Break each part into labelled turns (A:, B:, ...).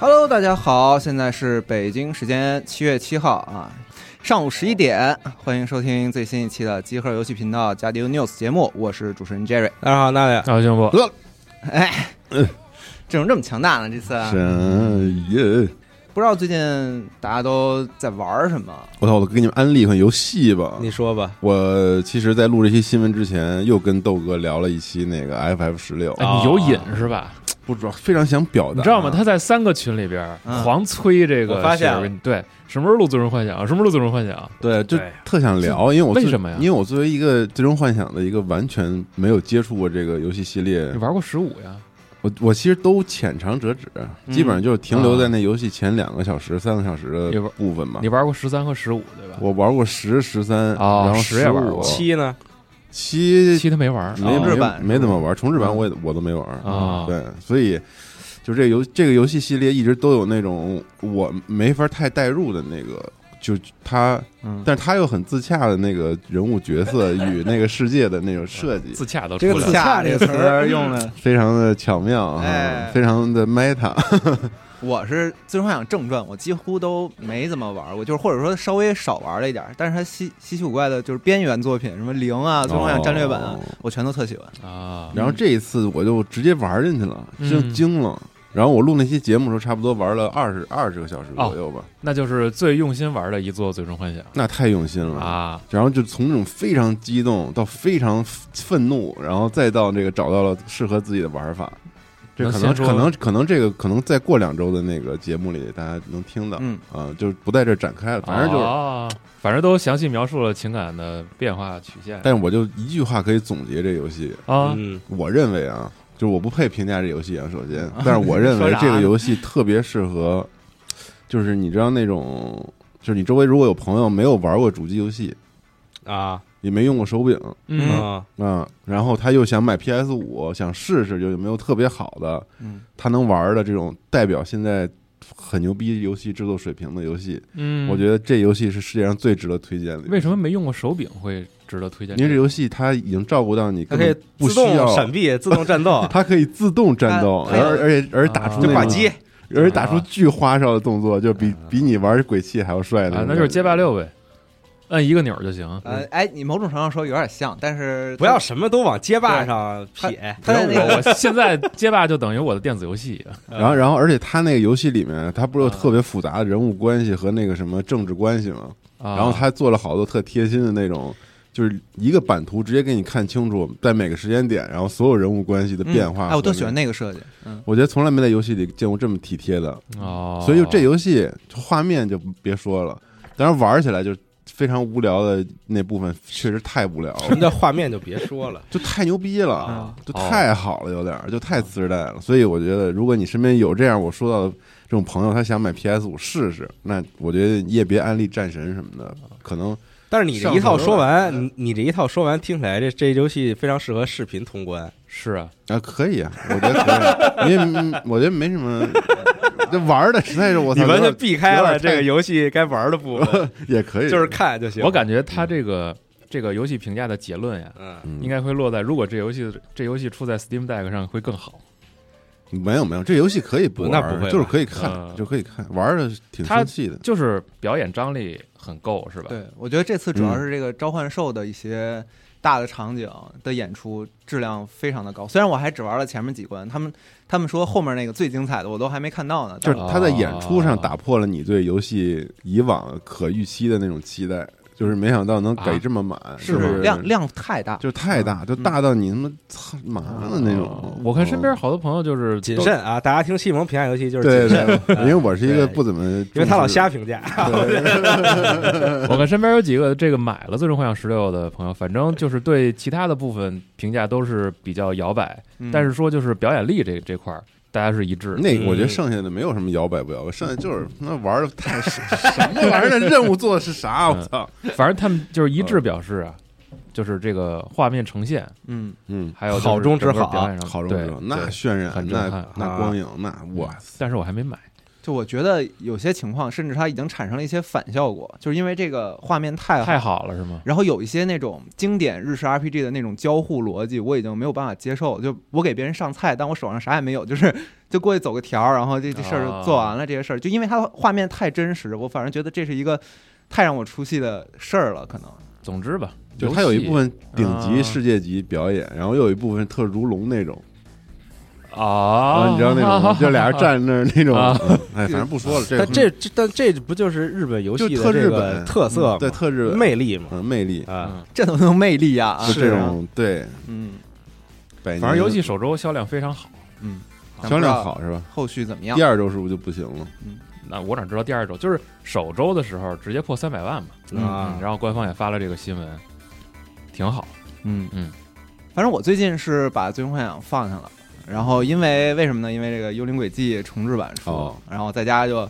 A: Hello，大家好，现在是北京时间七月七号啊，上午十一点，欢迎收听最新一期的集合游戏频道《加迪 News》节目，我是主持人 Jerry。
B: 大家好，娜姐，
C: 啊，行不？
A: 哎，阵容这么强大呢，这次啊
D: 神耶！
A: 不知道最近大家都在玩什么？
D: 我操，我给你们安利一款游戏吧。
B: 你说吧。
D: 我其实，在录这期新闻之前，又跟豆哥聊了一期那个 FF 十六，
B: 哦
C: 哎，你有瘾是吧？
D: 不知道非常想表达，
C: 你知道吗？他在三个群里边儿
A: 嗯
C: 狂催这个雪
B: 我
C: 儿，
B: 发现了
C: 对，什么时候录《最终幻想》？啊什么时候录《最终幻想》？
D: 对，就
B: 对
D: 特想聊，因为我
C: 为
D: 最
C: 什么呀
D: 因为我作为一个《最终幻想》的一个完全没有接触过这个游戏系列
C: 你，玩过十五呀？
D: 我我其实都浅尝辄止，
B: 嗯
D: 基本上就是停留在那游戏前两个小时、三个小时
C: 也
D: 的
C: 不
D: 部分嘛
C: 嗯你。玩过十三和十五对吧？
D: 我玩过十、十三，
C: 哦
D: 然后
C: 10也玩
D: 15
C: 过
B: 七呢？
D: 七
C: 七他没玩儿，
D: 没
A: 重置
D: 没
A: 版
D: 哦没
A: 是
D: 怎
A: 吗
D: 么玩，重置版我也我都没玩
C: 啊
D: 对，所以就这个游这个游戏系列一直都有那种我没法太代入的那个，就他，
A: 嗯
D: 但是他又很自洽的那个人物角色与那个世界的那种设计，
A: 嗯
C: 自洽都出
B: 这
C: 来
B: 个
C: 了
B: 自。
A: 下这个词儿用的，
D: 非常的巧妙啊，
A: 哎嗯
D: 非常的 meta。
A: 我是《最终幻想》正传，我几乎都没怎么玩过，就是或者说稍微少玩了一点儿，但是它稀稀奇古怪的，就是边缘作品，什么零啊，《最终幻想》战略版啊
D: 哦，
A: 我全都特喜欢。
C: 啊，
D: 然后这一次我就直接玩进去了，真
C: 嗯
D: 惊了。然后我录那期节目的时候，差不多玩了二十二十个小时左右
A: 哦
D: 吧，
C: 那就是最用心玩的一座《最终幻想
D: 那太用心》了
C: 啊！
D: 然后就从那种非常激动到非常愤怒，然后再到这个找到了适合自己的玩法。这
C: 能
D: 可能
C: 先说
D: 可能可能这个可能再过两周的那个节目里大家能听到，
A: 嗯哦
D: 啊，就是不在这儿展开了，反正就是。
C: 是，哦反正都详细描述了情感的变化曲线
D: 但是我就一句话可以总结这游戏，
C: 啊。
B: 嗯，
D: 我认为啊，就是我不配评价这游戏啊，首先，但是我 认
A: 说
D: 为
A: 啥呢
D: 这个游戏特别适合，就是你知道那种，就是你周围如果有朋友没有玩过主机游戏，
B: 啊，
D: 也没用过手柄，
A: Hmm.
C: 嗯，
B: 嗯，
D: 嗯，然后他又想买 PS 五，想试试就有没有特别好的，
A: 嗯，
D: 他能玩的这种代表现在很牛逼游戏制作水平的游戏。
C: 嗯
D: 我觉得这游戏是世界上最值得推荐的。
C: 为什么？没用过手柄会值得推荐？啊
D: 因为这游戏它已经照顾到你，
B: 它
D: 根
B: 可以
D: 本不
B: 自
D: 需
B: 动
D: 要，
B: 闪，避、自动战斗
D: 它可以自动战斗，
A: 它它
D: 而而且而且打出
C: 就
D: 那
C: 把
D: 种
C: 机，
D: 而且打出巨花哨的动作，就比比你玩鬼泣还要帅的
C: 嗯啊
D: 种，
C: 那就是
D: 感觉
C: 街霸。六呗，按一个钮儿就行。
A: 呃，哎，你某种程度上说有点像，但是
B: 不要什么都往街霸
A: 对
B: 上撇。
A: 他在那
C: 我
A: 个
C: 我现在街霸就等于我的电子游 戏，
D: 然后然后，而且它那个游戏里面，它
C: 嗯
D: 不是有特别复杂的人物关系和那个什么政治关系吗？
C: 啊、
D: 然后他做了好多特贴心的那种，就是一个版图直接给你看清楚，在每个时间点，然后所有人物关系的变化。
A: 哎，我特喜欢
D: 那，
A: 那个设计，嗯，
D: 我觉得从来没在游戏里见过这么体贴的，
C: 哦，
D: 所以就这游戏画面就别说了，当然玩起来就非常无聊的那部分确实太无聊
B: 什么
D: 了。，
B: 叫画面就别说了
D: 就太牛逼了
B: 啊，
D: 就太好了，有点儿就太次时代了。所以我觉得，如果你身边有这样我说到的这种朋友，他想买 PS 五试试，那我觉得你也别安利战神什么的，可能
B: 但是你这一套说完，你你这一套说完，听起来这这游戏非常适合视频通关。
C: 是啊，
D: 啊，可以啊，我觉得可以啊，因为嗯我觉得没什么，这玩儿的实在是我操，
B: 你完
D: 有
B: 全
D: 点
B: 避开了这个
D: 有
B: 游戏该玩的部 分，
D: 也可以，
B: 就是看就行。
C: 我感觉他这个这个游戏评价的结论呀，
B: 嗯，
D: 嗯
C: 应该会落在如果这游戏这游戏出在 Steam Deck 上会更好。
D: 没有没有，这游戏可以不玩
B: 那不会吧
D: 就是可以看，
C: 嗯
D: 就可以看，玩的挺
C: 它
D: 生气的，
C: 就是表演张力很够，是吧？，
A: 对，我觉得这次主要
D: 嗯
A: 是这个召唤兽的一些大的场景的演出质量非常的高，虽然我还只玩了前面几关，他们他们说后面那个最精彩的我都还没看到呢，
D: 就是
A: 但
D: 他在演出上打破了你对游戏以往可预期的那种期待，就是没想到能
B: 啊
D: 给这么满，
C: 是
D: 就
C: 吗
D: 是
A: 量量太大，
D: 就太
B: 嗯
D: 大，就大到你他妈操麻了嗯那
B: 哦
D: 种，
C: 哦我看身边
D: 嗯。
C: 好多朋友就是
B: 谨慎啊，大家听西蒙评价游戏就是
D: 对
B: 谨慎，
D: 对，对因为我是一个
B: 对
D: 不怎么，
B: 因为他老瞎评价。
C: 都，我看身边有几个这个买了《最终幻想十六》的朋友，反正就是对其他的部分评价都是比较摇摆，
A: 嗯
C: 但是说就是表演力这这块儿大家是嗯一致的。
D: 那个我觉得
B: 嗯
D: 剩下的没有什么摇摆不摇摆，剩下就是那玩的太什么玩意儿的任务做的是
C: 嗯
D: 啥？我操！
C: 反正他们就是一致表示啊，就是这个画面呈现，
A: 嗯，
D: 嗯，
C: 还有就是
B: 好中之
C: 整个
B: 好
C: 表演上
D: 好中
C: 嗯对
D: 之重，那
C: 对
D: 渲染
C: 很，震
D: 那
C: 撼嗯
D: 那
B: 啊
D: 光影，那哇塞！
C: 但是我还没买，
A: 就我觉得有些情况，甚至它已经产生了一些反效果，就是因为这个画面太
C: 太好了是吗？
A: 然后有一些那种经典日式 RPG 的那种交互逻辑，我已经没有办法接受。就我给别人上菜，但我手上啥也没有，就是 就过去走个条儿，然后这这事儿就做完了。这些事儿就因为它画面太真实，我反而觉得这是一个太让我出戏的事儿了。可能
C: 总之吧，
D: 就是它有一部分顶级
C: 啊
D: 世界级表演，然后又有一部分特如龙那种，
C: 啊，
D: 你知道那种吗，就俩人站那儿那种，
C: 啊
D: 嗯哎，反正不说了，这嗯
B: 但这这但这不就是日本游戏
D: 就
B: 的
D: 特
B: 这
D: 日
B: 个
D: 本嗯
B: 特色吗？
D: 对特日
B: 魅力嘛
D: 嗯魅力，
B: 啊！
A: 这都能魅力呀、啊
D: 就！这种对，
A: 嗯
D: 百年
C: 反正游戏首周销量非常好。
A: 嗯，咱
D: 销
A: 不知
D: 量
A: 道
D: 好是吧？
A: 后续怎么样
D: 第？二周是不是就不行了？
C: 那我哪知道第二周就是首周的时候直接破三百万嘛，
A: 嗯
B: 啊
C: 嗯，然后官方也发了这个新闻，挺好。
A: 嗯
C: 嗯，
A: 反正我最近是把《最终幻想》放下了，然后因为为什么呢？因为这个《幽灵轨迹》重置版出，
D: 哦
A: 然后在家就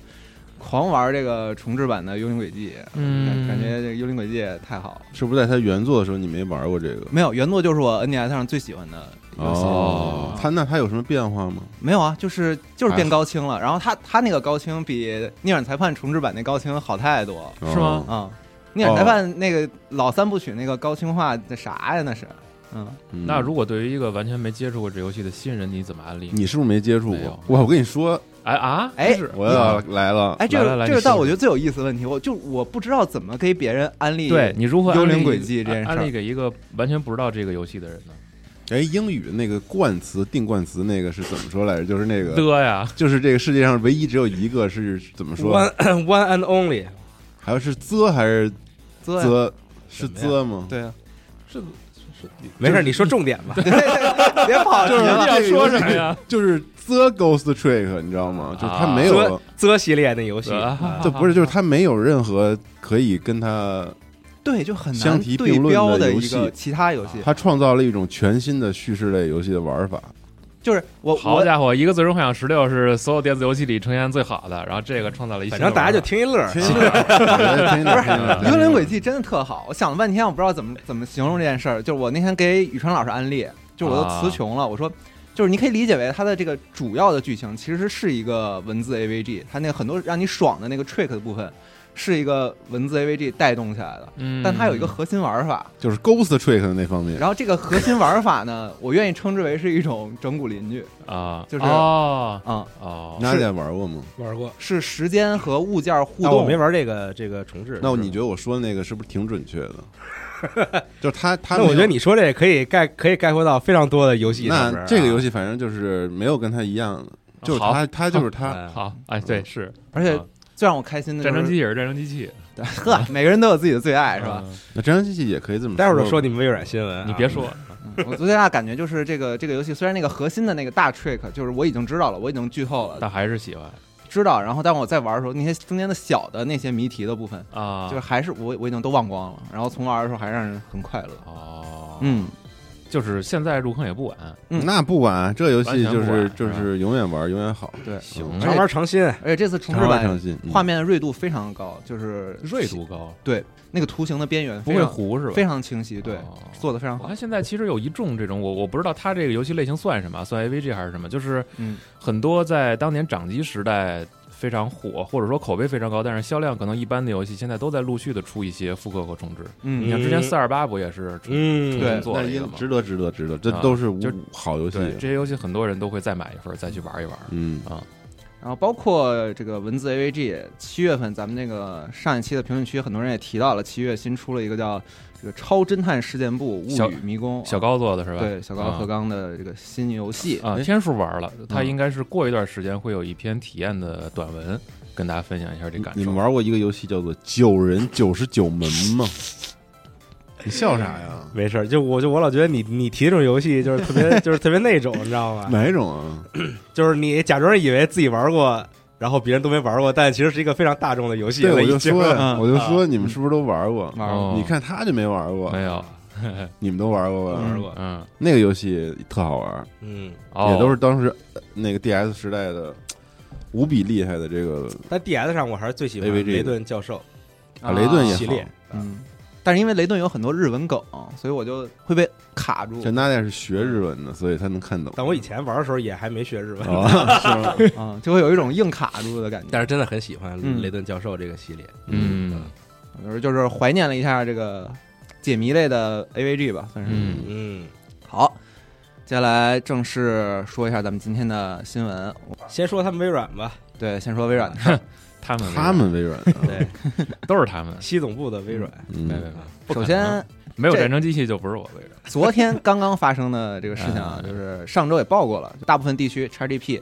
A: 狂玩这个重置版的《幽灵轨迹》，
C: 嗯
A: 感感觉这个《幽灵轨迹》也太好了。
D: 是不是在它原作的时候你没玩过这个？
A: 没有原作就是我 NDS 上最喜欢的游戏，
D: 哦，它那它有什么变化吗？
A: 没有啊，就是就是变高清了。然后它它那个高清比《逆转裁判》重置版那高清好太多啊
C: 是吗
A: 嗯
D: 哦？、
A: 逆转裁判那个老三部曲那个高清化，那啥呀？那是，嗯，
D: 嗯
C: 那如果对于一个完全没接触过这游戏的新人，你怎么安利？
D: 你是不是没接触
C: 没有
D: 过？哇，我跟你说，
C: 哎啊，
A: 哎
C: 真是
D: 我要来了，
A: 哎，这
C: 来
A: 个
C: 来来
A: 这
C: 你
A: 个
C: 说
A: 到我觉得最有意思的问题，我就我不知道怎么给别人安利。
C: 对，你如何
A: 幽
C: 安利
A: 灵轨迹这件事儿
C: 安利给一个完全不知道这个游戏的人呢？
D: 哎，英语那个冠词定冠词那个是怎么说来着？就是那个，
C: 的呀，
D: 就是这个世界上唯一只有一个是怎么嗯说？
B: ，one one and only
D: 还有是啧还是
A: 啧呀
D: 啧？是啧吗？
A: 对啊，
B: 是是，没事，你说重点吧。
A: 别 跑题啊
D: 就是
C: 你
A: 了。
C: 要说什么呀？
D: 就是啧 Ghost Trick，你知道吗？就是它没有
B: 遮，遮系列那游戏，
C: 啊
D: 这不是，就是它没有任何可以跟它，
A: 对，就很难
D: 相提
A: 对
D: 并论
A: 标
D: 的游
A: 一个
D: 戏啊
A: 其他游戏，
D: 它创造了一种全新的叙事类游戏的玩法。
A: 就是我
C: 好
A: 我
C: 家伙，一个《最终幻想十六》是所有电子游戏里呈现最好的，然后这个创造了一新
B: 反
C: 的玩
B: 正
C: 法，
B: 大家就听一 乐儿。
D: 听着，听着，听着，
A: 幽灵轨迹真的特好，我想了半天，我不知道怎么怎么形容这件事儿。就是我那天给宇川老师安利，就是我
C: 啊
A: 都词穷了，我说。就是你可以理解为它的这个主要的剧情其实是一个文字 AVG，它那个很多让你爽的那个 trick 的部分是一个文字 AVG 带动起来的，
C: 嗯，
A: 但它有一个核心玩法，
D: 就是 Ghost Trick 的那方面。
A: 然后这个核心玩法呢， 我愿意称之为是一种整蛊邻居
C: 啊，
A: 就是
C: 哦
A: 啊、
C: 哦，
D: 那家玩过吗？
B: 玩过，
A: 是时间和物件互
B: 啊但我
A: 动。
B: 没玩这个这个重置。
D: 那
B: 是吧
D: 你觉得我说那个是不是挺准确的？ 就是他他，
B: 那我觉得你说这可以概可以概括到非常多的游戏上边
D: 那
B: 儿啊。
D: 这个游戏反正就是没有跟他一样的，就是
C: 好
D: 他他就是他，
B: 哎
C: 好，哎，对，是，
A: 而且
C: 啊
A: 最让我开心的
C: 战
A: 就是
C: 争机器人，战争机器
A: 呵，每个人都有自己的最爱，是吧？
C: 嗯
D: 那真人机器也可以这么。
B: 待会儿就说你们微软新闻啊，
C: 你别说，
A: 我最大的感觉就是这个这个游戏虽然那个核心的那个大 trick 就是我已经知道了，我已经剧透了，
C: 但还是喜欢
A: 知道。然后当我在玩的时候，那些中间的小的那些谜题的部分，
C: 啊，
A: 就是还是我我已经都忘光了。然后从玩的时候还让人很快乐。
C: 哦，，
A: 嗯，
C: 就是现在入坑也不晚，
A: 嗯
D: 那不管啊这游戏就
C: 完全不
D: 是
C: 玩
D: 就是是永远玩永远好，
A: 对。
C: 行
B: 常玩常新。
A: 而且这次重
D: 常
A: 置
D: 玩
A: 版
D: 常新。嗯
A: 画面锐度非常高，就是
C: 锐度高，
A: 那个图形的边缘
C: 不
A: 非
C: 会
A: 常
C: 糊是吧？
A: 非常清晰，对，
C: 哦
A: 做的非常
C: 我
A: 好。
C: 看现在其实有一众这种，我我不知道它这个游戏类型算什么，算 AVG 还是什么，就是
A: 嗯
C: 很多在当年掌机时代非常火，或者说口碑非常高，但是销量可能一般的游戏，现在都在陆续的出一些复刻和重置。
A: 嗯，
C: 你像之前四二八不也是重
B: 嗯，
A: 对
C: 做
D: 那
C: 了一个
D: 应
C: 吗？
D: 值得值得值得，这
C: 啊
D: 都是无
C: 就
D: 好游戏
C: 对，。这些游戏很多人都会再买一份儿啊再去玩一玩。
D: 嗯，
A: 然后包括这个文字 AVG，七月份咱们那个上一期的评论区，很多人也提到了，七月新出了一个叫这个《超侦探事件部：
C: 小
A: 物语迷宫》，
C: 小高做的是吧？
A: 对小高
C: 啊
A: 和刚的这个新游戏，
C: 啊，
D: 哎
C: 天数玩了，他
A: 嗯
C: 应该是过一段时间会有一篇体验的短文跟大家分享一下这感
D: 你
C: 受
D: 们。玩过一个游戏叫做《九人九十九门》吗？你笑啥呀？
B: 没事儿，就我就我老觉得你你提这种游戏就是特别就是特别那种，你知道吗？
D: 哪一种啊？
B: 就是你假装以为自己玩过，然后别人都没玩过，但其实是一个非常大众的游戏
D: 对，
B: 了
D: 我
B: 已
D: 就
B: 经。啊
D: 说呀，
A: 嗯
D: 我就说你们是不是都玩过？
A: 玩
C: 哦
D: 你看他就没玩过，
C: 没有？
D: 你们都玩过吧？
B: 玩过，
C: 嗯，
D: 那个游戏特好玩，
B: 嗯，
C: 哦，
D: 也都是当时呃那个 DS 时代的无比厉害的这个
B: 但 DS 上我还是最喜欢
D: AVG
B: 雷顿教授
A: 啊
D: 雷顿也
B: 系列
D: 好，
A: 嗯，但是因为雷顿有很多日文梗，所以我就会被卡住
D: 这娜姐是学日文的，所以她能看懂。
B: 但我以前玩的时候也还没学日文，
D: 啊，是吗？
A: 啊，就会有一种硬卡住的感觉。
B: 但是真的很喜欢
A: 嗯
B: 雷顿教授这个系列。
C: 嗯
A: 有时候就是怀念了一下这个解谜类的 AVG 吧，算是。
C: 嗯
B: 嗯，
A: 好，接下来正式说一下咱们今天的新闻。
B: 先说他们微软吧，
A: 对，先说微软的事 儿。
C: 他们
D: 他们微软，
B: 对，
C: 都是他们，
B: 西总部的微软，
C: 没
D: 嗯，
C: 没没，不可
A: 首
C: 能
A: 先，
C: 没有
A: 这
C: 战争机器就不是我微软，
A: 昨天刚刚发生的这个事情 啊，
C: 嗯
A: 就是上周也报过了，就大部分地区 XGP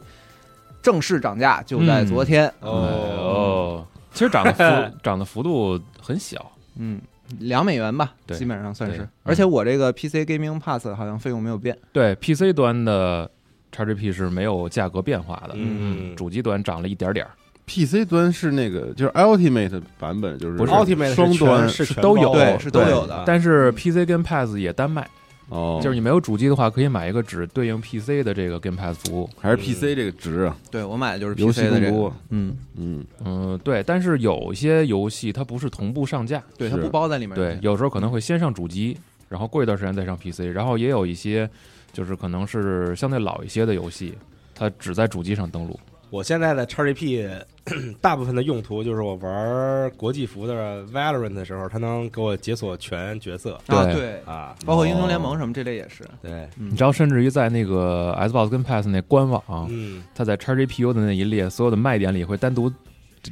A: 正式涨价就在昨天。
C: 嗯哦，其实涨的幅涨的幅度很小，
A: 嗯，两美元吧，
C: 对
A: 基本上算是
C: 对。
A: 而且我这个 PC Gaming Pass 好像费用没有变。
C: 对 PC 端的 XGP 是没有价格变化的，
B: 嗯
C: 主机端涨了一点点儿，
D: PC 端是那个就是 Ultimate 版本，就是
C: 不是
B: Ultimate
D: 双
B: 是全
D: 端
B: 是全
C: 都有
B: 包
A: 对是都
B: 对
A: 有的
C: 但是 PC 跟 Pass 也单卖，
D: 哦，
C: 就是你没有主机的话，可以买一个只对应 PC 的这个 Game Pass 服务。
D: 还是 PC 这个值啊，
A: 对我买的就是
D: 游
A: PC
D: 戏
A: 的
D: 更
A: 这个，
D: 多。
A: 嗯，
D: 嗯，
C: 嗯，对，但是有一些游戏它不是同步上架，
A: 对，它
D: 是
A: 不包在里面。
C: 对，，有时候可能
B: 嗯
C: 会先上主机，然后过一段时间再上 PC，然后也有一些就是可能是相对老一些的游戏，它只在主机上登录。
B: 我现在的 XGP 大部分的用途就是我玩国际服的 Valorant 的时候，它能给我解锁全角色
A: 啊
C: 对
A: 对，
C: 哦
B: 啊，
A: 包括英雄联盟什么这类也是。
B: 对，
C: 你知道，甚至于在那个 Xbox 跟 PS 那官网，
B: 嗯，
C: 它在 XGPU 的那一列所有的卖点里会单独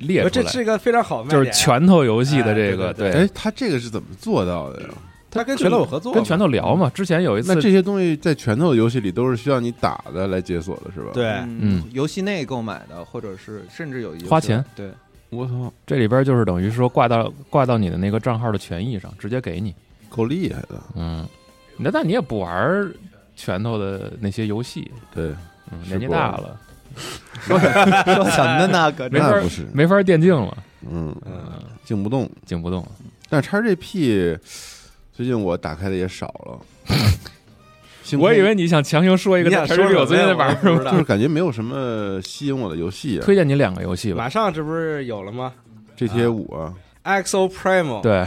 C: 列出
B: 这
C: 来，
B: 是一个非常好的卖
C: 就
B: 点
C: 是拳头游戏的
B: 哎
C: 这
B: 对
C: 个，
B: 对
D: 哎，他这个是怎么做到的呀？
B: 它跟拳头有合作嘛，
C: 跟拳头聊嘛。之前有一次
D: 那这些东西在拳头游戏里都是需要你打的来解锁的，是吧？，
B: 对，
C: 嗯，
A: 游戏内购买的，或者是甚至有一些
C: 花钱，
A: 对，
D: 我操，
C: 这里边就是等于说挂到挂到你的那个账号的权益上，直接给你。
D: 够厉害的。
C: 嗯，那但你也不玩拳头的那些游戏，
D: 对，
C: 嗯，
D: 是
C: 年纪
D: 不
C: 大了，
A: 说什么呢？搁
C: 没法
D: 那不是，
C: 没法电竞了，
D: 嗯，
B: 嗯，
D: 静不动。
C: 竞不动。
D: 但是 XGP 最近我打开的也少了，星空
C: 我以为你想强行说一个，
B: 你想
C: 但
B: 说
C: 是
B: 什么
C: 我最近在玩
B: 呀
C: 什么？
D: 就是感觉没有什么吸引我的游戏 啊。
C: 推荐你两个游 戏吧。
B: 马上这不是有了吗
D: GTA 五啊，
B: ？XO Primo，，
C: 对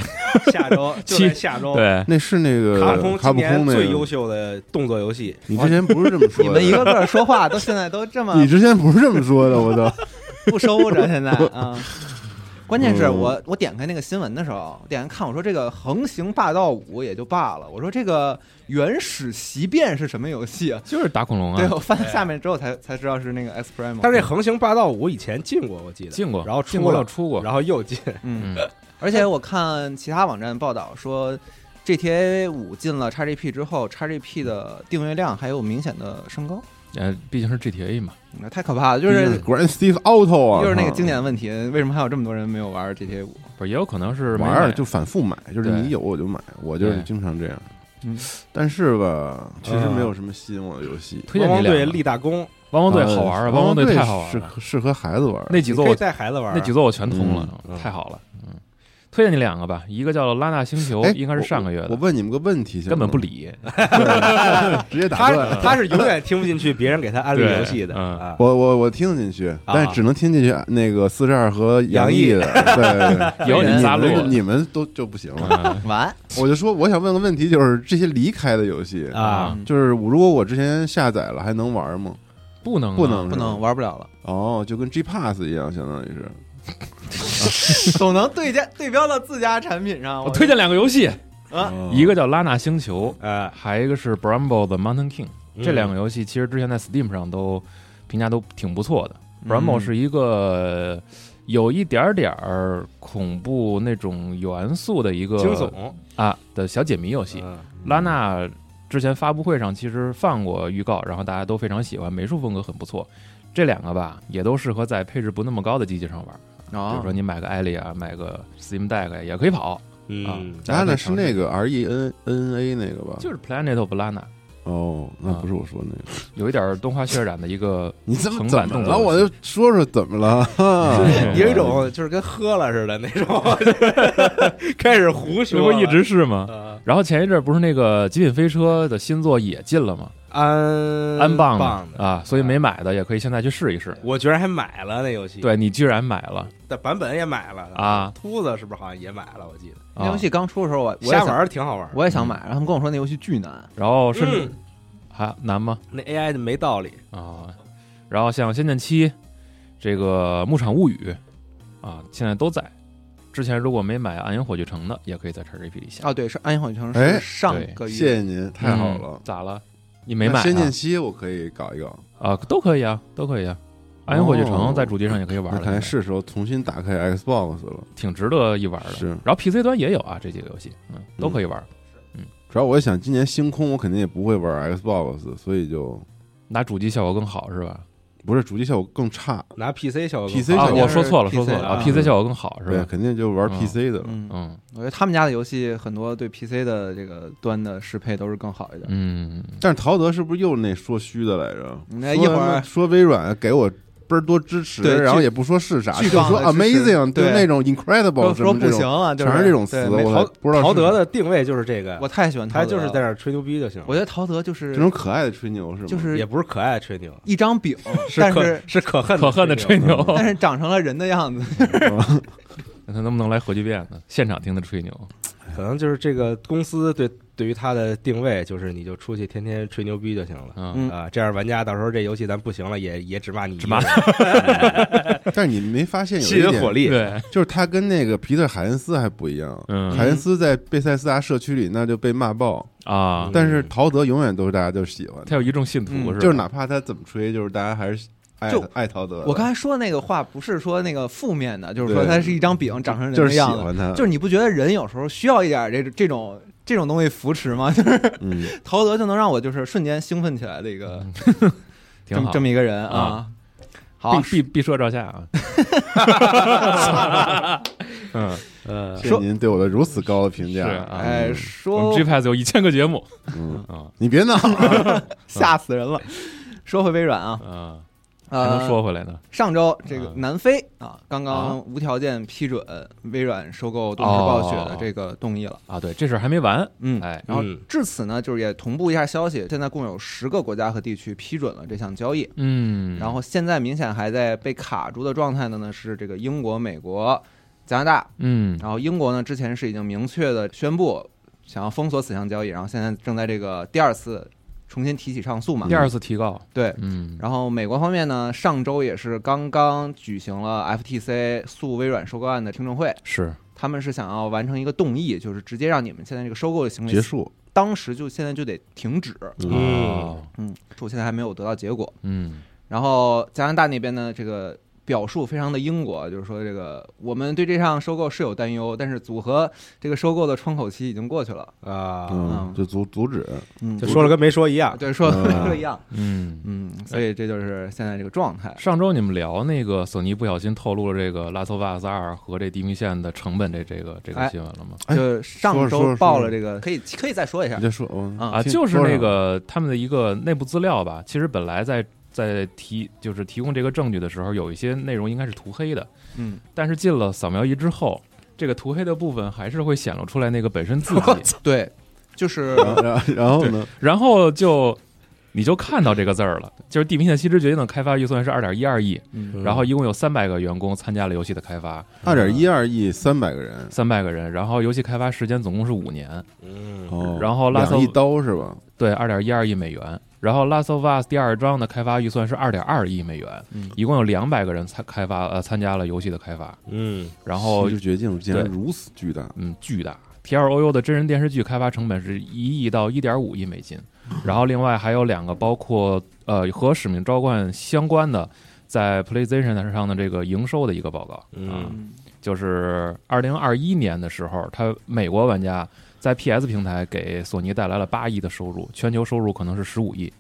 B: 下周就在下 周，
C: 对，
D: 那是那个
B: 卡普空
D: 呃卡
B: 今
D: 普空
B: 年
D: 那
B: 最优
D: 个。
B: 秀的动作游戏，
D: 你之前不是这么说的，
A: 你们一个个说话都现在都这么
D: 你之前不是这么说的，我都。
A: 不收着，现在啊。关键是
D: 嗯
A: 我我点开那个新闻的时候，点开看我说这个横行霸道五也就罢了，我说这个原始奇变是什么游戏啊？
C: 就是打恐龙
A: 对
C: 啊，
B: 哦
A: 我翻下面之后才才知道是那个 X Prime，
B: 但是这横行霸道五以前进过，我记得
C: 进过，
B: 然后
C: 进
B: 出
C: 过
B: 了
C: 又，出过，
B: 然后又进，
A: 嗯，
C: 嗯，
A: 而且我看其他网站报道说，GTA 五进了 XGP 之后，XGP 的订阅量还有明显的升高，嗯
C: 呃，毕竟是 GTA 嘛，
A: 那太可怕了，就是。
D: Grand Theft Auto 啊，
A: 又是那个
D: 操
A: 经典的问题，为什么还有这么多人没有玩 GTA 五？
C: 不是也有可能是没
D: 玩儿
C: 买
D: 就反复买，就是
C: 对
D: 你有我就买，我就是
C: 对
D: 经常这样
A: 嗯。
D: 但是吧，确实没有什么吸引我的游戏。
C: 推
B: 汪
C: 荐
B: 汪
C: 你
B: 队
C: 两个。
B: 立大功，
C: 汪汪队好玩啊，
D: 呃
C: 汪
D: 汪
C: 队
D: 队
C: 太好玩
D: 适
C: 了，
D: 合适合孩子玩儿。
C: 那几座
B: 你可
C: 我
B: 以带孩子玩啊，
C: 那几座我全通了，
B: 嗯
C: 太好了，嗯，推荐你两个吧，一个叫《拉纳星球
D: 哎》，，
C: 应该是
D: 我
C: 上个月
D: 我
C: 的，
D: 问你嗯们个问题，行吗
C: 根本不，理，
D: 对 直接打
B: 他
D: 断。
B: 他是永远听不进去别人给他安利
C: 对
B: 游戏的
C: 嗯
B: 啊。
D: 我我我听得进去，
C: 啊
D: 但只能听进去那个四十二和
B: 杨
D: 毅
B: 毅
D: 的，对，
C: 有
D: 你
C: 你仨录
D: 们你们都就不行了。
C: 嗯
A: 完
D: 我就说，我想问个问题，就是这些离开的游戏，
C: 嗯
B: 啊，
D: 就是我如果我之前下载了，还能玩吗？
C: 不能啊
D: 不能，
A: 不能。玩不了了，
D: 哦，就跟 G Pass 一样，相当于是。
A: 总能对家对标到自家产品上。
C: 我推荐两个游戏，
D: 啊嗯
C: 一个叫《拉纳星球
B: 呃》，，
C: 还有一个是《Bramble 的 Mountain King》。这
B: 嗯
C: 两个游戏其实之前在 Steam 上都评价都挺不错的。Bramble
B: 嗯
C: 是一个有一点点儿恐怖那种元素的一个
B: 惊悚
C: 啊的小解谜游戏。
B: 嗯
C: 拉娜之前发布会上其实放过预告，然后大家都非常喜欢，美术风格很不错。这两个吧，也都适合在配置不那么高的机器上玩，比
A: 啊
C: 如说，你买个艾丽啊，买个 Steam Deck 呀也可以跑啊
B: 嗯。
C: 大家
D: 拉
C: 可以
D: 娜是
C: 尝试
D: 那个 R E N N A 那个吧？
C: 就是 Planet of Lana，
D: 哦，那不是我说那个。
C: 有一点儿动画渲染的一个
D: 你怎么
C: 横
D: 怎
C: 版
D: 么
C: 动
D: 了？
C: 作
D: 我就说说怎么了。 哈
B: 啊有一种就是跟喝了似的那种， 开始胡
C: 这不
B: 说了，
C: 一直是吗？
B: 啊
C: 然后前一阵儿不是那个《极品飞车》的新作也进了吗？
B: 安
C: 安棒
B: 嗯呃棒的，
C: 啊，所以没买的也可以现在去试一试。
B: 我居然还买了那游戏，，
C: 对你居然买了
B: 但版本也买了
C: 啊
B: 秃子是不是好像也买了？我记得
A: 那
C: 啊
A: 游！戏刚出的时候，我我也
B: 瞎玩
A: 想，
B: 儿挺好玩儿。
A: 我也想买，然后他们跟我说那游戏巨难，
C: 然后甚至
B: 嗯，
C: 还难吗？
B: 那 AI 的没道理，
C: 啊，然后像《仙剑七》这个《牧场物语》啊，现在都在。之前如果没买《暗影火炬城》的，也可以在 XGP 里下。
A: 哦，对，是《暗影火炬城》是
D: 哎
A: 上个
D: 谢
A: 月，
D: 谢您，太好了
C: 嗯。咋了？你没买、
D: 那
C: 啊？
D: 仙剑七我可以搞一搞，
C: 啊，都可以啊，都可以啊。《暗影火炬城
D: 哦》
C: 在主机上也可以玩
D: 那
C: 了，
D: 看来是时候重新打开 Xbox 了。
C: 挺值得一玩的。
D: 是
C: 然后 PC 端也有啊，这几个游戏，嗯，都可以玩。
D: 主要我想今年星空我肯定也不会玩 Xbox，所以就
C: 拿主机效果更好是吧？
D: 不是主机效果更差，
B: 拿 PC 效果更好
D: PC
C: 啊，
D: 效果
C: 我说错了，
A: 是
C: 说错
A: PC
C: 了
A: 啊
C: ，PC 效果更好是
D: 对，
C: 吧？
D: 肯定就玩
C: 嗯
D: PC 的了。
A: 嗯，
C: 嗯
A: 我觉得他们家的游戏很多对 PC 的这个端的适配都是更好一点。
C: 嗯，
D: 但是陶德是不是又那说虚的来着？
A: 那
D: 说
A: 一会儿
D: 说微软给我倍儿多支持，
A: 对
D: 然后
A: 巨
D: 也不说是啥，
A: 巨
D: 就
A: 棒
D: 说
A: 的支持
D: amazing，就
A: 对
D: 那种 incredible
A: 都
D: 什
A: 说
D: 么
A: 不
D: 这
A: 行
D: 种，
A: 了，就
D: 全是这种
A: 对
D: 词，
A: 没
D: 我
B: 陶
D: 还不知道是
B: 陶德
D: 什么
B: 的定位就是这个
A: 我，太喜欢陶
B: 他
A: 德
B: 就是在那
A: 了
B: 儿吹牛逼就行了。
A: 我觉得陶德就是
D: 这种可爱的吹牛是吗？
A: 就是
B: 也不是可爱吹牛，
A: 一张饼，
B: 是
A: 但
B: 可
A: 是
B: 是可恨
C: 可恨的吹牛，
A: 但是长成了人的样子。
C: 那他能不能来核聚变呢？现场听他吹牛，
B: 可能就是这个公司对对于它的定位，就是你就出去天天吹牛逼就行了。
C: 嗯，
A: 嗯
B: 啊，这样玩家到时候这游戏咱不行了，也也只骂你一
C: 只
B: 个人，
C: 骂
D: 但是你没发现有
B: 吸
D: 一
B: 引
D: 点
B: 火，力。
C: 对，
D: 就是他跟那个皮特海恩斯还不一样。
C: 嗯
D: 海恩斯在贝塞斯达社区里那就被骂爆，
C: 啊
B: 嗯，
D: 但是陶德永远都是大家就喜欢的
C: 他，有一众信徒
A: 嗯
C: 是吧？
D: 就是哪怕他怎么吹，就是大家还是爱
A: 就
D: 爱陶德的。
A: 我刚才说的那个话不是说那个负面的，就是说
D: 对
A: 它是一张饼，长成人
D: 就是
A: 的
D: 喜
A: 样子。
D: 欢
C: 嗯
D: 他，
A: 就是你不觉得人有时候需要一点这这种这种东西扶持吗？ 就是
D: 嗯，
A: 陶德就能让我就是瞬间兴奋起来的一个这
C: 嗯挺
A: 么
C: 好嗯
A: 这，么一个人啊。好，
C: 必必必说照下啊。嗯，
B: 嗯，
D: 谢谢
A: 说
D: 您对我的如此高的评
C: 是
D: 价。
C: 啊
A: 哎，
C: 我
A: 说
C: 们 GPS 有一千个节目
D: 嗯，
C: 啊
D: 你别闹，
A: 吓死人了。说回微软啊，
C: 啊，还能
A: 呃，
C: 说回来呢？
A: 上周这个
C: 嗯
A: 南非啊，刚
C: 啊
A: 刚无条件批准微软收购动视暴雪的这个动议了。
C: 啊，对，这事儿还没完。
A: 嗯，
C: 哎，
A: 然后
B: 嗯
A: 至此呢，就是也同步一下消息，现在共有十个国家和地区批准了这项交易。
C: 嗯，
A: 然后现在明显还在被卡住的状态的呢是这个英国、美国、加拿大。
C: 嗯
A: 然后英国呢之前是已经明确的宣布想要封锁此项交易，然后现在正在这个第二次重新提起上诉嘛。
C: 第二次提高，
A: 对。
C: 嗯，
A: 然后美国方面呢，上周也是刚刚举行了 FTC 诉微软收购案的听证会，
C: 是
A: 他们是想要完成一个动议，就是直接让你们现在这个收购的行为
D: 结束。
A: 当时就现在就得停止。
C: 哦，
A: 嗯，我现在还没有得到结果。
C: 嗯
A: 然后加拿大那边呢，这个表述非常的英国，就是说这个我们对这项收购是有担忧，但是组合这个收购的窗口期已经过去了。
B: 啊，
D: 嗯，就阻阻止，
C: 啊
A: 嗯
B: 就说了跟没说一样。
A: 对，说
D: 嗯
A: 这一样。
C: 嗯。
A: 嗯，所以这就是现在这个状态。
C: 上周你们聊那个索尼不小心透露了这个《拉斯瓦斯二》和这《地平线》的成本这这个这个
A: 哎
C: 新闻了吗？
D: 哎
A: 就上
D: 说着说
A: 周
D: 着
A: 报了这个，可以可以再说一下
D: 你。再说嗯
A: 啊
C: 啊，
D: 听
C: 就是
D: 说
C: 那
D: 上
C: 个他们的一个内部资料吧。其实本来在在提就是提供这个证据的时候，有一些内容应该是涂黑的，
A: 嗯，
C: 但是进了扫描仪之后，这个涂黑的部分还是会显露出来那个本身自 己。
A: 对，就是
D: 然后然后然后呢？
C: 然后就你就看到这个字儿了，就是《地平线：西之决定》的开发预算是二点一二亿，
A: 嗯
C: 然后一共有三百个员工参加了游戏的开发，
D: 二点一二亿三百个人，
C: 三百个人，然后游戏开发时间总共是五年，
B: 嗯，
D: 哦，
C: 然后拉
D: 两
C: 萨
D: 亿刀是吧？
C: 对，二点一二亿美元。然后《Last of Us》第二章的开发预算是二点二亿美元，
A: 嗯
C: 一共有两百个人参开发呃参加了游戏的开发，
B: 嗯，
C: 然后
D: 西之绝境竟然
C: 对
D: 如此巨大，
C: 嗯，巨大。T L O U 的真人电视剧开发成本是一亿到一点五亿美金，
A: 嗯
C: 然后另外还有两个包括呃和《使命召唤》相关的，在 PlayStation 上的这个营收的一个报告啊，
A: 嗯
C: 就是二零二一年的时候，它美国玩家在 PS 平台给索尼带来了八亿的收入，全球收入可能是十五亿。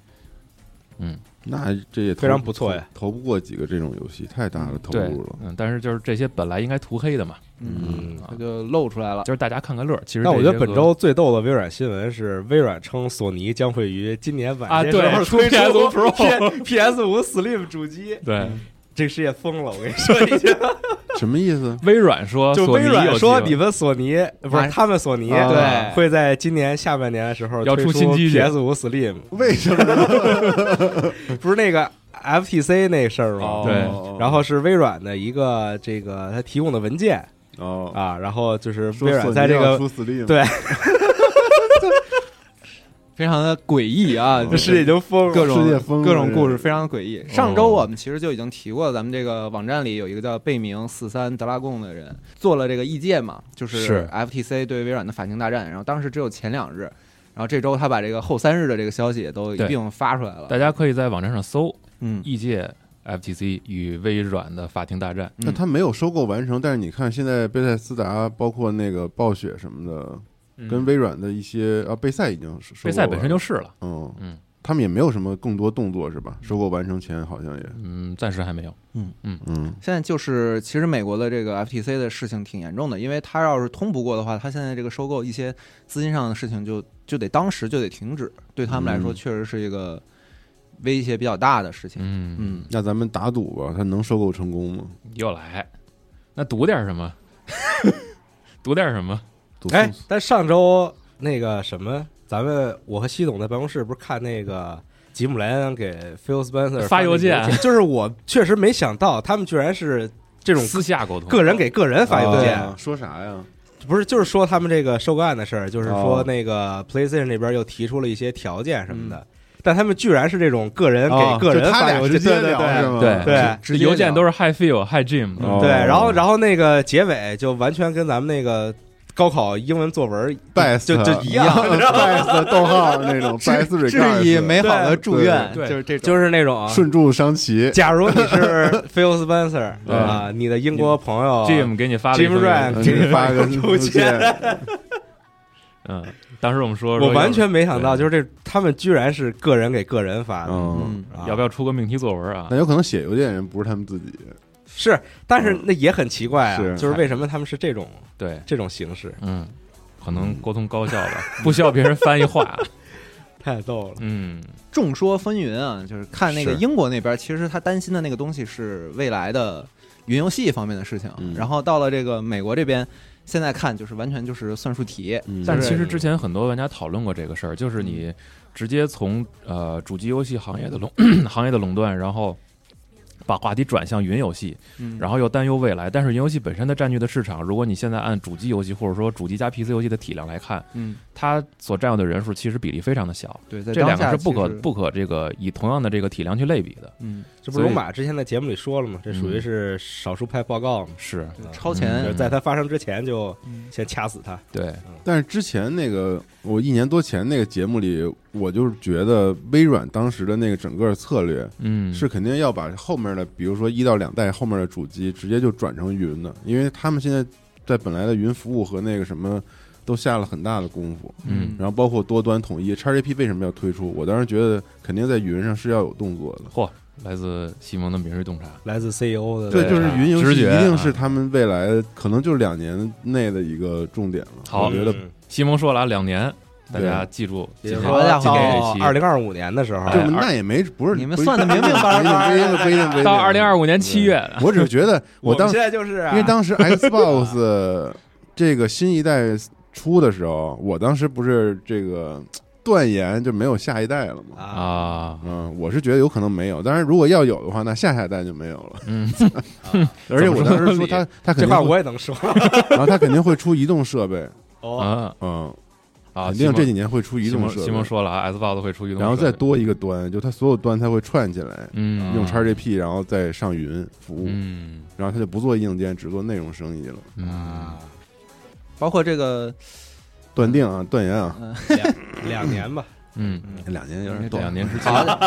D: 那这也投
B: 非常不错呀，
D: 投不过几个这种游戏，太大的投
C: 对
D: 入了，。
C: 嗯，但是就是这些本来应该涂黑的嘛，
A: 嗯，
B: 嗯
A: 它就露出来了。
C: 就是大家看个乐儿。其实
B: 但我
C: 这
B: 觉得
C: 些
B: 本
C: 个
B: 周最逗的微软新闻是，微软称索尼将会于今年晚
C: 啊
B: 些时候
C: 对出
B: 推
C: PS5
B: 出 P- PS 五 Slim 主机。
C: 对
B: 这个世界疯了，我跟 你说一下，
D: 什么意思？
C: 微软说，
B: 就
C: 哦索
B: 微
C: 尼
B: 软
C: 有
B: 说
C: 机会哎
B: 你们索尼不
A: 啊
B: 是他们索尼
D: 啊
A: 对
B: 会在今年下半年的时候
C: 要
B: 推
C: 出新机器
B: PS 五 Slim，
D: 为什么呢？
B: 不是那个 FTC 那事儿吗？
D: 哦
C: 对
B: 然后是微软的一个这个它提供的文件
D: 哦，
B: 啊，然后就是
D: 说
B: 微软
D: 索尼
B: 在这
D: 要
B: 个
D: 出 Slim，
B: 对
A: 非常的诡异啊，
D: 嗯
A: 就
B: 这世
A: 是
B: 界已经疯了，
A: 各种
D: 世界疯了
A: 各种故事非常诡异。上周我们其实就已经提过，咱们这个网站里有一个叫贝明四三德拉贡的人做了这个异界嘛，就是是 FTC 对微软的法庭大战。然后当时只有前两日，然后这周他把这个后三日的这个消息也都一
C: 对
A: 并发出来了
C: 大。家可以在网站上搜，E
A: 嗯，
C: 异界 FTC 与微软的法庭大战。
B: 嗯
D: 那他没有收购完成，但是你看现在贝塞斯达包括那个暴雪什么的，
B: 嗯
D: 跟微软的一些啊，贝赛已经收
C: 贝赛本身
D: 就
C: 就是了，
D: 嗯
C: 嗯
D: 他们也没有什么更多动作是
B: 嗯
D: 吧？收购完成前好像也
C: 嗯，暂时还没有。
D: 嗯
A: 现在就是其实美国的这个 FTC 的事情挺严重的，因为他要是通不过的话，他现在这个收购一些资金上的事情就就得当时就得停止，对他们来说
D: 嗯
A: 确实是一个威胁比较大的事情。
C: 嗯
A: 嗯，
D: 那咱们打赌吧，他能收购成功吗？
C: 又来，那读点什么？ 读点什么？
D: 赌
B: 哎
D: 宋，
B: 但上周那个什么，咱们我和西总在办公室不是看那个吉姆莱恩给 Phil Spencer
C: 发邮件
B: 那个就是我确实没想到他们居然是这种
C: 私下沟通，
B: 个人给个人发邮件，
D: 啊说啥呀？
B: 不是就是说他们这个收购案的事儿，就是
D: 哦
B: 说那个 PlayStation 那边又提出了一些条件什么的，但他们居然是这种个人
C: 哦
B: 给个
D: 嗯就
B: 人
D: 他
B: 发
D: 俩
B: 邮
D: 直
B: 件，
D: 接
B: 对对
D: 聊是
B: 对。
D: 吗？
C: 对
B: 对
A: 啊直接
C: 邮件
A: 聊
C: 都是 Hi Phil Hi Jim，
D: 哦
B: 对，然后然后那个结尾就完全跟咱们那个高考英文作文
D: 拜
B: 就就一样，
D: 拜斯啊逗号那种拜斯
A: 致以美好的祝愿，
C: 嗯对对
A: 就是这种。
B: 就是那种
D: 顺祝伤旗，
B: 假如你是 Phil Spencer
D: 对
B: 啊，你的英国朋友
C: Jim 给你发了一
B: Jim
C: 封邮件
B: Ryan
D: 给你发个邮
B: 邮件，
C: 嗯，当时我们说，
B: 我完全没想到，
C: 对
B: 就是这他们居然是个人给个人发的，
D: 嗯，
A: 嗯，
B: 啊
C: 要不要出个命题作文啊
D: 那？有可能写邮件人不是他们自己，
B: 是，但是那也很奇怪啊，
D: 是
B: 就是为什么他们是这种
C: 对，
B: 这种形式，
C: 嗯，可能沟通高效吧，不需要别人翻译话。啊
B: 太逗了。
C: 嗯，
A: 众说纷纭啊，就是看那个
D: 是
A: 英国那边，其实他担心的那个东西是未来的云游戏方面的事情，
D: 嗯
A: 然后到了这个美国这边，现在看就是完全就是算术题，
D: 嗯
C: 但其实之前很多玩家讨论过这个事儿，就是你直接从呃主机游戏行业的垄 行业的垄断，然后把话题转向云游戏，
A: 嗯
C: 然后又担忧未来。但是云游戏本身的占据的市场，如果你现在按主机游戏或者说主机加 PC 游戏的体量来看，
A: 嗯，
C: 它所占有的人数其实比例非常的小，
A: 对，在
C: 这
A: 当
C: 两个
A: 下
C: 是不可
A: 其实，
C: 不可这个以同样的这个体量去类比的。
A: 嗯，
B: 这不是龙马之前在节目里说了吗？这属于
C: 嗯
B: 是少数派报告嘛，
C: 是
A: 就超
B: 就是
A: 前，
B: 在他发生之前就
A: 嗯
B: 先掐死他。
C: 对，
D: 但是之前那个我一年多前那个节目里，我就是觉得微软当时的那个整个策略
C: 嗯，
D: 是肯定要把后面的，比如说一到两代后面的主机直接就转成云的，因为他们现在在本来的云服务和那个什么都下了很大的功夫，
C: 嗯
D: 然后包括多端统一，XGP 为什么要推出？我当时觉得肯定在云上是要有动作的。
C: 嚯，来自西蒙的敏锐洞察。
B: 来自 CEO 的
D: 对，
C: 对
D: 就是
C: 啊
D: 云游
C: 直
D: 戏一
C: 觉
D: 定
C: 啊
D: 是他们未来可能就是两年内的一个重点了。
C: 好
D: 我觉得
B: 嗯
C: 西蒙说了啊两年，大
D: 对
C: 家记住，
B: 也
C: 今
B: 就是
C: 天
B: 说
A: 好
C: 今天
B: 到
C: 这期
B: 二零二五年的时候，
D: 这
C: 哎
D: 那也没不是
A: 你们
D: 不是
A: 算得明明白白
D: 不一定不一定不一定不一定
C: 到二零二五年七月，
D: 我只是觉 得
B: 我
D: 我
B: 们
D: 当
B: 现在就是啊
D: 因为当时 Xbox 这个新一代出的时候，我当时不是这个断言就没有下一代了嘛。
B: 啊，
C: 啊，
D: 嗯，我是觉得有可能没有，当然如果要有的话，那下下一代就没有了。
C: 嗯，
D: 而且我当时说
C: 怎么
D: 他他肯
B: 这
D: 定
B: 话
D: 会，
B: 我也能说。
D: 然后他肯定会出移动设备，
B: 哦，
C: 啊
D: 嗯，
C: 啊，
D: 肯
C: 西
D: 定
C: 蒙
D: 这几年会出移
C: 西
D: 动
C: 蒙
D: 设
C: 西蒙
D: 备，
C: 说了啊，Xbox 会出移动设备，
D: 然后再多一个端，就它所有端它会串起来，
C: 嗯
D: 用 XGP 然后再上云服务，
C: 嗯
D: 然后它就不做硬件，只做内容生意了。
C: 嗯，
A: 包括这个
D: 断定啊，断言啊，
B: 两两年吧，
C: 嗯，
D: 两年有点
C: 这
D: 短，
C: 两年之期，
A: 好的，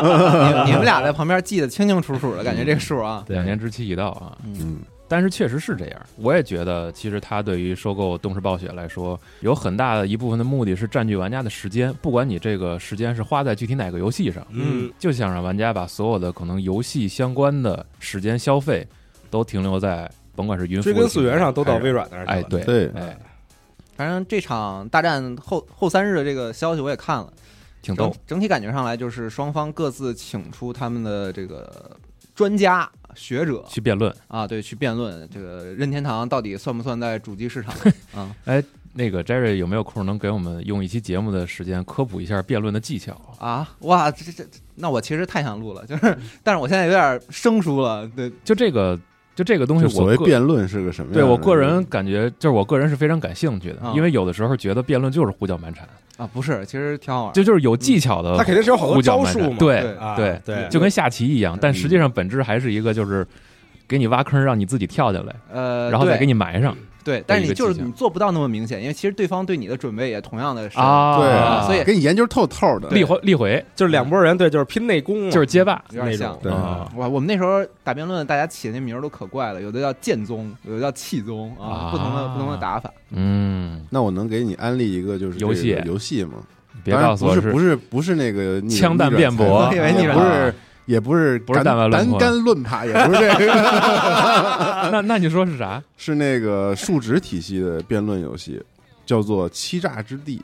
A: 你 们你们俩在旁边记得清清楚楚的，感觉这个数啊，
C: 两年之期已到啊。
D: 嗯，
C: 但是确实是这样，我也觉得，其实它对于收购动视暴雪来说，有很大的一部分的目的是占据玩家的时间，不管你这个时间是花在具体哪个游戏上，
B: 嗯，
C: 就想让玩家把所有的可能游戏相关的时间消费都停留在，甭管是云服务
B: 追根溯源上都到
C: 还是
B: 微软那儿去了。
C: 哎，对
D: 对
C: 哎，
A: 反正这场大战后后三日的这个消息我也看了，
C: 挺
B: 嗯
A: 整
C: 逗，
A: 整体感觉上来就是双方各自请出他们的这个专家学者
C: 去辩论。
A: 啊，对，去辩论这个任天堂到底算不算在主机市场 啊？
C: 哎那个 Jerry 有没有空能给我们用一期节目的时间科普一下辩论的技巧？
A: 啊，哇，这这，这那我其实太想录了，就是，但是我现在有点生疏了，对，
C: 就这个，就这个东西
D: 就
C: 我
D: 所
C: 个，
D: 谓辩论是个什么样的？
C: 对我个
D: 嗯
C: 人感觉，就是我个人是非常感兴趣的，
A: 啊
C: 因为有的时候觉得辩论就是胡搅蛮缠，
A: 啊，不是，其实挺好玩，
C: 这就是有技巧的
B: 嗯他肯定是有好多
C: 胡搅
B: 招
C: 蛮缠
B: 数嘛，
A: 对
C: 对
B: 啊
C: 对
B: 对
C: 就跟下棋一样
A: 嗯，
C: 但实际上本质还是一个就是给你挖坑，让你自己跳下来，
A: 呃，
C: 然后再
A: 对
C: 给你埋上
A: 对，但是你
C: 一个
A: 就是
C: 技巧
A: 你做不到那么明显，因为其实对方对你的准备也同样的深，
C: 啊，
D: 对
A: 所以
D: 给你研究透透的。
C: 立回立回
B: 就是两拨人对，就是拼内功嘛，
C: 嗯就是街霸，
A: 有点像
B: 那
D: 对
B: 种
C: 啊
A: 哇，我们那时候打辩论，大家起的那名儿都可怪了，有的叫剑宗，有的叫气宗啊，
C: 啊
A: 不同的不同的打法。
C: 嗯，
D: 那我能给你安利一个就是这个
C: 游戏
D: 游戏吗？
C: 别
D: 当然
C: 告诉我
D: 不是不是不是那个逆
C: 枪弹辩驳
A: 我以为逆
D: 逆
A: 转
D: 转裁判不是也不是
C: 不是
D: 单
C: 弹丸论
D: 单
C: 破
D: 杆论法，也不是这个，
C: 那那你说是啥？
D: 是那个数值体系的辩论游戏，叫做《欺诈之地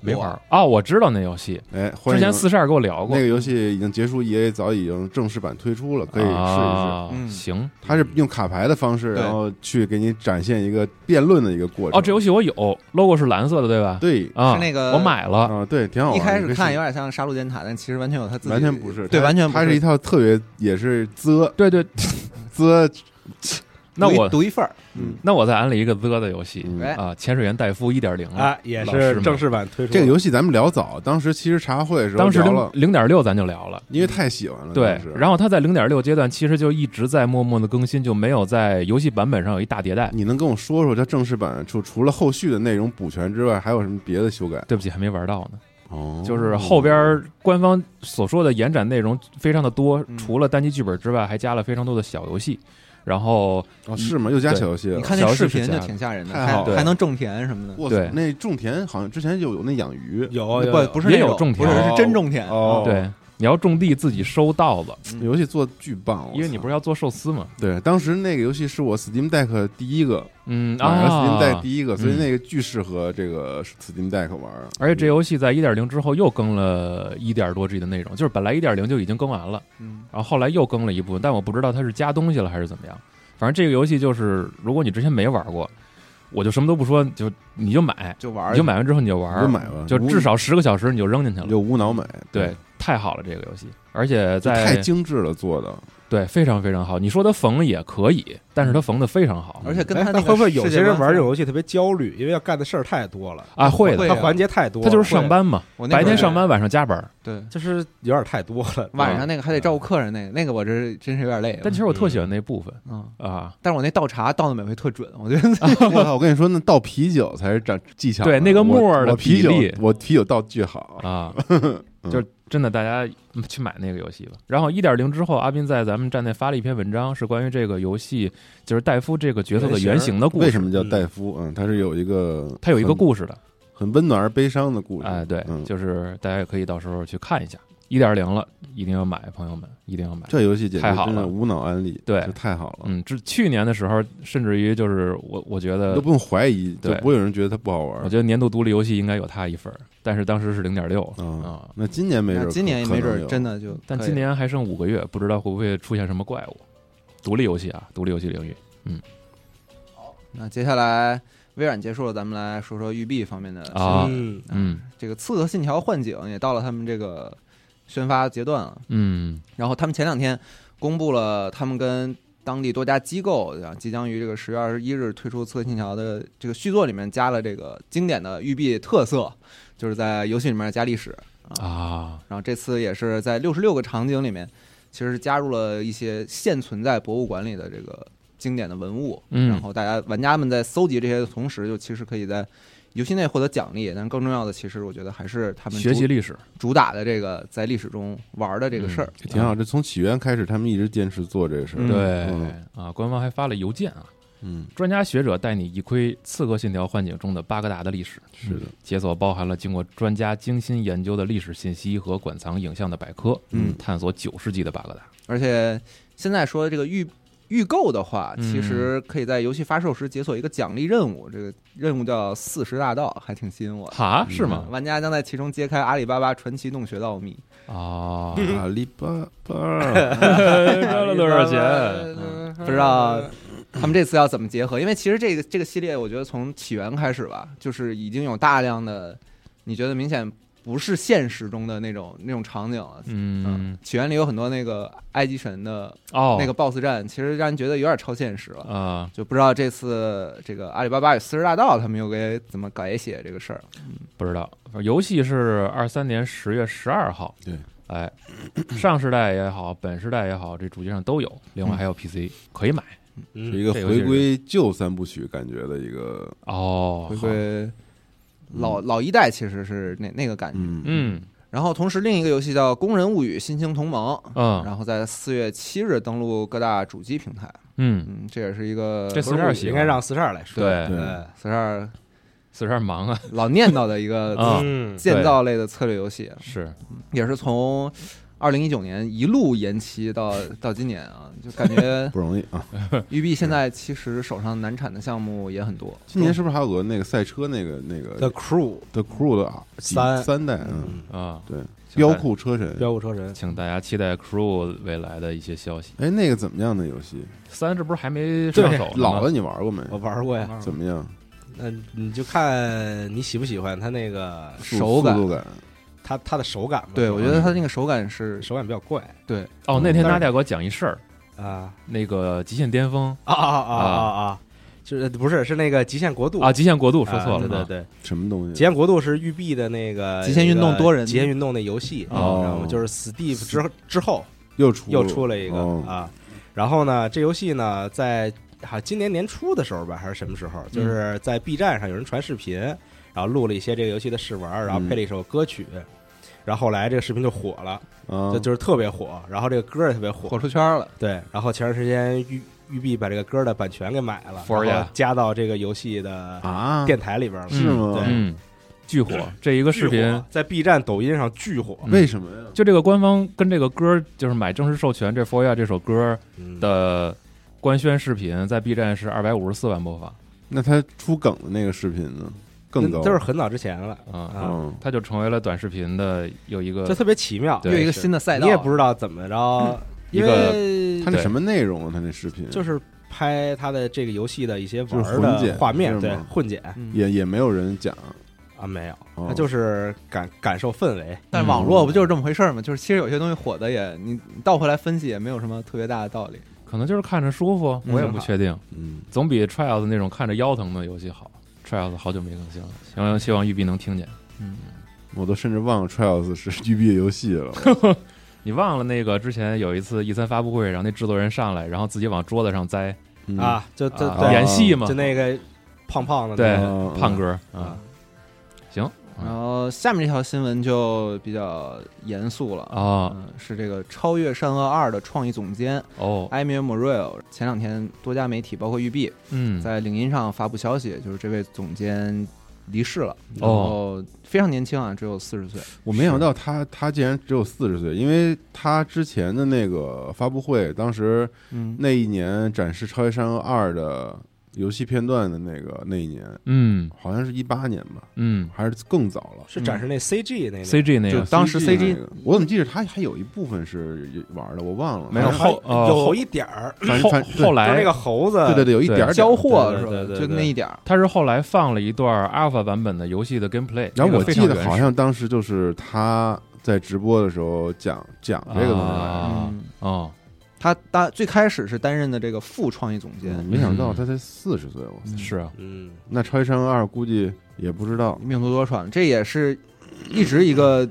C: 没玩儿哦，我知道那游戏，》。
D: 哎，欢
C: 之
D: 迎
C: 前四十二跟我聊过，
D: 那个游戏已经结束，EA 早已经正式版推出了，可以试一试。
C: 啊
A: 试嗯
C: 行，
D: 它是用卡牌的方式，
A: 对
D: 然后去给你展现一个辩论的一个过程。
C: 哦，这游戏我有，logo 是蓝色的，对吧？
D: 对
C: 啊，
A: 是那个
C: 我买了，
D: 啊，对，挺好玩
A: 一
D: 的。
A: 开
D: 你
A: 始
D: 可以
A: 看
D: 试
A: 有点像《杀戮尖塔》，但其实完全有它自己，
D: 完全不是，
A: 对，
D: 它
A: 完全不
D: 它是一套特别也是啧
C: 对对，
D: 啧，
C: 那
A: 独一
C: 我
A: 独一份儿，
D: 嗯，
C: 那我再安利一个 Z 的游戏
D: 嗯
A: 哎
C: 啊，《潜水员戴夫一点零》了。
D: 哎
B: 啊，也
C: 老师
B: 是
C: 嘛
B: 正式版推出
D: 这个
B: 戏
D: 游戏咱们聊早，当时其实茶话会的时候
C: 当时
D: 聊
C: 零
D: 了，
C: 零点六咱就聊了，
D: 因为太喜欢了。
C: 对
D: 当时，
C: 然后它在零点六阶段其实就一直在默默的更新，就没有在游戏版本上有一大迭代。
D: 你能跟我说说它正式版除除了后续的内容补全之外，还有什么别的修改？
C: 对不起，还没玩到呢。
D: 哦
C: 就是后边官方所说的延展内容非常的多
A: 嗯，
C: 除了单机剧本之外，还加了非常多的小游戏。然后
D: 哦是吗？又加
C: 对
D: 小游戏了
A: 你。看
C: 小
A: 那
C: 游戏
A: 视
C: 是
A: 频
C: 假
A: 就
C: 的
A: 挺吓人的，
D: 太
A: 还
D: 好
C: 了
A: 还能种田什么的，
D: 哇
C: 对
D: 塞，那种田好像之前就有那养鱼，
B: 有有
A: 不不
B: 是
A: 是那
C: 也有
A: 种
C: 种
A: 不是
D: 田
A: 是真种田，啊
D: 哦
C: 对，你要种地自己收稻子，
A: 嗯
D: 游戏做得巨棒，
C: 因为你不
D: 是
C: 是要做寿司吗？
D: 对，当时那个游戏是我 Steam Deck 第一个
C: 嗯
D: 买
C: 啊
D: 了 Steam Deck 第一个，所以
C: 嗯
D: 那个巨适合这个 Steam Deck 玩儿。
C: 而且
A: 嗯
C: 这游戏在一点零之后又更了一点多 G 的内容，就是本来一点零就已经更完了，
A: 嗯，
C: 然后后来又更了一部分，但我不知道它是加东西了还是怎么样。反正这个游戏就是，如果你之前没玩过，我就什么都不说，你就你就买，
A: 就玩儿
C: 你就买完之后你就玩
D: 你
C: 儿，
D: 就买吧，
C: 就
D: 无
C: 至少十个小时你就扔进去
D: 你
C: 了。
D: 就无脑买，
A: 嗯
C: 对，，太好了这个游戏，而且
D: 就太
C: 在
D: 精致了做 的。
C: 对非常非常好。你说它缝也可以，但是它缝的非常好
A: 嗯而且跟
B: 哎
A: 他个
B: 那会不会有
A: 世界
B: 些人
A: 观
B: 玩这
A: 风
B: 种游戏特别焦虑，因为要干的事儿太多了，
C: 啊，会的，
A: 会
B: 它
A: 啊
B: 环节太多了，
C: 它就是上班嘛，
A: 我那
C: 白
A: 会儿
C: 天上班，晚上加班。
A: 对，
B: 就是有点太多了，
A: 晚上那个还得照顾客人，那个那个我这真是有点累了，
C: 但其实我特喜欢那部分
A: 嗯，
C: 啊，
A: 但是我那倒茶倒的每回特准，我觉得
D: 我操！我跟你说，那倒啤酒才是长技巧呢。
C: 对那个沫儿
D: 我
C: 的
D: 我啤酒
C: 比例，
D: 我啤酒倒巨好。
C: 啊， 就是真的，大家去买那个游戏吧。然后一点零之后，阿斌在咱们站内发了一篇文章，是关于这个游戏，就是戴夫这个角色的原型的故
D: 为
C: 事。
D: 什么叫戴夫？嗯，它是有一个，
C: 他有一个故事的，
D: 很很温暖而悲伤的故事。
C: 哎，对，
D: 嗯，
C: 就是大家也可以到时候去看一下。一点零了，一定要买，朋友们，一定要买。
D: 这游戏简直
C: 太好
D: 真的
C: 了
D: 无脑安利，
C: 对
D: 这太好了，
C: 嗯，这去年的时候，甚至于就是我，我觉
D: 都
C: 得，
D: 不用怀疑，就
C: 呃对
D: 不会有人觉得它不好
C: 我
D: 玩。
C: 觉得年度独立游戏应该有他一份儿，但是当时是零点六
D: 嗯
C: 啊，
D: 那今年没准
A: 那
D: 儿 可，
A: 今年也没准
D: 可能
A: 儿
D: 有
A: 真的就可以，
C: 但今年还剩五个月，不知道会不会出现什么怪物。独立游戏啊，独立游戏领域，
A: 那接下来微软结束了，咱们来说说育碧方面的新闻
C: 啊
B: 嗯，
C: 嗯
A: 这个《刺客信条：幻景》也到了他们这个宣发阶段了，
C: 嗯
A: 然后他们前两天公布了他们跟当地多家机构啊，即将于这个十月二十一日推出《刺客信条》的这个续作里面加了这个经典的育碧特色，就是在游戏里面加历史。
C: 啊，
A: 然后这次也是在六十六个场景里面，其实加入了一些现存在博物馆里的这个经典的文物。
C: 嗯
A: 然后大家玩家们在搜集这些的同时，就其实可以在游戏内获得奖励。但更重要的，其实我觉得还是他们
C: 学习
A: 主
C: 历史，
A: 主打的这个在历史中玩的这个事儿。
C: 嗯
D: 挺好。这从起源开始，他们一直坚持做这个事
A: 嗯
D: 儿。
C: 对、
D: 嗯
C: 啊，官方还发了邮件啊，
D: 嗯，
C: 专家学者带你一窥《刺客信条：幻景》中的巴格达的历史，嗯
D: 是的，
C: 解锁包含了经过专家精心研究的历史信息和馆藏影像的百科，
D: 嗯
C: 探索九世纪的巴格达。
A: 而且现在说这个预预购的话，
C: 嗯
A: 其实可以在游戏发售时解锁一个奖励任务，这个任务叫“四十大盗”，还挺吸引我的。嗯
C: 哈，是吗？
A: 玩家将在其中揭开阿
C: 嗯
A: 里巴巴传奇洞穴的奥秘。
C: 啊，
D: 阿里巴巴，
C: 知道了多少钱
B: 嗯
A: 不知道他们这次要怎么结合？因为其实这个这个系列，我觉得从起源开始吧，就是已经有大量的你觉得明显不是现实中的那种那种场景了。
C: 嗯，
A: 起源里有很多那个埃及神的
C: 哦，
A: 那个 BOSS 战，其实让人觉得有点超现实了。
C: 啊，
A: 就不知道这次这个阿里巴巴与四十大盗他们又该怎么改写这个事儿。
C: 不知道，反正游戏是二三年十月十二号，
D: 对，
C: 哎，上世代也好，本世代也好，这主机上都有，另外还有 PC 可以买
B: 嗯
D: 是一个
C: 这游戏
D: 回
C: 是
D: 归旧三部曲感觉的一个，
C: 哦
A: 回，归老老一代其实是那那个感觉。
D: 嗯
C: 嗯
A: 然后同时另一个游戏叫《工人物语：新兴同盟》，
C: 嗯
A: 然后在四月七日登陆各大主机平台。
C: 嗯，
A: 嗯，这也是一个
C: 这
B: 不是
C: 42
B: 应该让四十二来说。
C: 对，嗯
D: 对
A: 呃四十二
C: 四十二忙啊，
A: 老念叨的一个
C: 啊
B: 嗯，
A: 建造类的策略游戏，
C: 是
A: 也是从二零一九年一路延期到到今年啊，就感觉
D: 不容易啊。
A: 育碧现在其实手上难产的项目也很多。
D: 今年是不是还有个那个赛车那个那个
B: The Crew，
D: The Crew 的啊几
B: 三
D: 三代，嗯，
B: 嗯，
C: 啊，
D: 对，
C: 请
D: 飙
C: 大
D: 酷车神，
B: 飙过车神，
C: 请大家期待 Crew 未来的一些消息。
D: 哎，那个怎么样的游戏？
C: 三这不是还没上手呢吗
D: 老的你玩过没？
B: 我玩过呀。
D: 怎么样？
B: 那你就看你喜不喜欢它那个
D: 速
A: 手感
D: 速度感，
B: 它它的手感吧。
A: 对，我觉得它那个手感是
B: 手感比较怪
C: 哦，那天
B: 但是
C: 娜迪亚给我讲一事儿，
B: 啊
C: 那个《极限巅峰
B: 啊啊啊啊啊！就是不是是那个极限国》度
C: 啊，《极限国度》
B: 啊
C: 说错了，
B: 对对
C: 啊
B: 对，
D: 什么东
B: 极
D: 西？
B: 限国度是育碧的那个
A: 极限运动多人
B: 一个极限运动那游戏，你知
C: 哦
B: 道吗？就是 Steve 之之后
D: 又出
B: 又出了一个
D: 哦
B: 啊，然后呢，这游戏呢在好今年年初的时候吧，还是什么时候，就是在 B 站上有人传视频，然后录了一些这个游戏的试玩，然后配了一首歌曲。然后后来这个视频就火了，
D: 啊
B: 就，就是特别火，然后这个歌也特别火
A: 火，出圈了。
B: 对。然后前段时间育育碧把这个歌的版权给买了，
C: For
B: 然
C: ya
B: 后加到这个游戏的
D: 啊，
B: 电台里边了，
D: 是吗
B: 对
C: 嗯，巨火，这
A: 嗯
C: 一个视
B: 巨
C: 频
B: 火在 B 站、抖音上巨火。
C: 嗯
D: 为什么呀？
C: 就这个官方跟这个歌，就是买正式授权这《For Ya》这首歌
B: 嗯
C: 的官宣视频，在 B 站是二百五十四万播放，
D: 那他出梗的那个视频呢？更高，
B: 都是很早之前了
C: 嗯，
B: 啊，
D: 嗯，
C: 它就成为了短视频的有一
B: 就
C: 个
B: 特别奇妙，
C: 对
A: 又一个新的赛道，
B: 你也不知道怎么着，
C: 一
B: 因
C: 个
B: 为
D: 他那
C: 对
D: 什么内容啊？他那视频
B: 就是拍他的这个游戏的一些玩
D: 就是
B: 儿
D: 混剪
B: 的画面，
D: 是
B: 对
D: 吗
B: 混剪
A: 嗯
D: 也也没有人讲，
B: 啊没有，
D: 哦
B: 他就是感感受氛围，
A: 但网络不就是这么回事儿吗？就是其实有些东西火的也，你你倒回来分析也没有什么特别大的道理。
C: 可能就是看着舒服，
A: 嗯
C: 我也不确定，
D: 嗯，
C: 总比 Trials 那种看着腰疼的游戏好。Trials 好久没更新了，希望希望育碧能听见。
D: 我都甚至忘了 Trials 是 GB 游戏 了，
C: 你忘了那个之前有一次 E 三发布会，然后那制作人上来，然后自己往桌子上栽
D: 嗯，
B: 啊，就就
C: 啊
D: 对
C: 演戏嘛
B: 就，那个胖胖的
C: 对
B: 那个，
D: 嗯
C: 胖哥
B: 啊
C: 啊，行嗯
A: 然后下面这条新闻就比较严肃了啊，
C: 啊
A: 嗯，是这个《超越善恶二》的创意总监
C: 哦，
A: 埃米尔·莫瑞尔，前两天多家媒体包括育碧
C: 嗯，
A: 在领英上发布消息，就是这位总监离世了，
C: 哦
A: 然后非常年轻啊，只有四十岁，
D: 我没想到他他竟然只有四十岁，因为他之前的那个发布会，当时
A: 嗯，
D: 那一年展示《超级山河二》的游戏片段的那个那一年，
C: 嗯
D: 好像是一八年吧，
C: 嗯
D: 还是更早了。
B: 是展示那 CG 那个。
C: ，CG 那
D: 就
C: 个
A: 当时 CG
D: 那个我怎么记得他还有一部分是玩的，我忘了。
C: 没有
D: 反
B: 还
C: 后呃
B: 有一点儿，
D: 正
C: 后
D: 反正
C: 后
B: 就是
C: 来
B: 那个猴子，
D: 对对对，有一点儿点儿
A: 交货
B: 对
A: 是吧
B: 对对？对
A: 就那一点儿，
C: 他是后来放了一段 Alpha 版本的游戏的 gameplay，
D: 然后
C: 这个
D: 我
C: 非
D: 记
C: 常
D: 得
C: 原始
D: 好像当时就是他在直播的时候讲讲这个东西来着，
C: 啊
A: 嗯，
C: 哦，
A: 他当最开始是担任的这个副创意总监，
D: 嗯没想到他才四十岁，我操！
C: 是啊，
B: 嗯，
D: 那《超级山河二》估计也不知道。
A: 命途多舛，这也是一直一个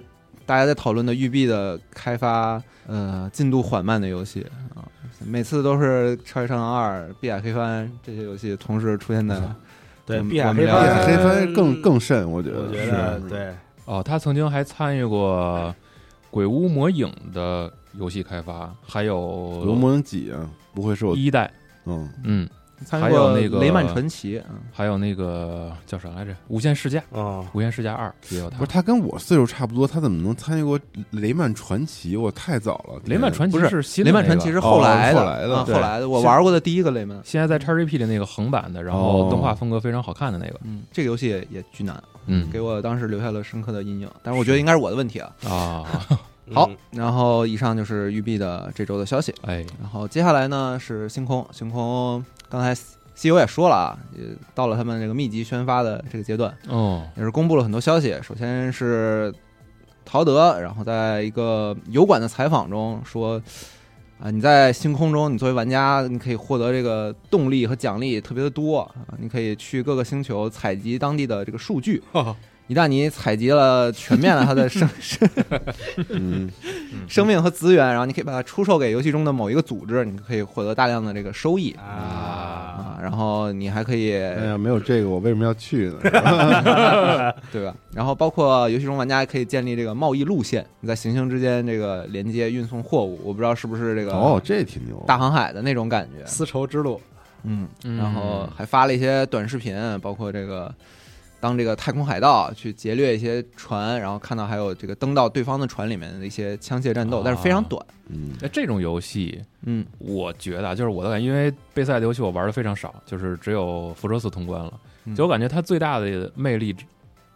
A: 大家在讨论的育碧的开发呃进度缓慢的游戏啊，每次都是《超级上行二》《碧海黑帆》这些游戏同时出现在
B: 对
A: 我，们
B: 碧海
A: 我们
B: 黑
A: 了解
D: 哎
A: 嗯
D: 黑
B: 帆
D: 帆更，更甚，我觉
B: 我
D: 得
B: 觉
D: 是
B: 得嗯对，
C: 哦，他曾经还参与过《鬼屋魔影》的游戏开发，还有
D: 有魔能几啊？不会是我
C: 一代，
D: 嗯
C: 嗯，
A: 参
C: 还
A: 与
C: 有
A: 过
C: 那个
A: 雷曼传奇，嗯，
C: 还有那个叫啥来着，《无限世界》《
D: 嗯
B: 哦，
C: 无限世界二》也有他
D: 不是，。他跟我岁数差不多，他怎么能参与过《雷曼传奇》？我太早了，
C: 雷曼传奇
A: 不是
C: 是新的
A: 雷曼
C: 那个
A: 传奇是后来的，
D: 哦后来的
A: 啊
D: 对
A: 后来的，我玩过的第一个雷曼，
C: 现在在 XGP 的那个横版的，然后
D: 哦
C: 动画风格非常好看的那个，
A: 嗯，这个游戏也也巨难，
C: 嗯
A: 给我当时留下了深刻的阴影。但是我觉得应该是我的问题啊，
C: 啊，
A: 好
B: 嗯，
A: 然后以上就是育碧的这周的消息。
C: 哎，
A: 然后接下来呢是星空，星空刚才 CEO 也说了啊，也到了他们这个密集宣发的这个阶段，
C: 哦，
A: 也是公布了很多消息。首先是陶德，然后在一个油管的采访中说。啊，你在星空中，你作为玩家，你可以获得这个动力和奖励特别的多啊！你可以去各个星球采集当地的这个数据，一旦你采集了全面的它的生生
D: 嗯，
A: 生命和资源，然后你可以把它出售给游戏中的某一个组织，你可以获得大量的这个收益
B: 啊，
A: 啊。然后你还可以，
D: 哎呀，没有这个我为什么要去 呢？是吧
A: 对吧？然后包括游戏中玩家还可以建立这个贸易路线，你在行星之间这个连接运送货物。我不知道是不是这
D: 哦
A: 个，
D: 这挺牛，
A: 大航海的那种感觉，
B: 丝绸之路，
A: 嗯。
C: 嗯
A: 然后还发了一些短视频，包括这个当这个太空海盗去劫掠一些船，然后看到还有这个登到对方的船里面的一些枪械战斗，但是非常短。
D: 嗯，
C: 那哎这种游戏，
A: 嗯
C: 我觉得啊，就是我的感觉，因为贝赛的游戏我玩的非常少，就是只有辐射四通关了。
A: 嗯
C: 就我感觉它最大的魅力，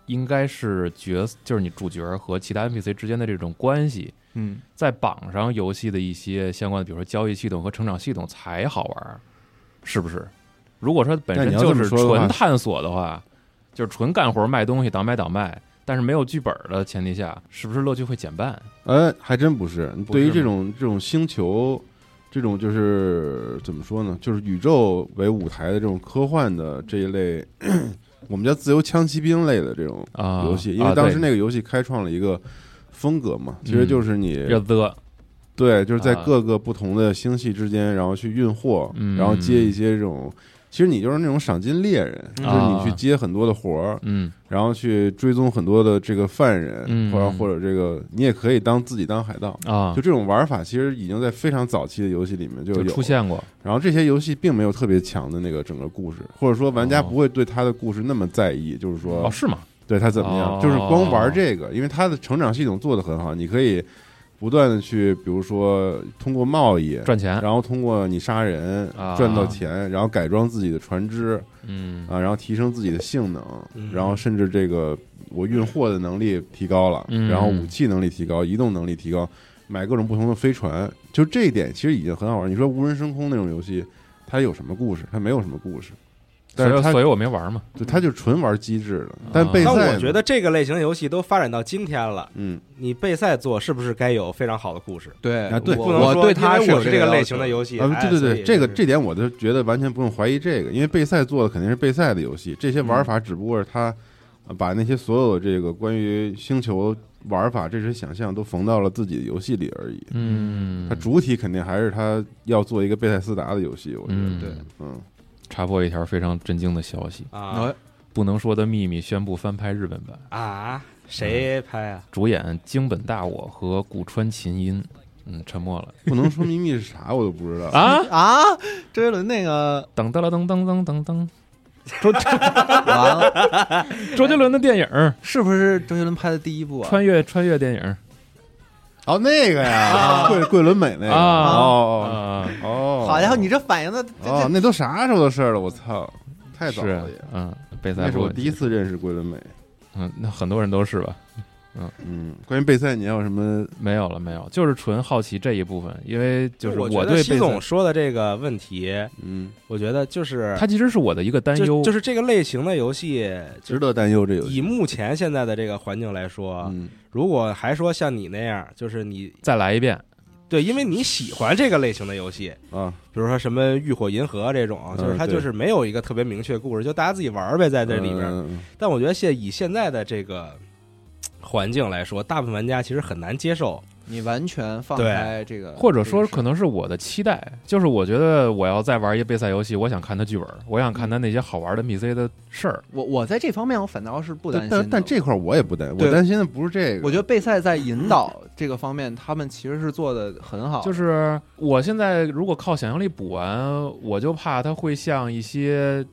C: 应该是角，就是你主角和其他 NPC 之间的这种关系，
A: 嗯
C: 在榜上游戏的一些相关的，比如说交易系统和成长系统才好玩儿，是不是？如果说本
D: 那
C: 身
D: 你要
C: 就
D: 这么
C: 是
D: 说的话
C: 纯探索的话，就是纯干活卖东西，倒卖倒卖，但是没有剧本的前提下，是不是乐趣会减半？
D: 哎，还真不是。
C: 不
D: 对于
C: 是
D: 这
C: 吗
D: 种这种星球，这种就是怎么说呢？就是宇宙为舞台的这种科幻的这一类，我们叫自由枪骑兵类的这种
C: 啊，
D: 游戏，因
C: 啊
D: 为当时
C: 对
D: 那个游戏开创了一个风格嘛，其实就是你、
C: 要的
D: 对，就是在
C: 啊
D: 各个不同的星系之间，然后去运货，
C: 嗯
D: 然后接一些这种。其实你就是那种赏金猎人，就是你去
C: 啊
D: 接很多的活儿，
C: 嗯
D: 然后去追踪很多的这个犯人，
C: 嗯
D: 或者或者这个你也可以当自己当海盗，
C: 啊，
D: 就这种玩法，其实已经在非常早期的游戏里面就
C: 就
D: 有
C: 出。现过
D: 然后这些游戏并没有特别强的那个整个故事，或者说玩家
C: 哦
D: 不会对他的故事那么在意，就是说
C: 哦，是吗？
D: 对他怎么
C: 哦
D: 样，就是光玩这个，因为他的成长系统做得很好，你可以不断的去，比如说通过贸易，
C: 赚钱，
D: 然后通过你杀人
C: 啊
D: 赚到钱，然后改装自己的船只
C: 嗯
D: 啊，然后提升自己的性能
B: 嗯，
D: 然后甚至这个我运货的能力提高了，
C: 嗯
D: 然后武器能力提高，移动能力提高，买各种不同的飞船，就这一点其实已经很好玩。你说无人升空那种游戏，它有什么故事？它没有什么故事，但
C: 所
D: 是
C: 以
D: 它
C: 所以啊我没玩嘛，
D: 就它就纯玩机制了。但贝
B: 但
D: 塞呢，
B: 我觉得这个类型的游戏都发展到今天了，
D: 嗯，
B: 你备赛做是不是该有非常好的故事？
A: 对
D: 啊对
A: 我
B: 不能
A: 我
B: 说
A: 对
B: 因
A: 他
B: 为
A: 是有
B: 我是这个类
A: 要
B: 型
A: 求
B: 的游戏，
D: 啊，
B: 哎
D: 对对
B: 所
D: 对，
B: 以
D: 这个
B: 就是
D: 这点我就觉得完全不用怀疑这个，因为贝赛做的肯定是贝赛的游戏，这些
B: 嗯
D: 玩法只不过是他呃把那些所有的这个关于星球玩法这些想象都缝到了自己的游戏里而已。
C: 嗯
D: 它主体肯定还是他要做一个贝塞斯达的游戏，我觉得
C: 嗯
D: 对，
A: 对
D: 嗯，
C: 插播一条非常震惊的消息，
A: 嗯
B: 啊
C: 《不能说的秘密》宣布翻拍日本版，
B: 啊，谁拍啊？
C: 主演京本大我和古川琴音。嗯，沉默了
D: 不能说秘密是啥，我都不知道。
C: 啊！
A: 啊，周杰伦那个
C: 噔噔了噔噔噔噔噔，
A: 完了，
C: 周杰伦的电影《
A: 是不是周杰伦拍的第一部啊？
C: 穿越穿越电影
D: 哦，那个呀，桂桂纶镁那》个，
C: 啊
D: 哦
C: 啊，
D: 哦哦，
A: 好家伙，你这反应的，这
D: 哦，
A: 这
D: 那都啥时候的事儿了？我操，太早
C: 是
D: 了也。
C: 嗯，贝塞
D: 那是
C: 布
D: 我第一次认识桂纶镁。
C: 嗯，那很多人都是吧？
D: 嗯，关于贝塞，你还有什么
C: 没有了，没有，就是纯好奇这一部分，因为就是
B: 我
C: 我
B: 觉得
C: 对
B: 西
C: 贝
B: 总
C: 塞，
B: 说的这个问题，
D: 嗯
B: 我觉得就是
C: 它其实是我的一个担
B: 就
C: 忧，
B: 就是这个类型的游戏，
D: 值得担忧这游戏？
B: 以目前现在的这个环境来说，
D: 嗯，
B: 如果还说像你那样，就是你
C: 再来一遍，
B: 对，因为你喜欢这个类型的游戏，
D: 啊，
B: 比如说什么《浴火银河》这种，就是它
D: 嗯对
B: 就是没有一个特别明确的故事，就大家自己玩儿呗，在这里边。
D: 嗯
B: 但我觉得现以现在的这个嘖环境来说，大部分玩家其实很难接受。
A: 你完全放开这个，
C: 或者说
A: 这个
C: 可能是我的期待，就是我觉得我要再玩一个备赛游戏，我想看它剧本，我想看它那些好玩的 NPC 的事儿。
A: 我我在这方面我反倒是不担
D: 但
A: 心的
D: 但但这块儿我也不担，
A: 对
D: 我担心的不是这个，
A: 我觉得贝塞在引导这个方面，他们其实是做的很好，
C: 就是我现在如果靠想象力补完，我就怕它会像一些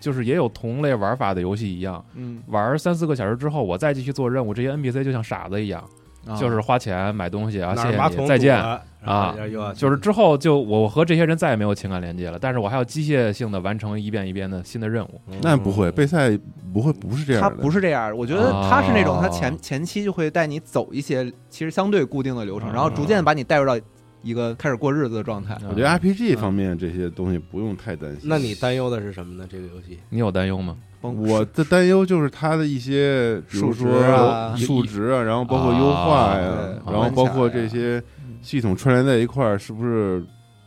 C: 就是也有同类玩法的游戏一样，
A: 嗯，
C: 玩三四个小时之后，我再继续做任务，这些 NPC 就像傻子一样，
A: 啊
C: 就是花钱买东西啊，
B: 哪
C: 谢
B: 儿马
C: 谢
B: 桶
C: 你，再见
B: 堵。了
C: 啊
B: 然后又要
C: 就是之后就我和这些人再也没有情感连接了，但是我还要机械性的完成一遍一遍的新的任务。
D: 那不会，备赛不会不是这样
A: 他
D: 的，
A: 不是这样儿，我觉得他是那种他前
C: 哦
A: 前期就会带你走一些其实相对固定的流程，
C: 哦
A: 然后逐渐把你带入到一个开始过日子的状态。
D: 我觉得
C: 啊
D: RPG 方面这些东西不用太担心。
B: 嗯那你担忧的是什么呢？这个游戏
C: 你有担忧吗？
D: 我的担忧就是它的一些，比
A: 数
D: 如说
A: 值啊
D: 数值啊，然后包括优化呀、
A: 啊对
D: 然后包括
A: 关卡呀嗯
D: 这些系统串联在一块儿，是不是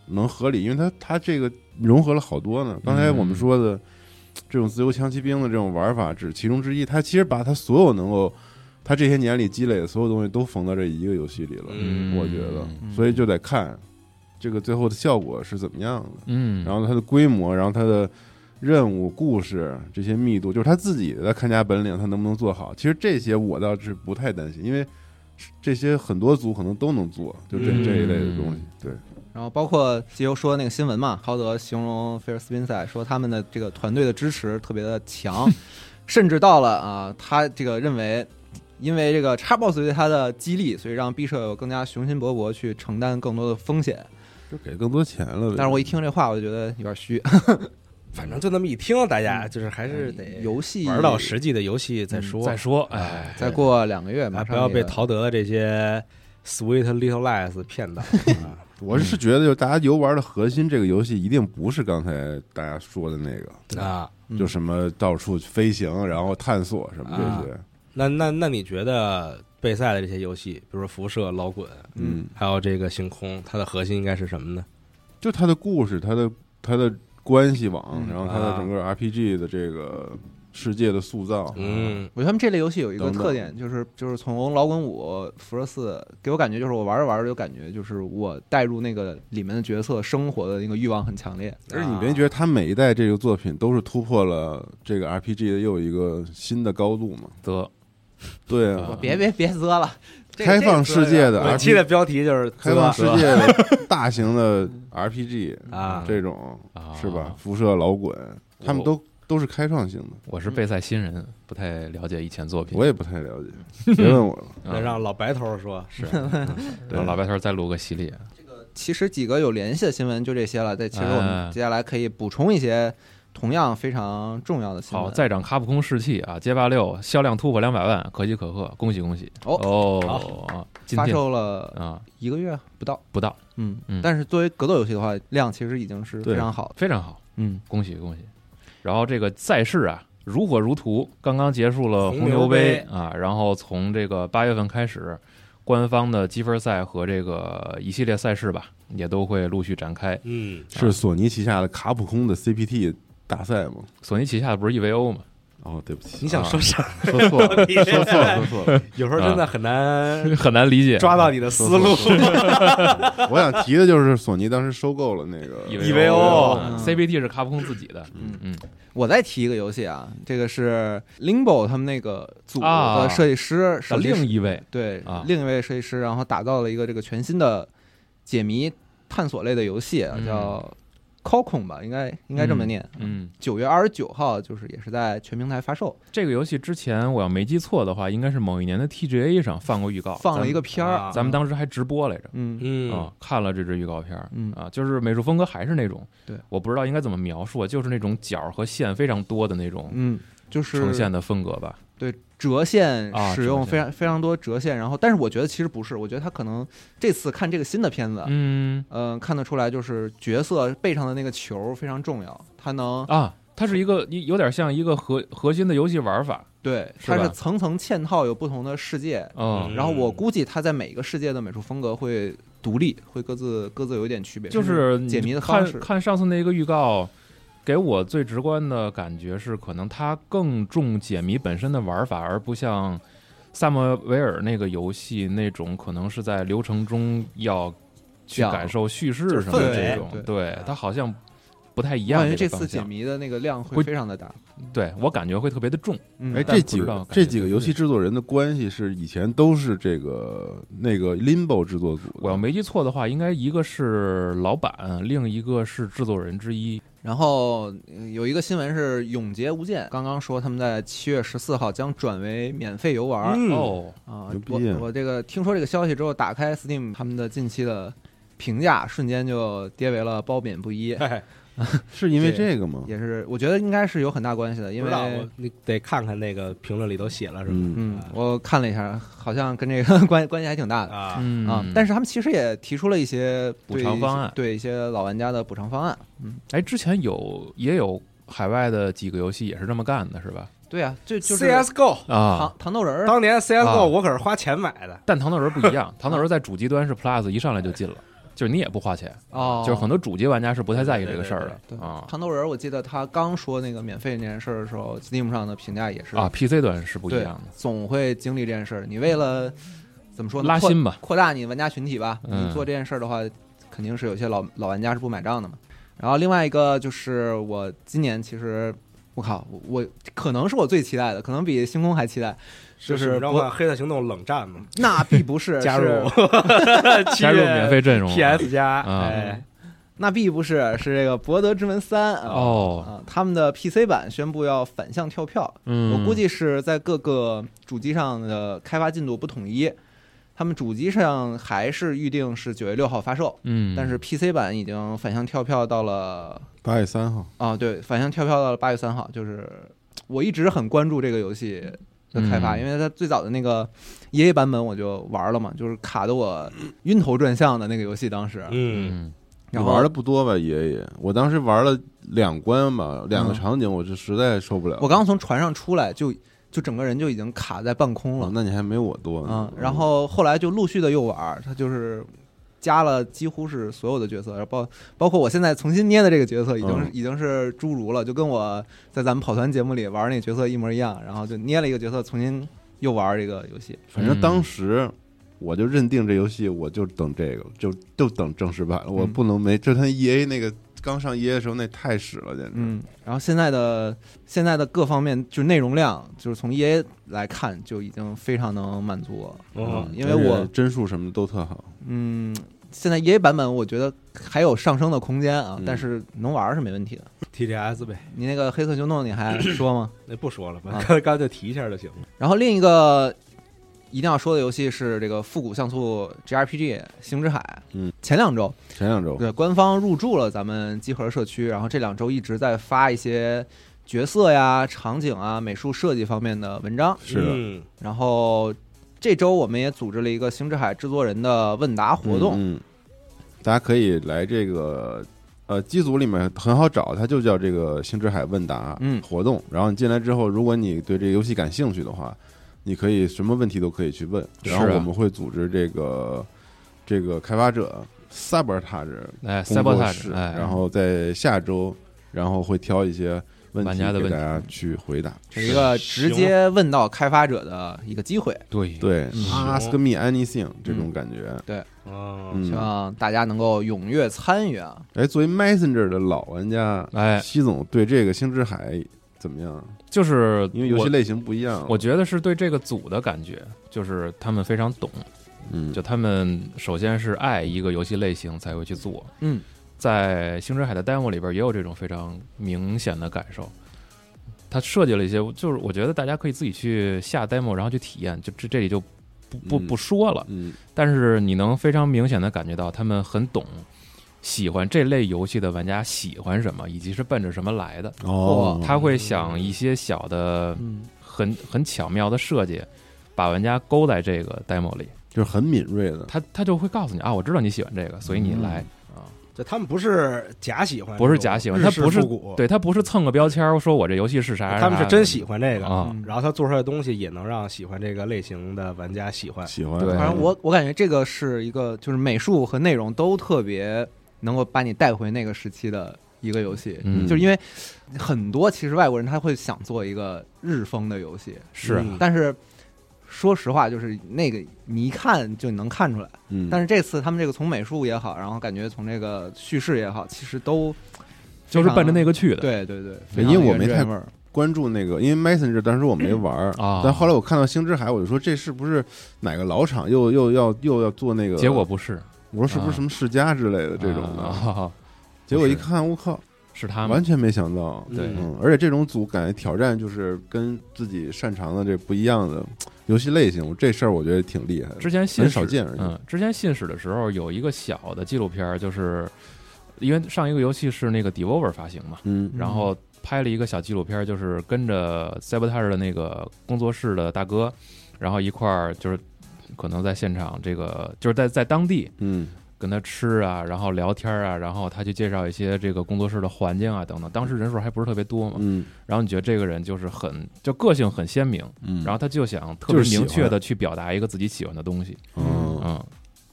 D: 能合理？因为它它这个融合了好多呢。刚才我
A: 嗯
D: 们说的这种自由枪骑兵的这种玩法只是其中之一，它其实把它所有能够它这些年里积累的所有东西都缝到这一个游戏里了，
B: 嗯
D: 我觉得，
A: 嗯
D: 所以就得看这个最后的效果是怎么样的。
C: 嗯，
D: 然后它的规模，然后它的任务、故事这些密度，就是他自己的看家本领，他能不能做好？其实这些我倒是不太担心，因为这些很多组可能都能做，就这、
B: 嗯
D: 这一类的东西。对，
A: 然后包括西游说那个新闻嘛，豪德形容菲尔斯宾塞说他们的这个团队的支持特别的 强，甚至到了啊，他这个认为。因为这个 Xbox 对他的激励，所以让毕设有更加雄心勃勃去承担更多的风险。
D: 就给更多钱了呗。
A: 但是我一听这话，我就觉得有点虚。
B: 反正就那么一听，大家就是还 是得
A: 嗯游戏
B: 玩到实际的游戏再说。
C: 再说，哎，
A: 再过两个月嘛，
B: 啊，
A: 马上
B: 不要
A: 这
B: 被
A: 个
B: 陶德的这些 sweet little lies 骗到。啊
D: 我
A: 嗯
D: 是觉得，就是大家游玩的核心，这个游戏一定不是刚才大家说的那个，
B: 啊，
A: 嗯
D: 就什么到处飞行，然后探索什么
A: 啊
D: 这些。
B: 那那那你觉得备赛的这些游戏，比如说辐射、老滚，
D: 嗯，
B: 还有这个星空，它的核心应该是什么呢？
D: 就它的故事，它的它的关系网
A: 嗯，
D: 然后它的整个 RPG 的这个世界的塑造，
B: 嗯，
A: 我觉得他们这类游戏有一个
D: 等等
A: 特点，就是就是从老滚五、辐射四给我感觉，就是我玩着玩着就感觉，就是我带入那个里面的角色生活的那个欲望很强烈。
D: 而且
B: 啊
D: 你别觉得他每一代这个作品都是突破了这个 RPG 的又一个新的高度嘛？
C: 得
D: 对
C: 啊
D: 啊，
A: 别别别啧了，这
D: 开放世界的
B: 本期
D: RPG，
B: 的标题就是
D: 啊开放世
B: 自
D: 界的大型的 RPG
B: 啊，
D: 这种
C: 啊
D: 是吧？？辐射、老滚，他们都都是开创性的，
C: 我是备赛新人，不太了解以前作品。
D: 我也不太了解，别问 我了。
B: 那让老白头说是
D: 对
C: 让老白头再录个系列，
A: 其实几个有联系的新闻就这些了。但其实我
C: 哎
A: 们接下来可以补充一些同样非常重要的新闻。
C: 好，再涨卡普空士气啊！街霸六销量突破两百万，可喜可贺，恭喜恭喜！
A: 哦
C: 哦，今
A: 发
C: 天
A: 售了
C: 啊
A: 一个月不到，
C: 不到，
A: 嗯
C: 嗯
A: 但是作为格斗游戏的话，量其实已经是非常好的。
C: 非常好，
A: 嗯，
C: 恭喜恭喜！然后这个赛事啊如火如荼，刚刚结束了
B: 红
C: 红
B: 牛
C: 牛杯
B: 杯
C: 啊，然后从这个八月份开始，官方的积分赛和这个一系列赛事吧，也都会陆续展开。
B: 嗯，
D: 是索尼旗下的卡普空的 CPT 大赛吗？
C: 索尼旗下的不是 EVO 吗？
D: 哦，对不起，
B: 你想说啥？
D: 说错了，说错了，说错了。
B: 有时候真的很 难
C: 很难理解，
B: 抓到你的思路。
D: 我想提的就是索尼当时收购了那个
A: EVO
C: 嗯
A: 嗯
C: CBT 是卡普空自己的，
A: 嗯
C: 嗯
A: 我再提一个游戏啊，这个是 Limbo 他们那个组
C: 啊
A: 的设计师，
C: 那
A: 手机
C: 另一位
A: 对、
C: 啊
A: 另一位设计师，然后打造了一个这个全新的解谜探索类的游戏，啊
C: 嗯
A: 叫 Cocon 吧，应该应该这么念。
C: 嗯，
A: 九月二十九号就是也是在全平台发售，
C: 这个游戏之前我要没记错的话，应该是某一年的 TGA 上放过预告，
A: 放了一个片儿、
B: 啊
C: 咱们，咱们当时还直播来着。
A: 嗯
B: 嗯
C: 啊，看了这支预告片儿，
A: 嗯
C: 啊，就是美术风格还是那种，
A: 对，
C: 我不知道应该怎么描述，就是那种角儿和线非常多的那种
A: 嗯，就是
C: 呈现的风格吧。
A: 对折线
C: 啊
A: 使
C: 折
A: 用
C: 线
A: 非常、非常多折线，然后但是我觉得其实不是，我觉得他可能这次看这个新的片子，
C: 嗯
A: 嗯、看得出来就是角色背上的那个球非常重要，它能
C: 啊，它是一个有有点像一个核核心的游戏玩法，
A: 对，
C: 是
A: 它
C: 吧
A: 是层层嵌套有不同的世界，
C: 嗯，
B: 嗯
A: 然后我估计它在每个世界的美术风格会独立，会各自各自有一点区别，
C: 就是
A: 解谜的方
C: 看
A: 式。
C: 看上次那个预告，给我最直观的感觉是，可能它更重解谜本身的玩法，而不像萨姆维尔那个游戏那种可能是在流程中要去
A: 讲
C: 感受叙事
A: 就是
C: 什么
B: 氛
C: 的
B: 围
C: 这种
A: 对。
C: 对，它好像不太一
A: 我
C: 样
A: 感觉
C: 个
A: 这
C: 方
A: 次解
C: 向。
A: 谜的那个量会
C: 会
A: 非常的大。
C: 对我感觉会特别的重。
A: 嗯
D: 哎，
C: 但
D: 这
C: 不
D: 几
C: 知道
D: 个
C: 感觉
D: 这
C: 怎
D: 几个
C: 么
D: 游戏
C: 样
D: 制作人的关系是以前都是这个那个 Limbo 制作组的，
C: 我要没记错的话，应该一个是老板，另一个是制作人之一。
A: 然后呃有一个新闻是永劫无间，刚刚说他们在七月十四号将转为免费游玩儿
B: 嗯
C: 哦，
A: 啊、
D: 牛逼
A: 我我这个听说这个消息之后，打开 Steam 他们的近期的评价，瞬间就跌为了褒贬不一，
B: 嘿
D: 是因为
B: 对
D: 这个吗？
A: 也是我觉得应该是有很大关系的，因
B: 不知
A: 为
B: 道我你得看看那个评论里头写了什么。
A: 嗯，我看了一下，好像跟这个关 关系还挺大的。
B: 啊，
C: 嗯
A: 啊，但是他们其实也提出了一些
C: 补偿方案
A: 对一些对一些老玩家的补偿方案。
C: 哎，之前有也有海外的几个游戏也是这么干的，是吧？
A: 对啊，就就是
B: CSGO
C: 啊
A: 糖，糖豆人儿，
B: 当年 CSGO
C: 啊
B: 我可是花钱买的，
C: 但糖豆人不一样，糖豆人在主机端是 Plus 一上来就进了，就是你也不花钱，
A: 哦，
C: 就是很多主机玩家是不太在意这个事儿
A: 对
C: 的啊
A: 糖豆人儿，我记得他刚说那个免费那件事儿的时候，Steam 上的评价也是
C: 啊，PC 端是不一
A: 对
C: 样的。
A: 总会经历这件事儿。你为了怎么说呢？
C: 拉
A: 扩
C: 新吧，
A: 扩大你玩家群体吧。
C: 嗯
A: 你做这件事儿的话，肯定是有些老老玩家是不买账的嘛。然后另外一个就是我今年其实。我靠，我我可能是我最期待的，可能比星空还期待。就是
B: 你知道
A: 我
B: 吗？黑色行动冷战嘛，
A: 那必不 是
B: 加入
A: 是
C: 加入免费阵容
B: PS 加，
C: 啊
B: 哎，
A: 那必不是是这个《博德之门三》啊
C: 哦，
A: 啊，他们的 PC 版宣布要反向跳票，
C: 嗯，
A: 我估计是在各个主机上的开发进度不统一，他们主机上还是预定是九月六号发售，
C: 嗯，
A: 但是 PC 版已经反向跳票到了
D: 八月三号，
A: 啊，对，反向跳票到了八月三号，就是我一直很关注这个游戏的开发，
C: 嗯
A: 因为它最早的那个爷爷版本我就玩了嘛，就是卡得我晕头转向的那个游戏，当时，
B: 嗯，
C: 嗯
D: 你
A: 然后
D: 玩的不多吧？爷爷，我当时玩了两关吧，两个
A: 嗯
D: 场景，我就实在受不了。
A: 我刚从船上出来就就整个人就已经卡在半空了
D: 哦，，那你还没我多呢
A: 嗯，。然后后来就陆续的又玩儿，他就是加了几乎是所有的角色，然后包包括我现在重新捏的这个角色，已经、
D: 嗯
A: 已经是侏儒了，就跟我在咱们跑团节目里玩儿那角色一模一样。然后就捏了一个角色，重新又玩儿这个游戏。
D: 反正当时我就认定这游戏，我就等这个，就就等正式版了，我
A: 嗯
D: 不能没。就他 E A 那个刚上 E A 的时候，那太屎了，简直。
A: 嗯，然后现在的现在的各方面就是内容量，就是从 E A 来看就已经非常能满足我，
B: 哦
A: 嗯因为我
D: 帧数什么的都特好，
A: 嗯。现在 E A 版本，我觉得还有上升的空间啊，
D: 嗯
A: 但是能玩儿是没问题的。
B: ，TGS 呗，
A: 你那个黑色行动，你 还说吗？
B: 那不说了吧
A: 啊，
B: 刚 刚就提一下就行了。
A: 然后另一个一定要说的游戏是这个复古像素 JRPG《星之海》。
D: 嗯，哦
A: 前两周
D: 前两周
A: 对官方入驻了咱们集合社区，然后这两周一直在发一些角色呀、场景啊、美术设计方面的文章。
D: 是的，
B: 嗯
A: 然后这周我们也组织了一个《星之海》制作人的问答活动。
D: 嗯，嗯大家可以来这个呃机组里面很好找，它就叫这个星之海问答
A: 嗯
D: 活动。然后你进来之后，如果你对这个游戏感兴趣的话，你可以什么问题都可以去问。
C: 是
D: 然
C: 啊
D: 后我们会组织这个这个开发者 Sabotage
C: 哎，赛博
D: 工作
C: 塔
D: 室，
C: 哎，
D: 然后在下周，然后会挑一些问
C: 玩
D: 题
C: 家的
D: 给
C: 问
D: 大
C: 题哎
D: 家去回答。
A: 这是一个直接问到开发者的一个机会，
C: 对，
D: 对
C: 嗯
D: ，Ask me anything 这种感觉。
B: 哦，
D: 嗯
A: 希，望大家能够踊跃参与啊！
D: 哎，作为 Messenger 的老玩家，
C: 哎，
D: 西总对这个星之海怎么样？
C: 就是
D: 因为游戏
C: 我
D: 类型不一样，
C: 我觉得是对这个组的感觉，就是他们非常懂，
D: 嗯，
C: 就他们首先是爱一个游戏类型才会去做，
A: 嗯，
C: 在《星之海》的 demo 里边也有这种非常明显的感受。他设计了一些，就是我觉得大家可以自己去下 demo，然后去体验，就这这里就不不
D: 嗯
C: 不说了。
D: 嗯
C: 但是你能非常明显的感觉到他们很懂，喜欢这类游戏的玩家喜欢什么，以及是奔着什么来的。
A: 哦
C: 他会想一些小的、
A: 嗯，
C: 很很巧妙的设计，把玩家勾在这个 demo 里，
D: 就是很敏锐的，
C: 他他就会告诉你啊，我知道你喜欢这个，所以你
D: 嗯
C: 来。
B: 就他们不是假喜欢，
C: 不是假喜欢
B: 日式
C: 他不是
B: 复古，
C: 对他不是蹭个标签儿说我这游戏是啥，
B: 他们是
C: 啥
B: 真喜欢这个。
C: 啊
A: 嗯
B: 然后他做出来的东西也能让喜欢这个类型的玩家喜欢，
D: 喜欢。
C: 对
A: 反正我我感觉这个是一个，就是美术和内容都特别能够把你带回那个时期的一个游戏，
C: 嗯
A: 就是因为很多其实外国人他会想做一个日风的游戏，
C: 是
B: 嗯
A: 但是说实话，就是那个你一看就能看出来。
D: 嗯，
A: 但
D: 是
A: 是这次他们这个从美术也好，然后感觉从这个叙事也好，其实都
C: 就是奔着那个去的。
A: 对对对，非
D: 因
A: 常
D: 为我
A: 原
D: 没
A: 汁
D: 太
A: 原味儿
D: 关注那个，因为 Messenger 当时我没玩儿
C: 啊
D: 但后来我看到星之海，我就说这是不是哪个老厂又又要又要做那个？
C: 结果不是
D: 我说是不是什么世家之类的这种的？
C: 啊
D: 结果一
C: 不是
D: 看，我靠，
C: 是他们
D: 完全没想到。
C: 对
D: 嗯，而且这种组感觉挑战就是跟自己擅长的这不一样的游戏类型，我这事儿我觉得挺厉害的。
C: 之前信
D: 很
C: 使
D: 少见而已
C: 嗯，之前信使的时候有一个小的纪录片儿，就是因为上一个游戏是那个 Devolver 发行嘛，
D: 嗯
C: 然后拍了一个小纪录片儿，就是跟着 Sabotage 的那个工作室的大哥，然后一块儿就是可能在现场这个就是在在当地
D: 嗯
C: 跟他吃啊，然后聊天啊，然后他去介绍一些这个工作室的环境啊等等。当时人数还不是特别多嘛，
D: 嗯
C: 然后你觉得这个人就是很就个性很鲜明，
D: 嗯，
C: 然
D: 后
C: 后他就想特
D: 就
C: 别
D: 是喜
C: 明
D: 欢
C: 确的去表达一个自己喜欢的东西，
D: 嗯
C: 嗯，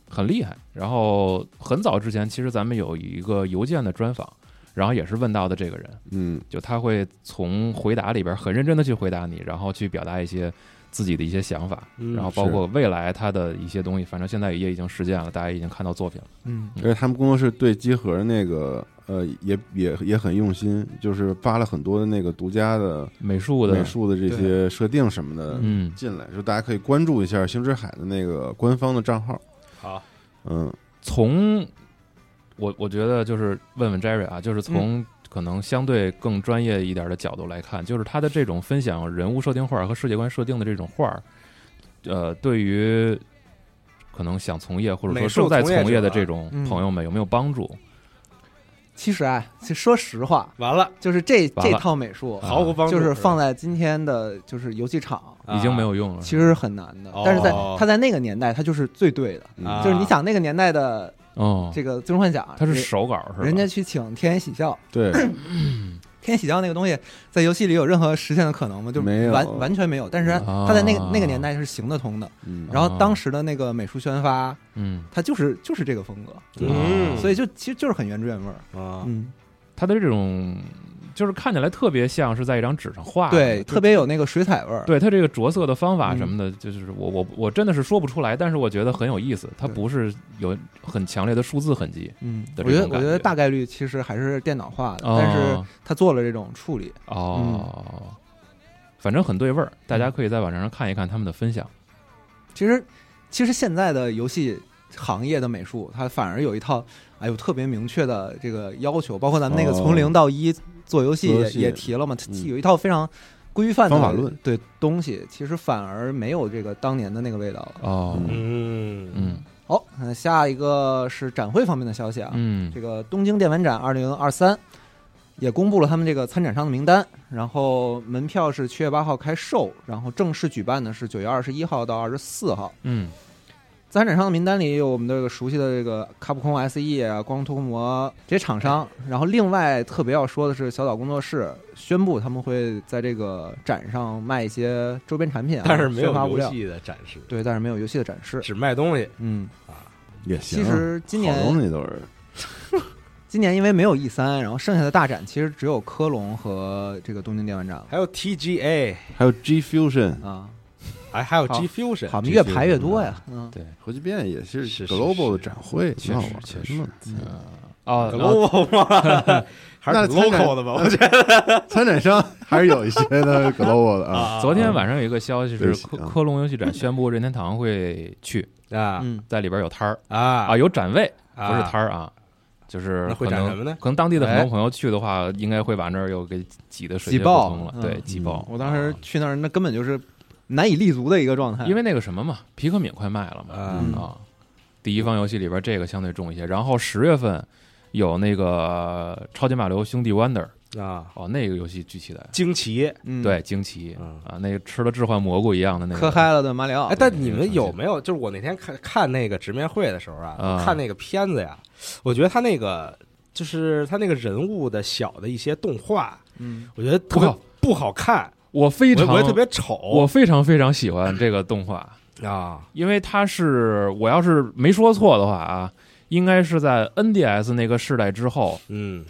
C: 很厉害。然后很早之前，其实咱们有一个邮件的专访，然后也是问到的这个人，
D: 嗯
C: 就他会从回答里边很认真的去回答你，然后去表达一些自己的一些想法，
B: 嗯
C: 然后包括未来他的一些东西，反正现在也已经实践了，大家已经看到作品了。
A: 嗯
D: 而且他们工作室对集合那个呃也也也很用心，就是扒了很多的那个独家的
C: 美术的，
D: 美术的这些设定什么的
C: 嗯，
D: 进来，说大家可以关注一下星之海的那个官方的账号。
B: 好，
D: 嗯
C: 从我我觉得就是问问 Jerry 啊，就是
A: 嗯
C: 从可能相对更专业一点的角度来看，就是他的这种分享人物设定画和世界观设定的这种画，呃，对于可能想从业或者
B: 美
C: 说
B: 术
C: 正在
B: 从业
C: 从业的
B: 者
C: 这种
A: 嗯
C: 朋友们有没有帮助？
A: 其实啊，其实说实话，
B: 完了，
A: 就是这
C: 完
A: 这
C: 了
A: 套美
C: 啊
A: 术，
B: 毫无帮助，
A: 就是放在今天的就是游戏场，
B: 啊
C: 已经没有用了。
A: 其实是很难的
B: 哦。
A: 但是在它在那个年代，它就是最对的。
D: 嗯
B: 啊
A: 就是你想那个年代的
C: 哦，
A: 这个《最终幻想》，
C: 他是手稿是吧？
A: 人家去请天眼喜笑，
D: 对，
A: 天眼喜笑那个东西在游戏里有任何实现的可能吗？就
D: 没有
A: 完完全没有。但是
C: 啊
A: 它它在那个那个年代是行得通的。
D: 嗯
A: 然后当时的那个美术宣发，
C: 嗯，
A: 它就是就是这个风格，
B: 嗯
A: 所以就其实就是很原汁原味儿。
B: 啊，
A: 嗯，
C: 他的这种就是看起来特别像是在一张纸上画的，
A: 对，
C: 就
A: 特别有那个水彩味儿。
C: 对他这个着色的方法什么的，就是我我我真的是说不出来，但是我觉得很有意思。它
A: 对
C: 不是有很强烈的数字痕迹
A: 嗯，
C: 的
A: 我
C: 这
A: 觉得
C: 种
A: 我
C: 感
A: 觉得
C: 觉
A: 大概率其实还是电脑画的，
C: 哦
A: 呃但是他做了这种处理。
C: 哦，反正很对味儿。大家可以在网站上看一看他们的分享。
A: 其实其实现在的游戏行业的美术，它反而有一套哎呦特别明确的这个要求，包括咱们那个
D: 哦
A: 从零到一做游戏
D: 做游
A: 也
D: 戏
A: 也提了嘛，它
D: 嗯
A: 有一套非常规范的
D: 方法论
A: 对东西，其实反而没有这个当年的那个味道了。
C: 哦，
B: 嗯
C: 嗯
A: 好，那下一个是展会方面的消息啊，
C: 嗯
A: 这个东京电玩展二零二三也公布了他们这个参展商的名单，然后门票是七月八号开售，然后正式举办呢是九月二十一号到二十四号。
C: 嗯
A: 参展商的名单里有我们的这个熟悉的这个卡普空 SE 啊、光秃魔这些厂商，然后另外特别要说的是，小岛工作室宣布他们会在这个展上卖一些周边产品、啊，
B: 但是没有
A: 宣发物
B: 游
A: 料，
B: 戏的展示，
A: 对，但是没有游戏的展示。
B: 只卖东西，
A: 嗯，
D: 也行
A: 其
D: 啊。
A: 实今年
D: 好东西都是
A: 今年因为没有 E 三，然后剩下的大展其实只有科隆和这个东京电玩展了
B: 还有 TGA，
D: 还有 G Fusion
A: 啊。
B: 还还有
A: 好
B: G Fusion，
A: 好，我们
D: 这
A: 越
D: 些
A: 排越
D: 都
A: 多
D: 是
A: 呀。嗯，
D: 核聚变也是
B: 是是
D: Global 的展会，
C: 确
D: 挺好
C: 实
D: 玩
C: 确
D: 的嗯
C: 实
D: 嘛。
B: 啊
C: 哦，然后
B: local 吗？还是
D: 那
B: 挺
D: 参展
B: local 的吧？我觉得
D: 参展商还是有一些的 Global 的啊。
C: 昨天晚上有一个消息是
D: 对不起
C: 科
D: 啊
C: 科隆游戏展宣布任天堂会去，
B: 啊
A: 嗯，
C: 在里边有摊儿
B: 啊
C: 啊，有展位，
B: 啊
C: 不是摊儿啊。就是
B: 那会
C: 可
B: 展
C: 能
B: 什么呢
C: 可能当地的很
B: 哎
C: 多朋友去的话，应该会把那儿又给挤得水
A: 挤
C: 泄不
A: 爆
C: 通了，
A: 嗯
C: 对，挤爆。
A: 我当时去那儿，那根本就是难以立足的一个状态。
C: 因为那个什么嘛，皮克敏快卖了嘛，
B: 哎啊
A: 嗯
C: 啊，第一方游戏里边这个相对重一些。然后十月份有那个呃超级马里奥兄弟 Wonder，
B: 啊，
C: 哦，那个游戏巨期待，
B: 惊奇。
A: 嗯，
C: 对，惊奇
B: 嗯
C: 啊，那个吃了置换蘑菇一样的那
A: 磕
C: 个，
A: 嗨了的马里奥
B: 哎，，但你
C: 啊
B: 们有没有？就是我那天看看那个直面会的时候啊，
C: 啊
B: 我看那个片子呀，我觉得他那个就是他那个人物的小的一些动画，
A: 嗯，
B: 我觉得特别
C: 不好
B: 不好看，
C: 我非
B: 我也
C: 常
B: 我也特别
C: 我
B: 丑
C: 非常非常喜欢这个动 画，
B: 啊
C: 因为它是我要是没说错的话啊，应该是在 NDS 那个世代之后，
B: 嗯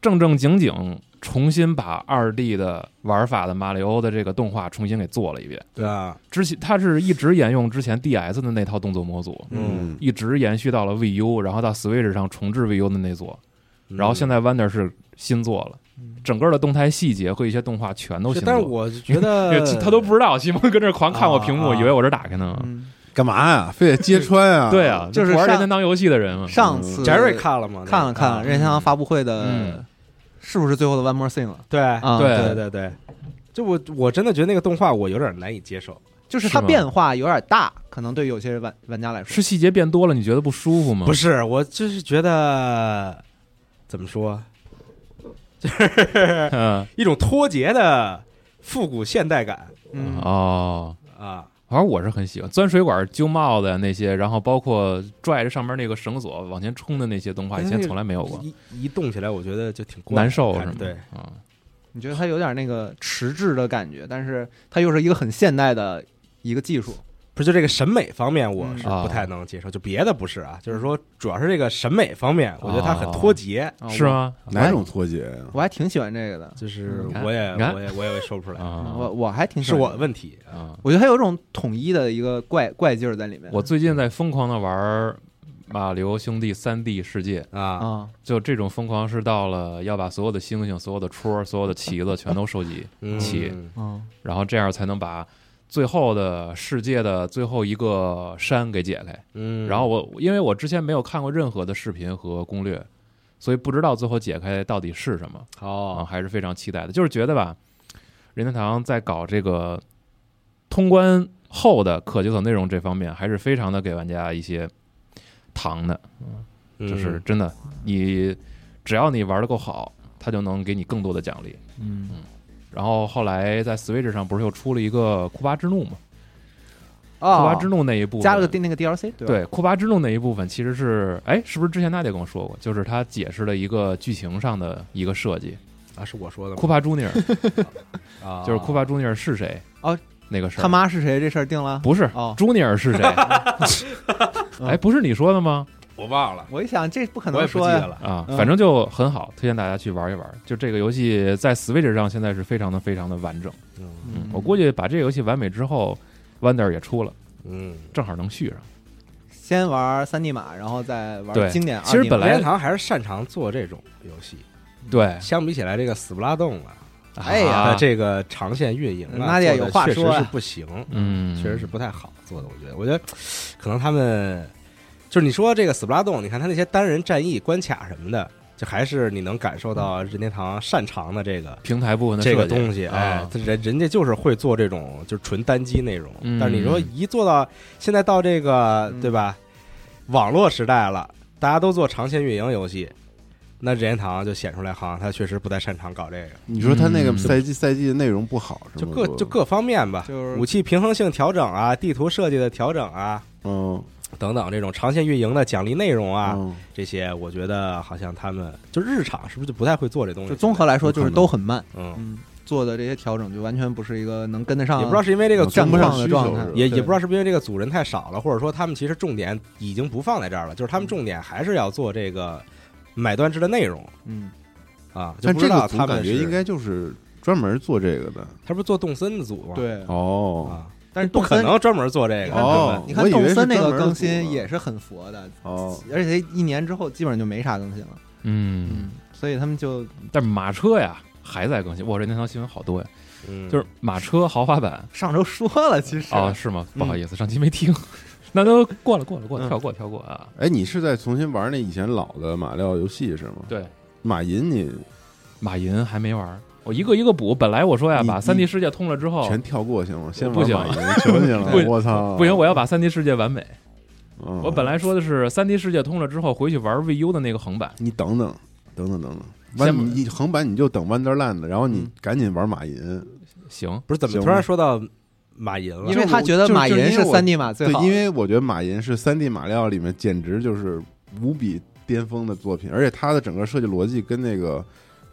C: 正正经经重新把二 D 的玩法的马里奥的这个动画重新给做了一遍。
B: 对啊
C: 之前它是一直沿用之前 DS 的那套动作模组，
B: 嗯，
C: 一直延续到了 VU，然后到 Switch 上重置 VU 的那座，
B: 嗯
C: 然后现在 Wonder 是新做了，整个的动态细节和一些动画全都
B: 是
C: 新
B: 但是
C: 做。
B: 我觉 得
C: 这他都不知道，西蒙跟这儿狂看我屏幕，
B: 啊啊
C: 以为我这打开呢。
A: 嗯，
D: 干嘛呀？非得揭穿啊？
C: 对，啊，
A: 就是
C: 玩
A: 上
C: 任天堂游戏的人嘛。啊
B: 嗯
A: 上次
B: Jerry 看了吗？
A: 看了看了
B: 啊
A: 任天堂发布会的
C: 嗯
A: 是不是最后的 One More Thing 了？
B: 对
A: 啊，
C: 对
B: 对对对，就我我真的觉得那个动画我有点难以接受，
A: 就是
C: 是
A: 它
C: 吗
A: 变化有点大，可能对有些玩玩家来说
C: 是细节变多了，你觉得不舒服吗？
B: 不
C: 是，
B: 是我就是觉得怎么说，
C: 嗯，
B: 一种脱节的复古现代感
A: 嗯，
C: 哦，
B: 啊，
C: 反正我是很喜欢钻水管、揪帽子呀啊那些，然后包括拽着上面那个绳索往前冲的那些动画，以前从来没有过，
B: 一一动起来我觉得就挺怪
C: 难受
B: 看
C: 是
B: 着
C: 吗？
B: 对，
C: 嗯，
A: 你觉得它有点那个迟滞的感觉，但是它又是一个很现代的一个技术，
B: 不是就这个审美方面我
A: 嗯
B: 是
C: 啊
B: 不太能接受，就别的不是啊，就是说主要是这个审美方面，我觉得它很脱节，
A: 啊
C: 是？吗？
A: 我
D: 哪种脱节呀？
A: 我还挺喜欢这个的，
B: 就是
C: 嗯
B: 我也
C: 你看
B: 我也我也说不出来，
C: 啊，
A: 我我还挺喜
B: 是
A: 欢
B: 我
A: 这
B: 的
A: 个
B: 问题啊。
C: 啊，
A: 我觉得它有一种统一的一个怪怪劲儿在里面。
C: 我最近在疯狂的玩《马里奥兄弟三 D 世界》，
B: 啊，
A: 啊，
C: 就这种疯狂是到了要把所有的星星、所有的戳、所有的旗子全都收集
B: 嗯
C: 起，
A: 嗯
C: 然后这样才能把最后的世界的最后一个山给解开。
B: 嗯，
C: 然后我因为我之前没有看过任何的视频和攻略，所以不知道最后解开到底是什么啊，
B: 哦，
C: 还是非常期待的。就是觉得吧，任天堂在搞这个通关后的可解锁内容这方面，还是非常的给玩家一些糖的，
B: 嗯
C: 就是
A: 嗯
C: 真的，你只要你玩的够好，它就能给你更多的奖励。
A: 嗯，
C: 然后后来在 Switch 上不是又出了一个库巴之怒嘛？库
A: 啊
C: 巴之，怒那一部分
A: 加了个 D- 那个 DLC，对吧？
C: 对库巴之怒那一部分其实是哎，是不是之前娜姐跟我说过？就是他解释了一个剧情上的一个设计，
B: 啊，是我说的吗
C: 库巴朱尼尔
B: 啊，
C: 就是库巴朱尼尔是谁？
A: 哦，
C: 那个事儿
A: 他妈是谁这事儿定了？
C: 不是
A: 哦
C: 朱尼尔 是谁？哎，不是你说的吗？
B: 我忘了，
A: 我一想，这不可
B: 我也
A: 能
B: 不记
A: 说呀
B: 得。了。
C: 啊，
A: 嗯
C: 反正就很好，推荐大家去玩一玩。就这个游戏在 Switch 上现在是非常的非常的完整。
B: 嗯
C: 嗯，我估计把这个游戏完美之后，Wonder 也出了，
B: 嗯，
C: 正好能续上。
A: 先玩三 D 码，然后再
C: 对
A: 玩经典二 D
C: 其实本来
B: 任天堂还是擅长做这种游戏，
C: 对，
B: 相比起来，这个死不拉动了，
A: 哎呀
C: 啊
B: 嗯那这个长线运营啊，
A: 嗯那也
B: 做得
A: 有话
B: 确
A: 说
B: 实
A: 啊
B: 是不行，
C: 嗯
B: 确实是不太好做的。我觉得，我觉得可能他们就是你说这个死不拉动，你看他那些单人战役、关卡什么的，就还是你能感受到任天堂擅长的这个。
C: 平台部分的
B: 这个
C: 设计
B: 东西，哎
C: 啊，
B: 他人人家就是会做这种就是纯单机内容，
C: 嗯
B: 但是你说一做到现在到这个
A: 嗯
B: 对吧，网络时代了，大家都做长线运营游戏，那任天堂就显出来，好像他确实不太擅长搞这个，
D: 你说他那个
C: 嗯
D: 赛季赛季的内容不好是
B: 就
D: 吗？
B: 各就各方面吧，
A: 就是
B: 武器平衡性调整啊，地图设计的调整啊。
D: 嗯
B: 等等，这种长线运营的奖励内容啊，
D: 嗯
B: 这些我觉得好像他们就日常是不是就不太会做这东西？
A: 就综合来说，就是都很慢，
B: 嗯，
A: 嗯，做的这些调整就完全不是一个能跟得上，
B: 也不知道是因为这个
A: 站不
B: 组织
A: 上的状态
D: 是，
B: 也
A: 对
B: 也不知道是不是因为这个组人太少了，或者说他们其实重点已经不放在这儿了，就是他们重点还是要做这个买断制的内容
A: 嗯，
B: 啊，就
D: 但
B: 不
D: 这
B: 知
D: 个
B: 道
D: 组
B: 他们
D: 感
B: 是
D: 觉应该就是专门做这个的
B: 他不是做动森的组吗？
A: 对。
D: 哦。
B: 啊，
A: 但是
B: 不
A: 动
B: 可
A: 森，
B: 能专门做这个
A: 看
D: 哦
A: 你
D: 我
A: 看
D: 以为
A: 动
D: 是
A: 森那
D: 专
A: 个
D: 门的
A: 更
D: 组呢
A: 新也是很佛的，
B: 啊
D: 哦，
A: 而且一年之后基本上就没啥更新了，
C: 嗯，，
A: 所以他们就
C: 但是马车呀还在更新。哇，这那条新闻好多呀，
B: 嗯，
C: 就是马车豪华版
A: 上周说了，其实
C: 哦，是吗？
A: 嗯
C: 不好意思，上期没听，那都过了，过了，过了，
A: 嗯
C: 跳过，跳过啊。
D: 哎，你是在重新玩那以前老的马料游戏是吗？
C: 对，
D: 马银你
C: 马银还没玩儿，我一个一个补。本来我说呀，
D: 你
C: 把
D: 你
C: 三 D 世界通了之
B: 哦
C: 后，
D: 全跳过行吗？先
C: 不
D: 玩
C: 行
D: 马银，求你
C: 不
D: 了，我操！
C: 不行，我要把三 D 世界完美。
D: 嗯，
C: 我本来说的是三 D 世界通了之后，回去玩 VU 的那个横版。
D: 你等等等等等等，
C: 先
D: 弯你横版你就等 Wonderland，然后你
A: 嗯
D: 赶紧玩马银，
C: 行，
B: 不是怎么
D: 行
B: 突然说到马银了
A: 因？为他觉
D: 就
A: 得
D: 是
A: 马
D: 就是
A: 银
D: 因为
A: 是
D: 我
A: 三 D 码最
D: 对
A: 好，，
D: 因为我觉得马银是三 D 马料里面简直就是无比巅峰的作品，而且它的整个设计逻辑跟那个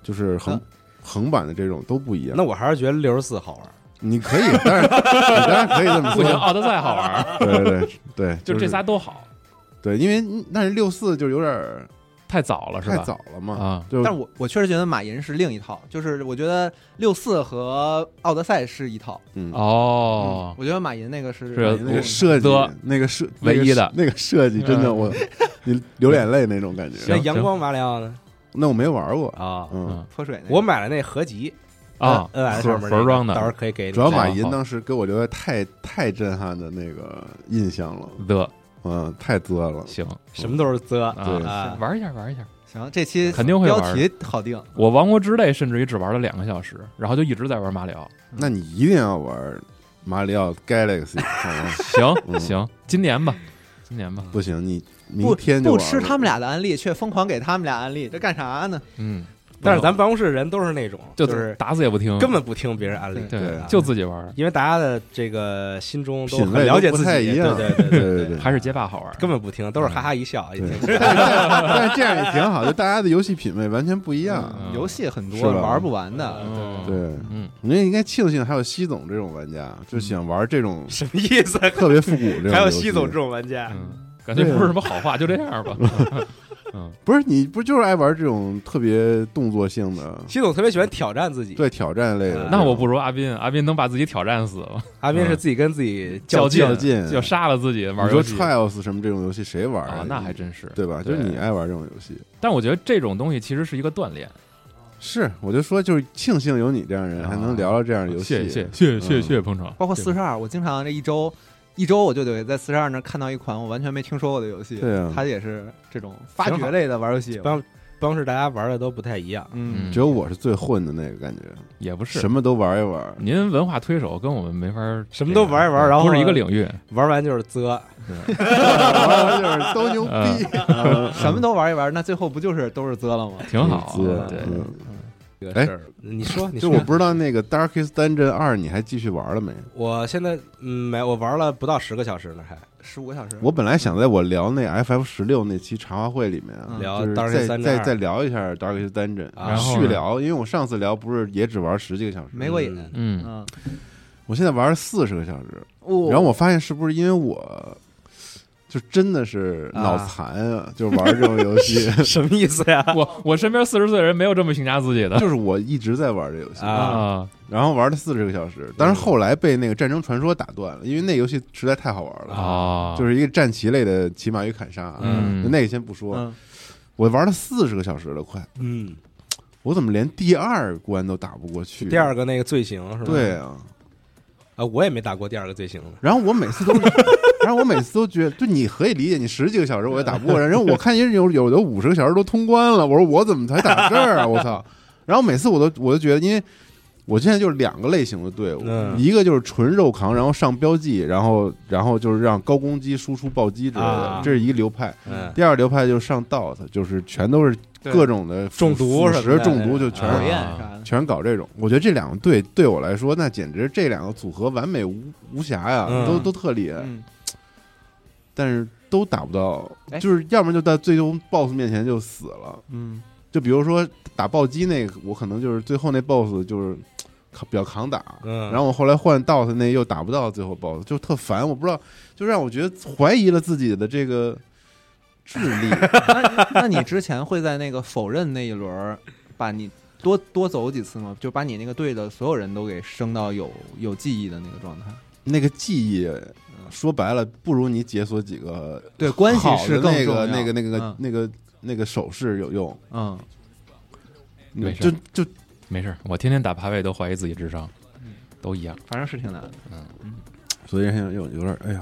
D: 就是横、
A: 嗯
D: 横版的这种都不一样。
B: 那我还是觉得六十四好玩，
D: 你可以，当然 你当然可以这么
C: 不行，
D: 说，
C: 奥德赛好玩儿，
D: 对对对对，
C: 就是这仨都好，
D: 对，因为但是六四就有点儿
C: 太早了是吧？
D: 太早了嘛，
C: 啊，
D: 就
A: 但是我我确实觉得马银是另一套，就是我觉得六四和奥德赛是一套，
D: 嗯。哎
C: 哦
A: 嗯，我觉得马银那个是
C: 是
D: 那个设计
C: 呃的，
D: 那个设
C: 唯一的
D: 那个设计，真的
C: 嗯
D: 我 你流眼泪那种感
B: 那
D: 觉。
C: 行
B: 阳光马里奥呢？
D: 那我没玩过，
B: 啊，
D: 嗯，
A: 泼水那个。
B: 我买了那合集
C: 啊，
B: ，N S
C: 盒
B: 上面那个
C: 盒装的
B: 到时候可以给你。
D: 主要马
C: 好
D: 银
C: 好
D: 当时给我留下太太震撼的那个印象了，
C: 的
D: 嗯，太作了。
C: 行
B: 什么都是啧
C: 啊
D: 对
B: 啊，
C: 玩一下，玩一下，
A: 行，这期
C: 肯定会
A: 标
C: 玩
A: 题好定，
C: 我《王国之泪》甚至于只玩了两个小时，然后就一直在玩马里奥。
D: 那你一定要玩马里奥 Galaxy，好吗？
C: 行
D: 嗯
C: 行，今年吧，今年吧，
D: 不行，你明
A: 不
D: 天就
A: 不
D: 玩
A: 吃
D: 吧
A: 他们俩的安利，却疯狂给他们俩安利，这干啥呢？
C: 嗯，
B: 但是咱办公室人都是那种，
C: 就
B: 就是
C: 打死也不听，
B: 根本不听别人安利，啊
C: 对
B: 吧
C: 就自己玩，
B: 因为大家的这个心中都
D: 品味
B: 很
D: 都
B: 了解
D: 不
B: 自己，
D: 太一样
B: 对对
D: 对
B: 对
D: 对
B: 对
D: 对，
C: 还是街霸好玩。
B: 根本不听，都是哈哈一笑，哎一听
D: 对，但是但是这样也挺好，就大家的游戏品味完全不一样。
C: 嗯
A: 游戏很多
D: 是吧
A: 玩不完的，
C: 嗯，
D: 对，
C: 嗯，
D: 我觉得应该庆幸还有西总这种玩家，就喜欢玩这种
B: 什么意思？
D: 特别复古这种。
B: 嗯 还有西总这，种玩家，
C: 嗯，感觉不是什么好话，就这样吧。
D: 不是你不就是爱玩这种特别动作性的，
B: 西呃总特别喜欢挑战自己。
D: 对挑战类的？
C: 那我不如阿斌，阿斌能把自己挑战死吗？嗯
B: 阿斌是自己跟自己
C: 较
B: 劲，
D: 较劲
C: 就杀了自己
D: 你
C: 玩游
D: 说
C: 戏
D: Trials 什么这种游戏谁玩
C: 啊，那还真是。
D: 对吧？就是
C: 对
D: 你啊爱玩这种游戏，
C: 但我觉得这种东西其实是一个锻炼。
D: 是我就说就是庆幸有你这样人，还能聊聊这样嗯的游戏。
C: 啊谢谢谢谢谢
D: 嗯
C: 谢捧场，
A: 包括四
C: 十
A: 十二，我经常这一周。一周我就得在四十二那儿看到一款我完全没听说过的游戏，
D: 对啊
A: 它也是这种发
B: 挺
A: 掘
B: 好
A: 类的玩游戏，
B: 帮办公室大家玩的都不太一样。
A: 嗯
C: 嗯，
D: 只有我是最混的那个感觉，
C: 也不是
D: 什。么都玩 一玩。
C: 您文化推手跟我们没法儿
B: 什么都玩一玩
C: 这个
B: 然后
C: 不是一个领域。
B: 玩完就是啧，
D: 就是都牛
C: 嗯
D: 逼，
A: 什么都玩一玩，那最后不就是都是啧了吗？
C: 挺 好
D: 嗯
C: 的，对，
D: 嗯
B: 这个事儿，你说，你
D: 就
B: 说，
D: 哎我不知道那个 Darkest Dungeon 二你还继续玩了没？
B: 我现在嗯没，我玩了不到十个小时呢，还
A: 十五个小时，
D: 我本来想在我聊那 FF 十六那期茶话会里面啊
A: 嗯
B: 聊
D: 就是
B: 当时
D: 再
B: 三战
D: 再
B: 二
D: 再聊一下 Darkest Dungeon，
B: 啊然
C: 后呢
D: 续聊，因为我上次聊不是也只玩十几个小时，
A: 没过瘾，
B: 嗯
C: 嗯，
A: 嗯，
D: 我现在玩了四十个小时，
A: 哦
D: 然后我发现是不是因为我就真的是脑残啊，就玩这种游 戏，
B: 什么意思呀？
C: 我我身边四十岁的人没有这么评价自己的
D: 就是我一直在玩这游戏
B: 啊
C: 啊，
D: 然后玩了四十个小时，但是后来被那个《战争传说》打断了，因为那游戏实在太好玩了，
C: 啊，
D: 就是一个战棋类的骑马与砍杀，啊
C: 嗯
D: 那个先不说，
A: 嗯，
D: 我玩了四十个小时了，快，
B: 嗯，
D: 我怎么连第二关都打不过去？
B: 第二个那个罪行是吧？
D: 对啊，
B: 啊，我也没打过第二个罪行呢。
D: 然后我每次都， 然后我每次都觉得，就你可以理解，你十几个小时我也打不过人，然后我看人有有的五十个小时都通关了，我说我怎么才打这儿 啊？我操！然后每次我都我就觉得，因为我现在就是两个类型的队伍，
B: 嗯
D: 一个就是纯肉扛，然后上标记，然后然后就是让高攻击输出暴击之类的，
B: 啊
D: 这是一个流派。
B: 嗯，
D: 第二流派就是上 DOT，就是全都是
C: 对
D: 各种的
B: 中毒
D: 腐
B: 什么
D: 蚀
B: 的
D: 中毒，就全
A: 讨
D: 是
C: 啊
A: 厌啥的，
D: 全搞这种，我觉得这两个队对我来说，那简直这两个组合完美无无瑕呀，
B: 嗯
D: 都都特厉害，
A: 嗯，
D: 但是都打不到，
A: 哎
D: 就是要么就在最终 BOSS 面前就死了。
A: 嗯，
D: 就比如说打暴击那个，我可能就是最后那 BOSS 就是呃比较扛打，
B: 嗯
D: 然后我后来换 DOT 那又打不到最后 BOSS，就特烦，我不知道，就让我觉得怀疑了自己的这个智 力。
A: 那你之前会在那个否认那一轮儿把你多多走几次吗？就把你那个队的所有人都给升到有有记忆的那个状态？
D: 那个记忆，说白了，不如你解锁几个
A: 对，关系
D: 好的
A: 是更
D: 那
A: 重要
D: 个那个那个
A: 嗯
D: 那个那个手势有用，
A: 嗯，
C: 没事
D: 就就
C: 没事，我天天打排位都怀疑自己智商，都一样。
A: 反正是挺难的，
D: 所以有有有点哎呀，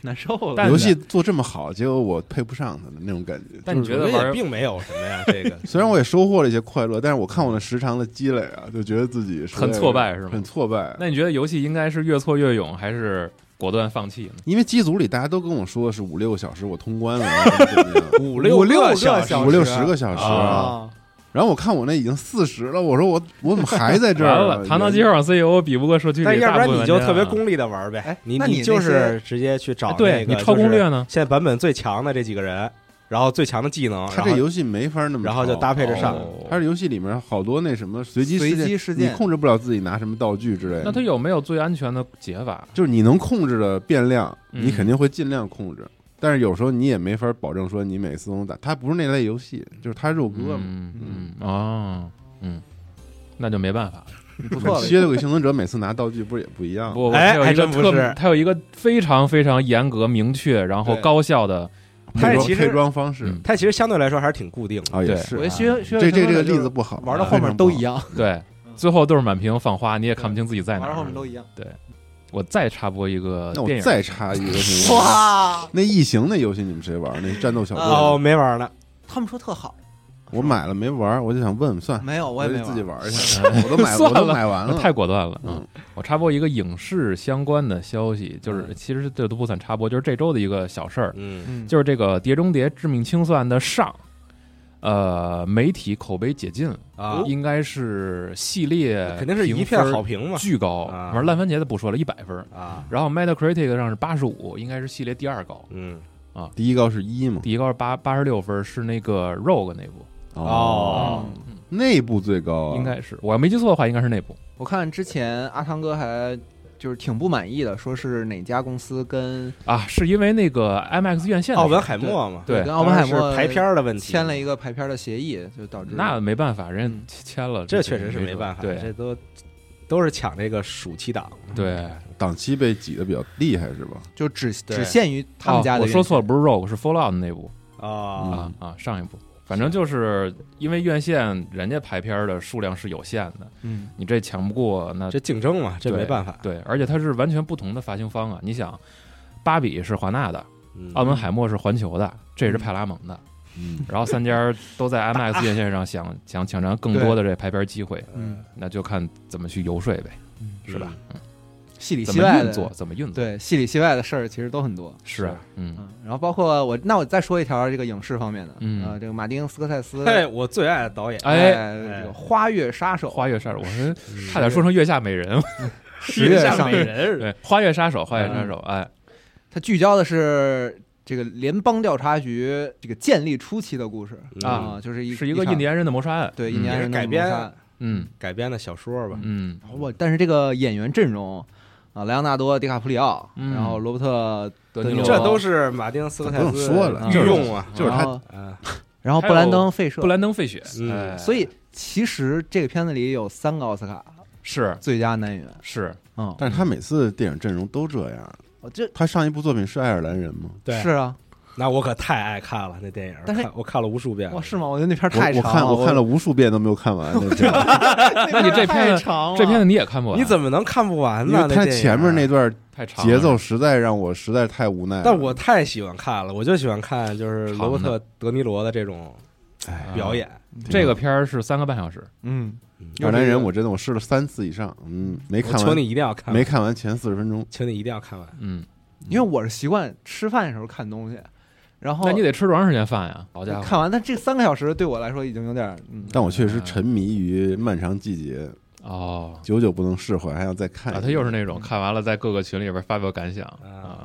A: 难受了。
C: 但
D: 游戏做这么好，结果我配不上他的那种感觉。
C: 但你觉得
B: 我也
C: 玩
B: 并没有什么呀，这 个
D: 虽然我也收获了一些快乐，但是我看我的时长的积累啊，就觉得自己实在
C: 很挫败是吗
D: 很挫败，
C: 那你觉得游戏应该是越挫越勇，还是果断放弃呢？
D: 因为机组里大家都跟我说是五六个小时我 通关了，然后怎么怎么样
B: 五
A: 六
B: 个
A: 小时
B: 时，
D: 五六十个小时
C: 啊，
D: 然后我看我那已经四十了，我说我我怎么还在这 儿
C: 完
D: 啊？
C: 了，堂堂机器网 CEO E 比不过社区
B: 但
C: 里
B: 要
C: 大
B: 不
C: 部
B: 然
C: 分
B: 你
C: 玩家
B: 就
C: 啊，
B: 特别功利的玩呗。
A: 哎
B: 你
A: 那你
B: 你就
A: 那
B: 是
A: 些
B: 直接去找
C: 哎
B: 那个、
C: 对你超攻略，呢？
B: 现在版本最强的这几个人，然后最强的技能，
D: 他
B: 然
D: 这
B: 后
D: 游戏没法那么
B: 然后
D: 抄
B: 就搭配着上。
C: 哦
D: 它是游戏里面好多那什么随机
A: 随
D: 事件
A: 机事件
D: 你控制不了自己拿什么道具之类
C: 那它
D: 的。
C: 有没有最安全的解法？
D: 就是你能控制的变量，
C: 嗯
D: 你肯定会尽量控制，但是有时候你也没法保证说你每次都能打。它不是那类游戏，就是它肉鸽嘛。
C: 嗯嗯哦嗯，那就没办法了。
B: 哎
A: 不错
D: 吸血
A: 了。
D: 鬼幸存者每次拿道具不是也不一样吗？
C: 不，
B: 哎
C: 它有
B: 还
C: 一个
B: 真不
C: 特
B: 是
C: 它有一个非常非常严格、明确，然后
A: 对
C: 高效 的
D: 配
B: 它也
D: 装
B: 其实
D: 配装方式
C: 嗯
B: 它其实相对来说还是挺固定的。
D: 啊，也
C: 对
D: 是
A: 我觉
D: 啊
A: 得学学
D: 这这这个例子不好，
A: 玩到后面都一样，
C: 对，
B: 嗯
C: 最后都是满屏放花，你也看不清自己在
A: 玩
C: 哪儿。
A: 到后面都一样。
C: 我再插播一个
D: 非哎常不好。
C: 电
D: 那
C: 影，
D: 我再插一个行吗？
A: 哇，
D: 那异形那游戏你们谁玩？那战斗小队
A: 哦
B: 哦，没玩呢，
A: 他们说特好，
D: 我买了没玩儿，我就想问问，算
A: 没有，我也
D: 回
A: 没
D: 啊去自己
A: 玩。
D: 玩一下，我都买，
C: 算
D: 我
C: 了
D: 都买完了。
C: 太果断了，嗯，我插播一个影视相关的消息，就是其实这都不算插播，就是这周的一个小事儿，
B: 嗯
A: 嗯，
C: 就是这个《碟中谍：致命清算》的上，呃，媒体口碑解禁了，
B: 啊，
C: 应该是系列
B: 肯定是一片好评嘛
C: 巨高。
B: 啊
C: 反正烂番茄的不说了，一百分。
B: 啊，
C: 然后 Metacritic 上是八十五，应该是系列第二高，
B: 嗯
D: 第一高是一嘛，
C: 第一高是八八十六分，是那个 Rogue 那部，
B: 哦，
D: 内部最高啊，
C: 应该是我要没记错的话，应该是那部。
A: 我看之前阿汤哥还就是挺不满意的，说是哪家公司跟
C: 啊，是因为那个 IMAX 院线的
B: 奥本
C: 事
B: 海默嘛，
C: 对
A: 跟奥本海默
B: 是排片儿的问题，
A: 签了一个排片的协议，就导
C: 儿
A: 致
C: 那没办法，人家
A: 嗯
C: 签了，
B: 这确实是
C: 没
B: 没
C: 辙
B: 办法，
C: 对
B: 这都都是抢这个暑期档，
C: 对，
D: 档期被挤得比较厉害是吧？
C: 嗯
A: 就只
B: 对
A: 只限于他们家
C: 哦
A: 的
C: 我
A: 原
C: 说
A: 因。
C: 错了，不是 Rogue，是 Fallout 的那部
B: 啊
C: 啊
A: 嗯
C: 啊，上一部。反正就是因为院线人家排片儿的数量是有限的，
A: 嗯，
C: 你这抢不过那
B: 这竞争嘛，这没办法。
C: 对，而且它是完全不同的发行方啊。你想，芭比是华纳的，
B: 嗯
C: 奥本海默是环球的，这也是派拉蒙的，
D: 嗯，
C: 然后三家 都在 IMAX 院线上想想抢占更多的这排片机会，
A: 嗯，
C: 那就看怎么去游说呗，是吧？？
A: 戏里
C: 怎
A: 戏
C: 么
A: 外
C: 运
A: 的
C: 作，怎么运作？
A: 对戏里戏外的事儿其实都很多。
C: 是啊，嗯，
A: 嗯，然后包括我，那我再说一条这个影视方面的，
C: 嗯
A: 呃，这个马丁·斯科塞斯，
B: 哎，我最爱的导演，
C: 哎
A: 哎这个《花月杀手》
C: 花月杀手，我们
B: 嗯
C: 差点说成月下美人。
A: 十月
B: 上
A: 上
B: 美
A: 映，
B: 人
C: 对，花月杀手，花月
A: 嗯
C: 杀手，哎，
A: 它聚焦的是这个联邦调查局这个建立初期的故事
B: 啊
A: 就是一
C: 嗯是一个
A: 场
C: 印第安人嗯的谋杀案。
A: 对印第安人的
B: 也是改编
A: 谋杀案
C: 嗯
B: 改编的小说吧，
C: 嗯
A: 然后我但是这个演员阵容啊，莱昂纳多·迪卡普里奥，
C: 嗯
A: 然后罗伯特，
C: 嗯，
A: 德尼
C: 罗
A: 罗
B: 这都是马丁斯科塞
D: 不
B: 斯
D: 用说了
B: 御用啊，
D: 就是
A: 然
D: 他
A: 后
B: 啊，
A: 然后
C: 还
A: 布兰
C: 有
A: 登·费舍
C: 布，兰登·费雪，
B: 嗯
C: 哎
A: 所以其实这个片子里有三个奥斯卡
C: 是
A: 最佳男演员，
C: 是
A: 嗯，
D: 但是他每次电影阵容都这样。
A: 我哦这
D: 他上一部作品是爱尔兰人吗？
B: 对
A: 是，啊，
B: 那我可太爱看了那电影，
A: 但是
B: 看我看了无数遍了，
A: 哇，是吗？我觉得那片儿
D: 我
A: 太
D: 我
A: 长
D: 看
A: 了，
D: 我看了无数遍都没有看完，那 片儿
A: 那
C: 你这片
A: 太
C: 子
A: 长了，
C: 这片子你也看不完，
B: 你怎么能看不完
D: 因
B: 呢？
D: 为他
B: 电影
D: 前面那，段
C: 太长了
D: 节奏？实在让我实在太无奈了。
B: 嗯但我太喜欢看了，我就喜欢看就是罗伯
C: 长
B: 特·德尼罗的这种
D: 哎，
B: 表演，
C: 这个片儿是三个半小时，
D: 哦
A: 嗯，
D: 爱尔兰人我真的我试了三次以上，嗯，没
B: 我
D: 看
B: 求
D: 完，
B: 你一定要看，
D: 没，看完前四十分钟。
B: 请你一定要看完。
C: 嗯，
A: 因为我是习惯吃饭的时候看东西，然后
C: 那你得吃多长时间饭呀？好家伙
A: 看完，但这三个小时对我来说已经有点儿，嗯，
D: 但我确实沉迷于漫长季节，
C: 哦！
D: 久久不能释怀，还要再看一
C: 啊，
D: 遍。
C: 他又是那种看完了在各个群里边发表感想
B: 啊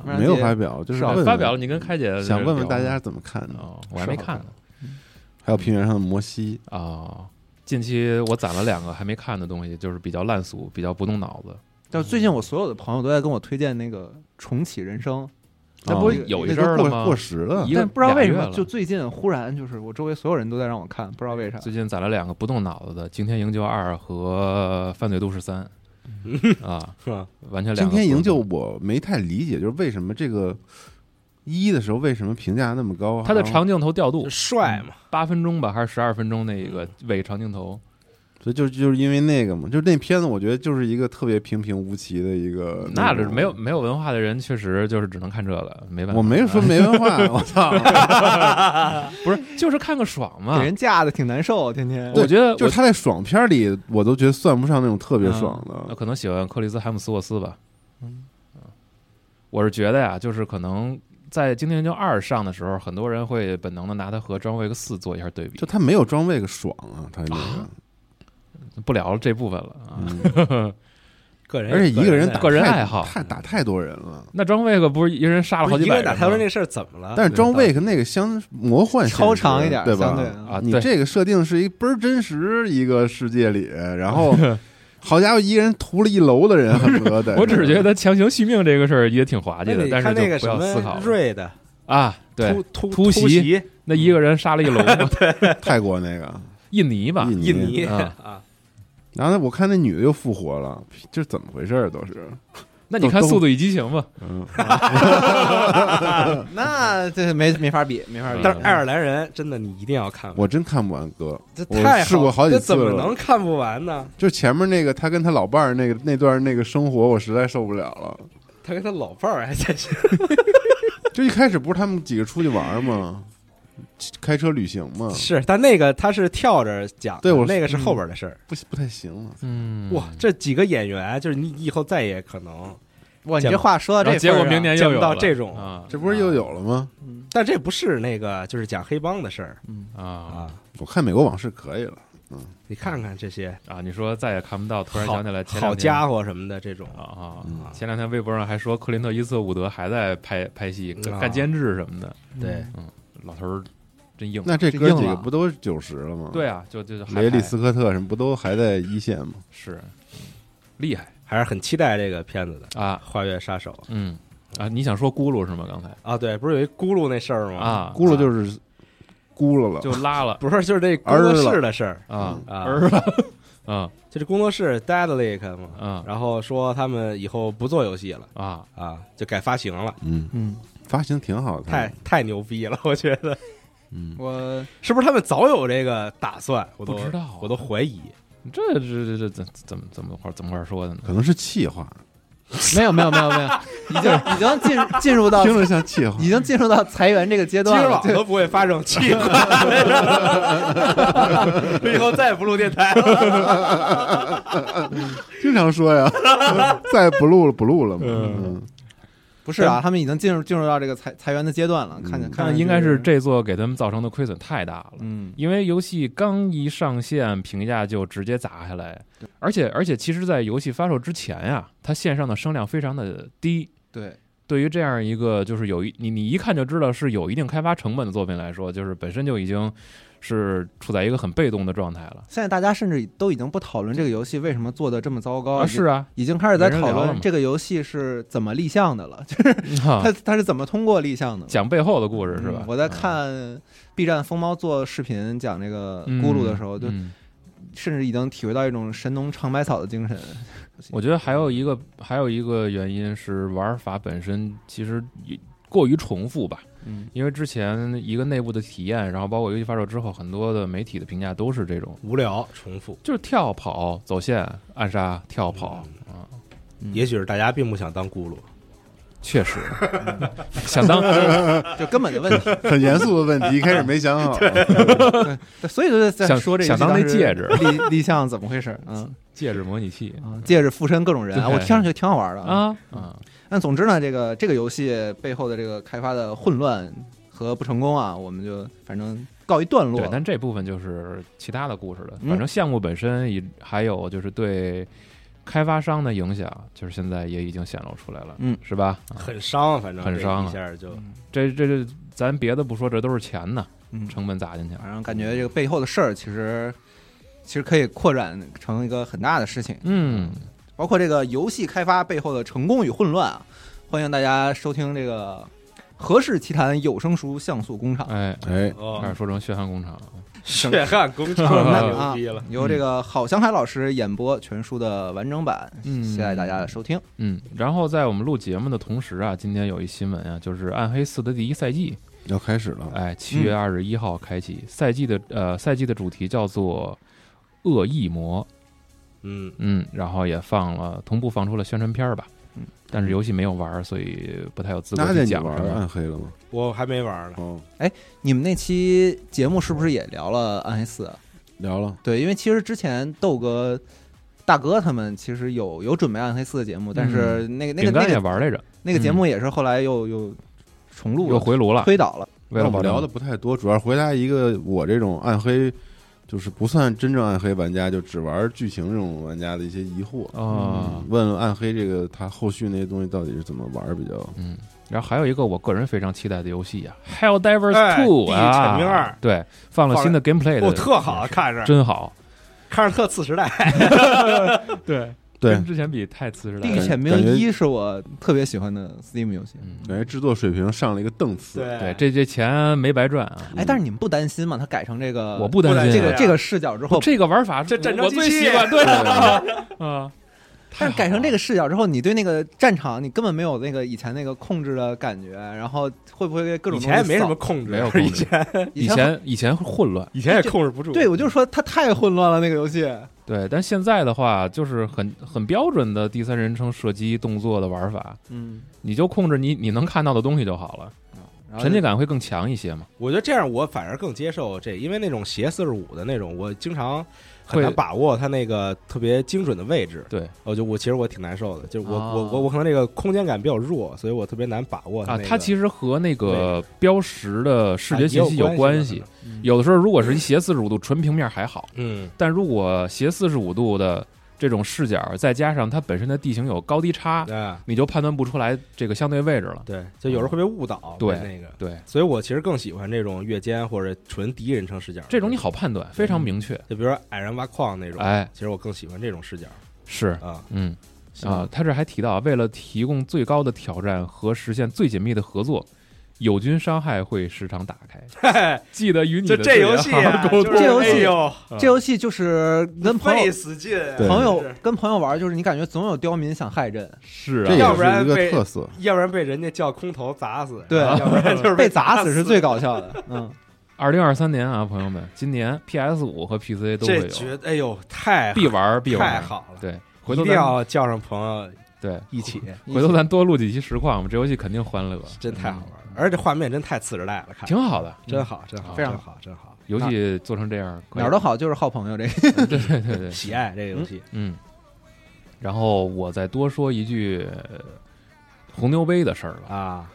C: 啊，
A: 那
D: 没有发表，就是
A: 是啊
D: 问问
C: 发表了，你跟开姐
D: 想问
C: 聊
D: 问大家怎么看的。
C: 哦，我还没看呢
D: 还有平原上的摩西，
C: 哦。近期我攒了两个还没看的东西，就是比较烂俗，比较不动脑子。
A: 但是最近我所有的朋友都在跟我推荐那个《重启人生》，
C: 那
D: 哦
C: 不是有一阵儿了
D: 过
C: 吗
D: 过时了
C: 一，个
A: 但不知道为什
C: 俩
A: 么
C: 月了
A: 就最近忽然就是我周围所有人都在让我看，不知道
D: 嗯
A: 为啥。
C: 最近攒了两个不动脑子的《惊天营救二》和《犯罪都市三》啊，
B: 是吧？
C: 完全两
D: 今
C: 个。
D: 嗯天营救我没太理解，就是为什么这个一的时候为什么评价那么高啊？
C: 它的长镜头调度
B: 就帅嘛，
C: 八分钟吧，还是十二分钟那一个尾长镜头？
D: 所以就就是因为那个嘛，就是那片子我觉得就是一个特别平平无奇的一个，
B: 嗯
C: 那这没有。没有文化的人，确实就是只能看这个，没办法。
D: 我没有说没 文化，我操！
C: 不是，就是看个爽嘛
A: 给。人架的挺难受，啊天天。
C: 我觉得
D: 就是
C: 我
D: 他在爽片里，我都觉得算不上那种特别爽
C: 嗯那
D: 的。
C: 可能喜欢克里斯海姆斯沃斯吧。
A: 嗯
C: 嗯我是觉得呀，就是可能在《惊天营救二》上的时候，很多人会本能的拿它和《张卫克四》做一下对比
D: 就。他没有装备个爽啊，他那个，
C: 不聊这部分了啊。
D: 嗯
B: 个人
D: 而且一个人
B: 的
D: 打
C: 哎个人
D: 太
C: 爱好嗯
D: 太打太多人了。
C: 那张卫克不是一人杀了好
B: 不是
C: 几
B: 一
C: 百
B: 个
C: 人
B: 人打
C: 吗
B: 台湾那事儿怎么了？
D: 但是装备跟那个相魔幻现实
A: 超长一点，
D: 对
A: 相
D: 吧？
A: 对
C: 啊，
D: 你
C: 对
D: 这个设定是一倍儿真实一个世界里，然 后好家伙，一人屠了一楼的人，恨不得 得。
C: 我只是觉得强行续命这个事儿也挺滑稽
B: 那
C: 的，
B: 你
C: 但是
B: 看那
C: 就
B: 个
C: 不
B: 什
C: 要思考了
B: 么瑞的
C: 啊。对，
B: 突突
C: 突袭
B: 袭
C: 那一个人杀 了一龙，
D: 泰国那个
C: 印尼吧，
D: 印
B: 印 尼
C: 啊
B: 啊，
D: 然后我看那女的又复活了，这怎么回事儿？都是，
C: 那你看《速度与激情》吧，
D: 嗯，
A: 那这没没法比，没法比。
B: 但是爱尔兰人真的你一定要看完，
D: 我真看不完哥，
B: 这
D: 我
B: 太
D: 试过好几
B: 这
D: 次
B: 怎么
D: 了
B: 能看不完呢？
D: 就前面那个他跟他老伴儿那个那段那个生活，我实在受不了了。
B: 他 跟他老伴儿还在
D: 就一开始不是他们几个出去玩儿吗？开车旅行嘛，
B: 是，但那个他是跳着讲的，
D: 对我
B: 那个是后边的事儿。
D: 不不太行了。
C: 嗯，
B: 哇，这几个演员，就是你以后再也可能
A: 哇，你
B: 见
A: 这
B: 吧
A: 话说到
C: 然
A: 这
C: 后结
A: 份
C: 果
A: 儿
C: 明
A: 上
C: 年
B: 见
C: 又
B: 不
C: 有
B: 到
C: 了
B: 这种
C: 啊，
D: 这不是又有了吗？
A: 嗯
B: 但这不是那个，就是讲黑帮的事儿
A: 嗯
C: 啊
B: 啊。
D: 我看《美国往事》可以
C: 嗯
D: 了，
B: 你看看这些
C: 啊！你说再也看不到，突然
B: 好
C: 想起来前两
B: 好
C: 天
B: 家伙什么的这种，
C: 啊
D: 嗯
C: 啊！前两天微博上还说克林特·伊斯特伍德还在拍拍戏、
B: 啊
C: 干监制什么的，
B: 对，
C: 老头儿真硬。
D: 那这
A: 这
D: 哥
A: 硬
D: 几个
A: 了
D: 不都九十了吗？
C: 对，啊，就就还
D: 雷利
C: 拍
D: 斯科特什么不都还在一线吗？
C: 是嗯厉害
B: 还是很期待这个片子的《
C: 啊，
B: 花月杀手》
C: 嗯啊，你想说咕噜是吗？刚才
B: 啊。对，不是有一咕嗯噜那事儿吗？，
C: 啊，
D: 咕噜就是是咕噜了，
C: 就拉 了
B: 不是，就是那工作室的事儿
C: 啊
B: 啊，
C: 儿了啊
B: 就是工作室 Deadlick 嘛。
C: 啊
B: 然后说他们以后不做游戏了
C: 啊！
B: 啊，就改发行了，
D: 嗯，
A: 嗯，
D: 发行挺好的，
B: 太太牛逼了，我觉得
D: 嗯，
A: 我
B: 是不是他们早有这个打算？我都
C: 不知道
B: 我都怀疑。
C: 这这这这怎怎么怎么话怎么话说的呢？
D: 可能是气 话，
A: 没有没有没有没有，已经已经进进入
C: 啊
A: 到
D: 听着像 气话
A: 已。经进入到裁员这个阶
B: 今
A: 段
B: 儿
A: 了
B: 晚，都不会发这种 气话，以后再也不录电台了。
D: 经常 说呀，再不录了不录了嘛。
C: 嗯
D: 嗯，
A: 不是啊，他们已经进入进入到这个裁裁员的阶段了，看见
D: 嗯
A: 看
C: 但
A: 着
C: 应该
A: 就是
C: 这座给他们造成的亏损太大了。
A: 嗯
C: 因为游戏刚一上线，评价就直接砸下来，而且而且，其实，在游戏发售之前呀、它线上的声量非常的低。
A: 对
C: 对于这样一个就是有一你你一看就知道是有一定开发成本的作品来说，就是本身就已经是处在一个很被动的状态了。
A: 现在大家甚至都已经不讨论这个游戏为什么做的这么糟糕，
C: 啊，是啊，
A: 已经开始在
C: 没人聊
A: 讨
C: 了嘛
A: 论这个游戏是怎么立项的 了，就是
C: 啊
A: 它它是怎么通过立项的。
C: 讲背后的故事是吧
A: 嗯？我在看 B 站疯猫做视频讲这个
C: 嗯
A: 咕噜的时候，就
C: 嗯
A: 甚至已经体会到一种神农尝百草的精神。
C: 我觉得还有一个还有一个原因是玩法本身其实也过于重复吧。
A: 嗯，
C: 因为之前一个内部的体验，然后包括游戏发售之后，很多的媒体的评价都是这种，
B: 无聊，重复，
C: 就是跳跑、走线、暗杀、跳跑
A: 嗯
C: 啊，
B: 也许是大家并不想当咕噜。
C: 确实想当
A: 就根本的问题。
D: 很严肃的问题，一开始没想好。
A: 所以就在
C: 想
A: 在说这
C: 想当那戒指
A: 立立项怎么回事？ 嗯
C: 戒指模拟器
A: 啊，嗯戒指附身各种人，啊
C: 对
A: 我听上去挺好玩的。
C: 啊啊，
A: 但总之呢，这个这个游戏背后的这个开发的混乱和不成功啊，我们就反正告一段落
C: 对，
A: 了。
C: 但这部分就是其他的故事了。
A: 嗯
C: 反正项目本身也还有就是对开发商的影响，就是现在也已经显露出来了，
A: 嗯，
C: 是吧？啊
B: 很伤，嗯反正
C: 很伤啊
B: 这一下就
C: 这这这，咱别的不说，这都是钱呢，
A: 嗯，
C: 成本砸进去了。
A: 反正感觉这个背后的事儿，其实其实可以扩展成一个很大的事情，
C: 嗯，
A: 包括这个游戏开发背后的成功与混乱啊。欢迎大家收听这个《何氏奇谈》有声书像素工厂。
C: 哎，
D: 哎，
C: 差点
B: 哦，
C: 说成血汗工厂了。
B: 血汗工厂
A: 那
B: 太
A: 啊
B: 牛逼了。
A: 由这个郝祥海老师演播全书的完整版，
C: 嗯
A: 期待大家的收听。
C: 嗯，然后在我们录节目的同时啊，今天有一新闻啊，就是《暗黑四》的第一赛季，
D: 要开始了，
C: 哎，七
A: 嗯
C: 月二十一号开启。赛季的呃，赛季的主题叫做“恶意魔
B: 嗯”，，
C: 嗯，然后也放了同步放出了宣传片儿吧，
A: 嗯，
C: 但是游戏没有玩儿，所以不太有资格
D: 那
C: 去
D: 得你
C: 讲
D: 玩啊
C: 什么
D: 暗黑了吗？
B: 我还没玩呢。
D: 哦，
A: 你们那期节目是不是也聊了暗黑四？啊
D: 聊了，
A: 对，因为其实之前豆哥、大哥他们其实有有准备暗黑四的节目，但是那个那个
C: 饼干
A: 那
C: 也
A: 个
C: 玩来着，
A: 那个节目也是后来又又重录了
C: 又回炉了，
A: 推倒了。
C: 为了
D: 我
C: 保
D: 们
C: 证
D: 聊的不太多，主要回答一个我这种暗黑，就是不算真正暗黑玩家，就只玩剧情这种玩家的一些疑惑。
C: 啊
D: 嗯，问问暗黑这个它后续那些东西到底是怎么玩比较？
C: 嗯。然后还有一个我个人非常期待的游戏啊，《Helldivers
B: 哎
C: Two》
B: 地狱
C: 啊，
B: 犬兵二
C: 对，放了
B: 放了
C: 新的 gameplay 的，
B: 哦，特好，看着
C: 真好，
B: 看着特次时代。
C: 对，
D: 对
C: 跟，之前比太次时
A: 《地
C: 代了
A: 狱
D: 感
A: 犬兵
D: 感觉
A: 一》是我特别喜欢的 Steam 游戏。
C: 嗯
D: 感觉制作水平上了一个档次。
C: 对，
B: 对，
C: 这这钱没白赚啊！
A: 哎，但是你们不担心吗？它改成这个
C: 我不担
B: 不
C: 心
A: 这
C: 啊，
B: 担
A: 个
B: 心
A: 这个视角之后，
C: 这个玩法是
B: 这战争
C: 我
B: 机
C: 最
B: 器嗯
C: 喜欢，对 啊，
A: 但是改成这
C: 个
A: 个视角之后，你对那个战场你根本没有那个以前那个控制的感觉，然后会不会各种东
B: 以
A: 西
B: 前也没什么
A: 扫
B: 控制，
C: 没有控制
B: 以前
C: 以
A: 以
C: 前以前混乱，
B: 以前也控制不住。
A: 对我就说它太混乱了那个游戏。
C: 对，但现在的话就是很很标准的第三人称射击动作的玩法，
A: 嗯，
C: 你就控制你你能看到的东西就好了。
B: 啊
A: 然后
C: 沉浸感会更强一些嘛。
B: 我觉得这样我反而更接受这，因为那种斜四十五的那种，我经常很难
C: 会
B: 把握它那个特别精准的位置。
C: 对
B: 我就我其实我挺难受的，就是我、
C: 啊
B: 我我我可能这个空间感比较弱，所以我特别难把握
C: 啊，
B: 那个啊
C: 它其实和那个标识的视觉信息
B: 有
C: 有关
B: 系
C: 系
B: 的。。
C: 有的时候如果是一斜四十五度纯平面还好，
B: 嗯，
C: 但如果斜四十五度的这种视角，再加上它本身的地形有高低差，
B: 啊，
C: 你就判断不出来这个相对位置了。
B: 对，就有时候会被误导。
C: 对
B: 那个，
C: 对，
B: 所以我其实更喜欢这种越肩或者纯第一人称视角。
C: 这种你，好判断，非常
B: 嗯
C: 明确。
B: 就比如说矮人挖矿那种，
C: 哎，
B: 其实我更喜欢这种视角
C: 是，
B: 啊
C: 嗯。
B: 行
C: 啊，他这还提到，为了提供最高的挑战和实现最紧密的合作，友军商害会时常打开。记得与你
B: 就
C: 的
B: 这
C: 队
B: 游戏
C: 友好
B: 啊，
C: 好 沟
B: 就
C: 通
B: 是
A: 这游戏
B: 哎呦
A: 这游戏就是跟朋
B: 费
A: 友
B: 死劲啊，
D: 对
A: 朋友
B: 是
A: 跟朋友玩，就是你感觉总有刁民想害朕，
C: 是
D: 这
C: 啊，
B: 要
D: 也
B: 不然
D: 是一个
B: 被
D: 特色。
B: 要不然被人家叫空投砸死，
A: 对
B: 要不 然 就是
A: 被
B: 砸
A: 砸死是最搞笑的。嗯，
C: 二零二三年啊，朋友们，今年 PS 五和 PC 都会
B: 这
C: 有，
B: 绝哎呦太
C: 必玩必玩，
B: 太好了，
C: 对，回
B: 一
C: 头
B: 定
C: 咱嗯
B: 要叫上朋友
C: 对，
B: 一起，
C: 回头咱多录几期实况吧，这游戏肯定欢乐，嗯
B: 真太好玩了，而且画面真太次时代了，看着
C: 挺好的，嗯
B: 真好，真好，
A: 非常
B: 真好，真好，
C: 游戏做成这样， 可以
A: 哪儿都好，就是好朋友这个。
C: 对对对 对，
B: 喜爱这个游戏，
C: 嗯。然后我再多说一句呃红牛杯的事儿吧。
B: 啊，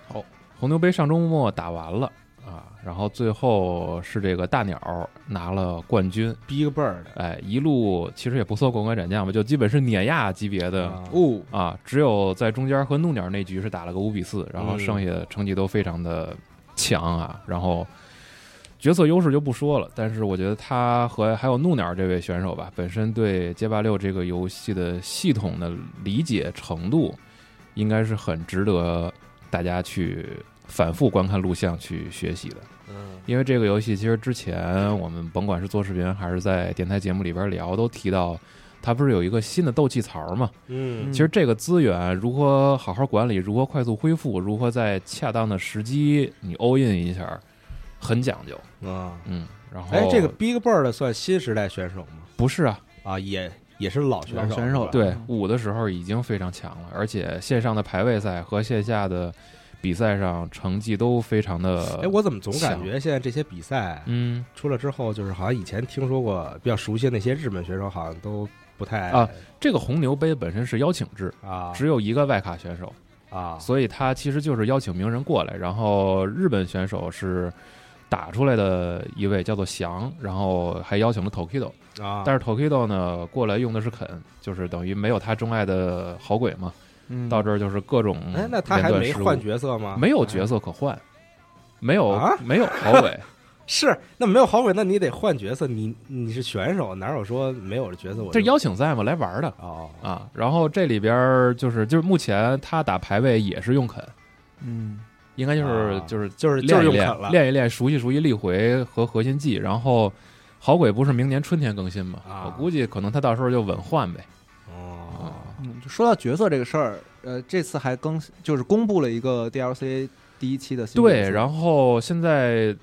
C: 红牛杯上周末打完了啊，然后最后是这个大鸟拿了冠军，
B: Big Bird 的
C: 哎，一路其实也不算过关斩将吧，就基本是碾压级别的
B: 啊
A: 哦，
C: 啊，只有在中间和怒鸟那局是打了个五比四，然后
B: 嗯
C: 剩下的成绩都非常的强啊，然后角色优势就不说了，但是我觉得他和还有怒鸟这位选手吧，本身对街霸六这个游戏的系统的理解程度，应该是很值得大家去反复观看录像去学习的。
B: 嗯
C: 因为这个游戏，其实之前我们甭管是做视频还是在电台节目里边聊，都提到它不是有一个新的斗气槽嘛？
B: 嗯
C: 其实这个资源如何好好管理，如何快速恢复，如何在恰当的时机你 all in 一下，很讲究。
B: 啊，
C: 嗯，然后
B: 哎，这个 Big Bird 算新时代选手吗？
C: 不是啊，
B: 啊，也也是老选手，
A: 老选手了
C: 对
A: 嗯
C: 五的时候已经非常强了，而且线上的排位赛和线下的比赛上成绩都非常的。
B: 哎，我怎么总感
C: 想
B: 觉现在这些比赛
C: 嗯
B: 出了之后，就是好像以前听说过比较熟悉的那些日本选手，好像都不太
C: 啊这个红牛杯本身是邀请制，
B: 啊
C: 只有一个外卡选手。
B: 啊
C: 所以他其实就是邀请名人过来，然后日本选手是打出来的一位叫做翔，然后还邀请了 Tokido，
B: 啊！
C: 但是
B: 是
C: Tokido 呢过来用的是肯，就是等于没有他钟爱的好鬼嘛，
A: 嗯
C: 到这儿就是各种
B: 哎，那他还
C: 连段
B: 没
C: 失误
B: 换角色吗？
C: 没有角色可换，没有、
B: 啊
C: 没有好 鬼，
B: 是那没有好鬼，那你得换角色。你你是选手，哪有说没有角色我
C: 这
B: 就
C: 邀请赛嘛，来玩儿的
B: 哦
C: 啊。然后这里边儿就是就是目前他打排位也是用肯，
A: 嗯，
C: 应该就是
B: 啊
C: 就是
B: 就是就
C: 练
B: 是
C: 一
B: 用
C: 练
B: 啃了
C: 练一练，熟悉熟悉力回和核心技。然后，好鬼不是明年春天更新吗？
B: 啊
C: 我估计可能他到时候就稳换呗。
B: 哦，
A: 嗯就说到角色这个事儿，呃，这次还更就是公布了一个 DLC 第一期的新
C: 对，
A: 后
C: 然后现在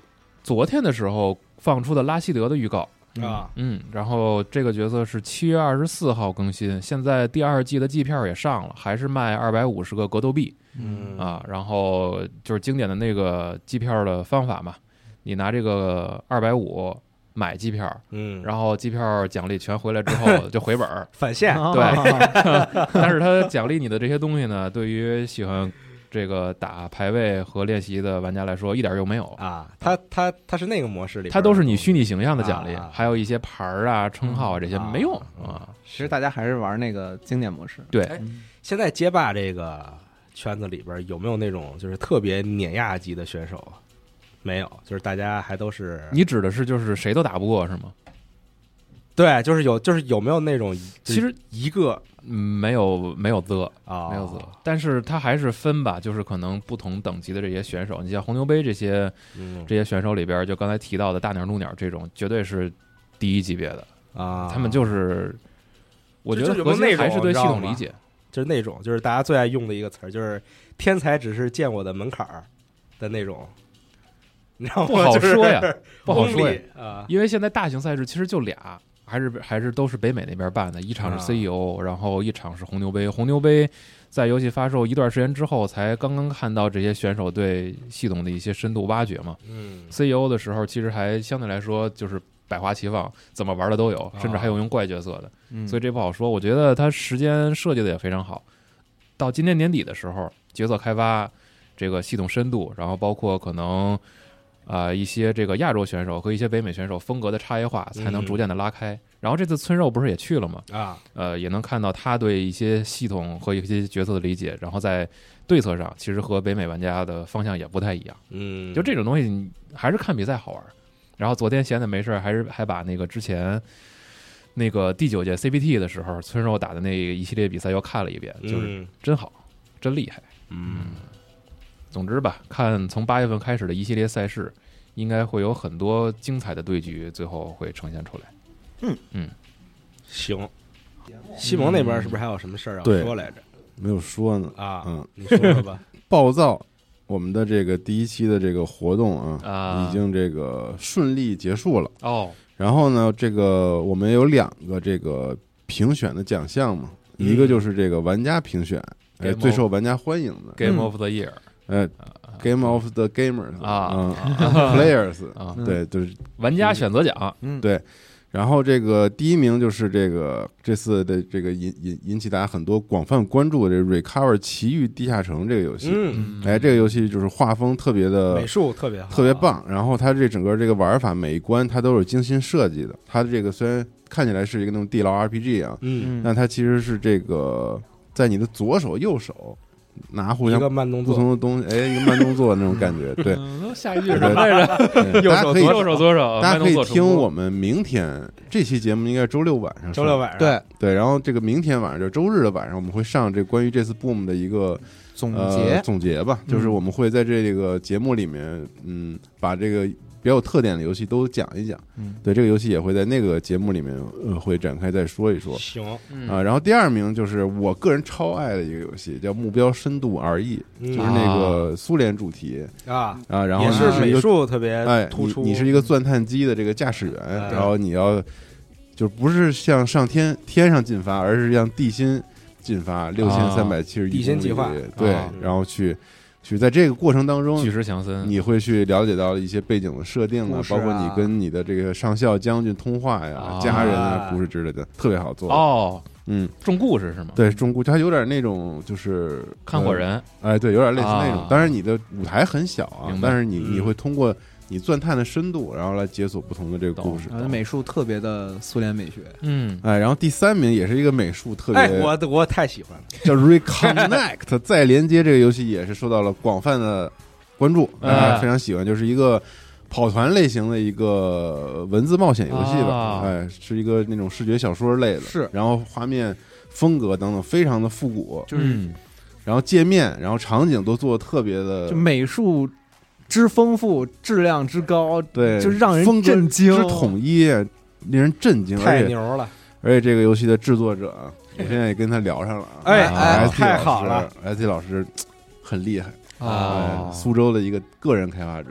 C: 昨天的时候放出的拉希德的预告，
B: 啊
C: 嗯，然后这个角色是七月二十四号更新，现在第二季的季票也上了，还是卖二百五十个格斗币
B: 嗯
C: 啊。然后就是经典的那个季票的方法嘛，你拿这个二百五买机票。
B: 嗯，后
C: 然后机票奖励全回来之 后就回本儿，
B: 返现
C: 啊
A: 嗯
C: 对但是他奖励你的这些东西呢， 对于喜欢这个打排位和练习的玩家来说一点用没有，
B: 啊，他他他是那个模式里边的，
C: 它都是你虚拟形象的奖励
B: 啊，
C: 还有一些牌儿啊、称号啊这些
B: 啊
C: 没用
B: 嗯
C: 啊。
A: 其实大家还是玩那个经典模式。
C: 对
B: 哎，现在街霸这个圈子里边有没有那种就是特别碾压级的选手啊？没有，就是大家还都是
C: 你指的是就是谁都打不过是吗？
B: 对，就是有就是有没有那种
C: 其实
B: 一个
C: 嗯没有没有的，
B: 啊
C: 没有的，但是它还是分吧，就是可能不同等级的这些选手，你像红牛杯这些
B: 嗯
C: 这些选手里边儿，就刚才提到的大鸟、怒鸟这种，绝对是第一级别的。
B: 啊，
C: 他们就是，我觉得
B: 就
C: 核
B: 有没
C: 心
B: 有那种
C: 还是对系统理解。
B: 就是那种就是大家最爱用的一个词儿，就是天才只是见我的门槛儿的那种，你知道 吗？
C: 不好说呀，
B: 就是
C: 不好说呀
B: only，啊
C: 因为现在大型赛事其实就俩，还是还是都是北美那边办的，一场是
B: 啊
C: CEO，、然后一场是红牛杯。红牛杯在游戏发售一段时间之后，才刚刚看到这些选手对系统的一些深度挖掘嘛。
B: 嗯
C: CEO 的时候，其实还相对来说就是百花齐放，怎么玩的都有，
B: 啊
C: 甚至还有用怪角色的。
A: 嗯，
C: 所以
A: 以
C: 这不好说。我觉得它时间设计的也非常好。到今年年底的时候，角色开发、这个系统深度，然后包括可能啊、一些这个亚洲选手和一些北美选手风格的差异化，才能
B: 嗯
C: 逐渐的拉开。然后这次村肉不是也去了吗？
B: 啊，
C: 呃，也能看到他对一些系统和一些角色的理解，然后在对策上，其实和北美玩家的方向也不太一样。
B: 嗯，
C: 就这种东西，你还是看比赛好玩儿。然后昨天闲的没事儿，还是还把那个之前那个第九届 CBT 的时候，村肉打的那一系列比赛又看了一遍，就是
B: 嗯
C: 真好，真厉害。
D: 嗯，
C: 总之吧，看从八月份开始的一系列赛事，应该会有很多精彩的对局，最后会呈现出来。
B: 行。
C: 嗯
B: 西蒙那边是不是还有什么事儿要啊
D: 对
B: 说来着？
D: 没有说呢
B: 啊
D: 嗯，
B: 你说 说吧。
D: 暴躁，我们的这个第一期的这个活动啊，
C: 啊
D: 已经这个顺利结束了。
C: 哦，
D: 然后呢，这个我们有两个这个评选的奖项嘛，一个就是这个玩家评选，哎，
C: Game
D: 最受玩家欢迎的，
A: 嗯
C: Game of the Year
D: 呃，Game of the Gamers
C: 啊
D: 嗯，Players，
C: 啊，
A: 嗯
D: 对，就是
C: 玩家选择奖，
A: 嗯
D: 对然后这个第一名就是这个这次的这个引引引起大家很多广泛关注的这《Recover 奇遇地下城》这个游戏。
B: 嗯，
D: 哎，这个游戏就是画风特别的
B: 美术特别好，
D: 特别。棒。然后它这整个这个玩法每一关它都是精心设计的。它这个虽然看起来是一个那种地牢 RPG 啊，
B: 嗯，
D: 但它其实是这个在你的左手右手拿互
B: 一
D: 相
B: 个慢动
D: 不
B: 作，
D: 同的东西，哎，一个慢动作那种感觉。 对，
C: 嗯，下一句是 什么来着？
D: 对
C: 右
D: 大家
C: 手
D: 可
C: 左
D: 以
C: 右手左手，
D: 大家
C: 慢
D: 可
C: 动
D: 以
C: 作重
D: 听
C: 播
D: 我们明天这期节目应该是周六晚上上，
B: 周六晚上
A: 对
D: 对，然后这个明天晚上就是周日的晚上，我们会上这关于这次 Boom 的一个
A: 总
B: 嗯
D: 呃
A: 结
D: 总结吧，就是我们会在这个节目里面，嗯，把这个比较有特点的游戏都讲一讲。
A: 嗯
D: 对，这个游戏也会在那个节目里面，呃，会展开再说一说。
B: 行，
C: 嗯
D: 啊，然后第二名就是我个人超爱的一个游戏，叫《目标深度 RE》，就是
B: 嗯
D: 那个苏联主题
B: 啊，
D: 啊，然后
B: 也
D: 你
B: 是
D: 一
B: 美
D: 个
B: 术特别
D: 哎，
B: 突出。嗯
D: 你，你是一个钻探机的这个驾驶员，
B: 哎
D: 然后你要就不是向上天天上进发，而是向地心进发，六千三百七十一
B: 地心计划
D: 对，
C: 啊
D: 然后去去在这个过程当中
C: 巨。石强森，
D: 你会去了解到一些背景的设定啊
A: 故，事
D: 包
A: 啊
D: 括你跟你的这个上校将军通话呀、
C: 啊
D: 家人啊、故事之类的，特别好做。
C: 哦，
D: 嗯，
C: 重故事是吗？，
D: 对，中古它有点那种就是
C: 看火人，
D: 哎，对，有点类似那种。
C: 啊
D: 当然，你的舞台很小啊
C: 明，白
D: 但是你
B: 嗯
D: 你会通过你钻探的深度，然后来解锁不同的这个故事。
A: 呃美术特别的苏联美学，
C: 嗯，
D: 哎，然后第三名也是一个美术特别，
B: 哎，我我太喜欢了，
D: 叫 Reconnect 再连接这个游戏也是受到了广泛的关注，大家
C: 哎
D: 非常喜欢，就是一个跑团类型的一个文字冒险游戏吧
C: 啊，
D: 哎，是一个那种视觉小说类的，
A: 是
D: 然后画面风格等等非常的复古，
A: 就是
C: 嗯
D: 然后界面，然后场景都做的特别的
A: 就美术之丰富，质量之高，
D: 对，
A: 就是让人
D: 风格
A: 震惊
D: 之统一，令人震惊。
B: 太
D: 而且
B: 牛了，
D: 而且这个游戏的制作者啊，我现在也跟他聊上了啊。
B: 哎
A: 哎
D: ST
B: 太好了
D: ，IT 老师嘖很厉害，哎
C: 哦，
A: 啊
D: 苏州的一个个人开发者，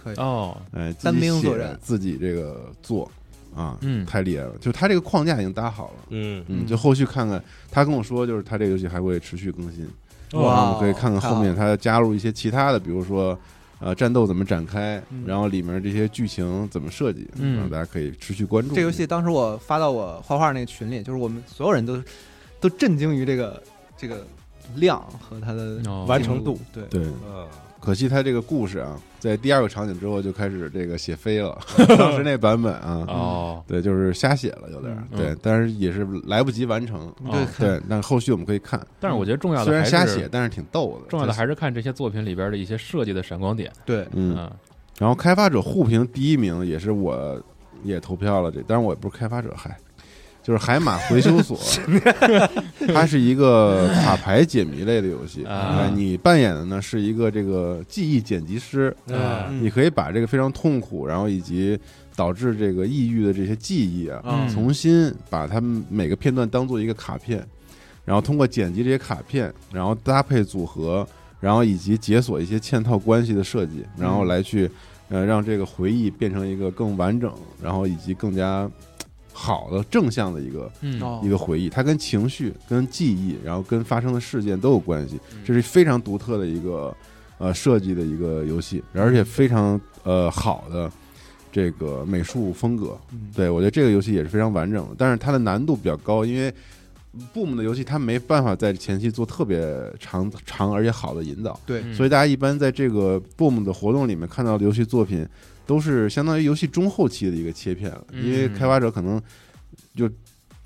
A: 可以，
C: 哦，
D: 哎，自己
A: 单兵
D: 写
A: 作战
D: 自己这个做啊，
C: 嗯
D: 太厉害了。就他这个框架已经搭好了，
B: 嗯，
D: 嗯，
A: 嗯
D: 就后续看看。他跟我说，就是他这个游戏还会持续更新，
A: 哇
D: 我们可以看看
A: 太好
D: 后面他加入一些其他的，比如说。呃，战斗怎么展开？
A: 嗯
D: 然后里面这些剧情怎么设计？
C: 嗯
D: 啊大家可以持续关注
A: 这游戏。当时我发到我画画那个群里，就是我们所有人都都震惊于这个这个量和它的
C: 哦
B: 完成度，
A: 对，
D: 对，
B: 嗯，
D: 可惜他这个故事啊，在第二个场景之后就开始这个写 飞了。当时那版本啊，
C: 哦，
D: 对，就是瞎写了有点儿，
C: 嗯
D: 对，但是也是来不及完成。
A: 对
C: 哦
D: 对，但后续我们可以看，
C: 但是我觉得重要的
D: 虽然
C: 还
D: 瞎
C: 是
D: 写，但是挺逗的。
C: 重要的
D: 就是
C: 还是看这些作品里边的一些设计的闪光点。
A: 对，
D: 嗯，
C: 嗯，
D: 然后开发者互评第一名也是我也投票了这，当然我也不是开发者，嗨。就是海马回 修所，它是一个卡牌解谜类的游戏。
C: 啊
D: 哎你扮演的呢是一个这个记忆剪辑师，
C: 啊
B: 嗯
A: 嗯
D: 你可以把这个非常痛苦，然后以及导致这个抑郁的这些记忆啊，
A: 嗯
D: 重新把它们每个片段当做一个卡片，然后通过剪辑这些卡片，然后搭配组合，然后以及解锁一些嵌套关系的设计，然后来去呃让这个回忆变成一个更完整，然后以及更加。好的正向的一个
C: 嗯
A: 哦
D: 一个回忆，它跟情绪、跟记忆，然后跟发生的事件都有关系，
A: 嗯
D: 这是非常独特的一个呃设计的一个游戏，而且非常呃好的这个美术风格。
A: 嗯
D: 对我觉得这个游戏也是非常完整的，但是它的难度比较高，因为 Boom 的游戏它没办法在前期做特别长长而且好的引导，
A: 对
C: 嗯
D: 所以大家一般在这个 Boom 的活动里面看到的游戏作品，都是相当于游戏中后期的一个切片了，
C: 嗯
D: 因为开发者可能就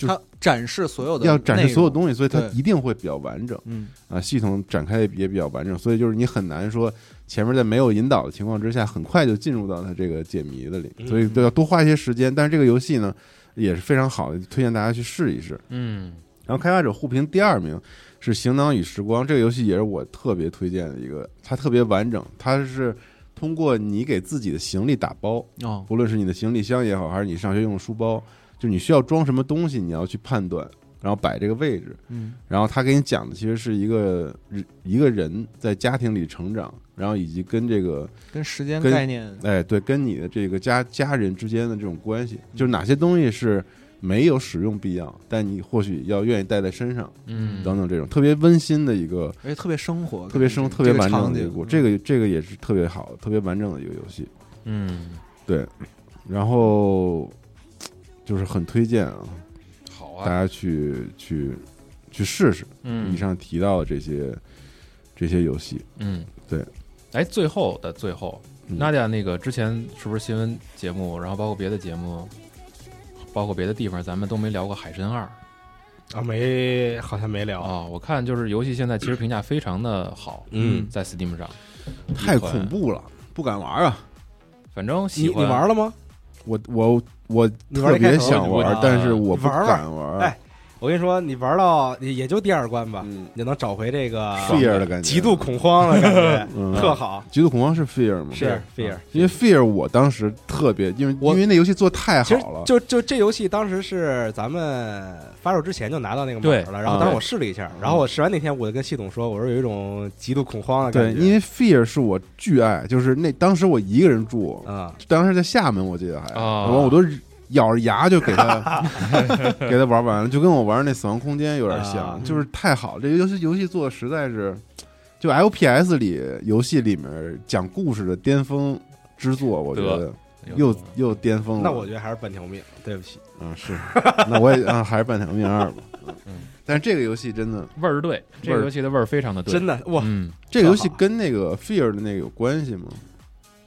A: 它展示所有的
D: 要展示所有
A: 西，
D: 东西，所以它
A: 对
D: 一定会比较完整
A: 嗯，
D: 啊，系统展开也比较完整，所以就是你很难说前面在没有引导的情况之下，很快就进入到它这个解谜的里，
B: 嗯
D: 所以都要多花一些时间。但是这个游戏呢，也是非常好的，推荐大家去试一试。
C: 嗯
D: 然后开发者互评第二名是《行囊与时光》这个游戏，也是我特别推荐的一个，它特别完整，它是通过你给自己的行李打包，
A: 哦，
D: 不论是你的行李箱也好，还是你上学用的书包，就是你需要装什么东西，你要去判断，然后摆这个位置。
A: 嗯，
D: 然后他给你讲的其实是一个一个人在家庭里成长，然后以及跟这个
A: 跟时间
D: 跟
A: 概念，
D: 哎，对，跟你的这个家家人之间的这种关系，就是哪些东西是没有使用必要，但你或许要愿意带在身上，
C: 嗯
D: 等等这种特别温馨的一个，
A: 而且特别生活，
D: 特别生、
A: 这
D: 特
A: 个
D: 别
A: 这个
D: 完整
A: 场
D: 的一个
A: 景嗯
D: 故事，这个这个也是特别好、特别完整的一个游戏。
C: 嗯，
D: 对，然后就是很推荐啊，
C: 好
D: 大，家去去去试试
C: 嗯
D: 以上提到的这些这些游戏。
C: 嗯，
D: 对。
C: 哎，最后的最后，
D: 嗯
C: 娜迪亚那个之前是不是新闻节目，然后包括别的节目，包括别的地方，咱们都没聊过《海参二》
B: 啊，没，好像没聊。
C: 啊？我看就是游戏现在其实评价非常的好，
B: 哦嗯
C: 在 Steam 上，
D: 太恐怖了，不敢玩啊！
C: 反正
B: 你
C: 喜
B: 你
C: 欢
B: 玩了吗？
D: 我我我
B: 你玩
D: 特
B: 一开
D: 别
B: 头
D: 想
B: 你
C: 不
D: 玩
C: 啊，
D: 但是我
B: 你
D: 不
B: 玩玩
D: 敢玩。
B: 哎我跟你说，你玩到也也就第二关吧，
D: 嗯
B: 你就能找回这个
D: ，fear 的感觉，
B: 极度恐慌的感觉，
D: 嗯，
B: 特好。
D: 极度恐慌是 fear 吗？
B: 是 fear
D: 因为 fear 我当时特别，因为
B: 啊我
D: 因为那游戏做太
B: 其实
D: 好了，
B: 就就这游戏当时是咱们发售之前就拿到那个码
C: 对
B: 了，然后
D: 啊
B: 当时我试了一下，然后我试完那天我就跟系统说，我说有一种极度恐慌的
D: 对，
B: 感觉。
D: 因为 fear 是我巨爱，就是那当时我一个人住，
B: 啊，
D: 当时在厦门，我记得还，
C: 啊
D: 完我都咬着牙就给他给他玩完了，就跟我玩那《死亡空间》有点像，
B: 啊
D: 就是太好了，这个游戏游戏做的实在是，就 FPS 里游戏里面讲故事的巅峰之作，我觉得又又巅峰了。
B: 那我觉得还是半条命，对不起。
D: 嗯是，那我也啊还是半条命二吧。嗯
C: 嗯，
D: 但是这个游戏真的，
C: 味儿对，这个游戏的味儿非常的对，
B: 真的哇，
C: 嗯，
D: 这个游戏
B: 好
D: 跟那个 Fear 的那个有关系吗？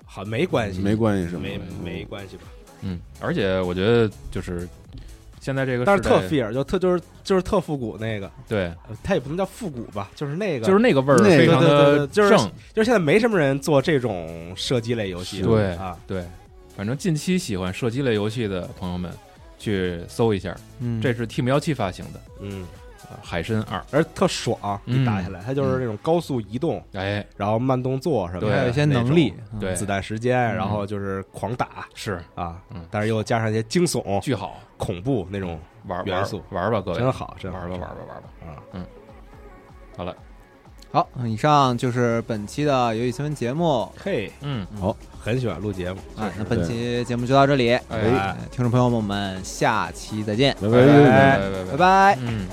B: 好没关系，
D: 没关系是吗？
B: 没没关系吧？
C: 嗯，而且我觉得就是现在这个
B: 但是
C: 时
B: 特
C: 代
B: fear 就特就是就是特复古那个，
C: 对，
B: 呃它也不能叫复古吧，就是那个
C: 就是那个味儿
D: 那个
C: 非常的
B: 对对对就是
C: 正，
B: 就是现在没什么人做这种射击类游戏了，
C: 对
B: 啊，
C: 对，反正近期喜欢射击类游戏的朋友们去搜一下，
A: 嗯，
C: 这是 Team 幺七发行的
B: 嗯，
C: 《海参二》，
B: 而且特爽，
C: 嗯
B: 一打下来，它就是那种高速移动，
C: 哎，
B: 然后慢动作什么的，
C: 对
A: 还有一些能力，嗯
C: 对，
B: 子弹时间，然后就是狂打
C: 是
B: 啊
C: 嗯，
B: 但是又加上一些惊悚、
C: 巨好
B: 恐怖那种，
C: 玩儿
B: 元素
C: 玩儿玩儿吧，各
B: 真
C: 位，
B: 好，真
C: 玩
B: 好
C: 儿吧，玩儿吧，玩儿吧。嗯
B: 啊，
A: 好，嗯以上就是本期的游戏新闻节目。
B: 嘿，
C: 嗯，
B: 很喜欢录节目，
A: 啊，那本期节目就到这里，
C: 哎
A: 哎听众朋友们，我们下期再见，哎
D: 拜
C: 拜
D: 拜。
C: 拜拜
A: 拜
C: 拜拜，
A: 拜。
C: 嗯。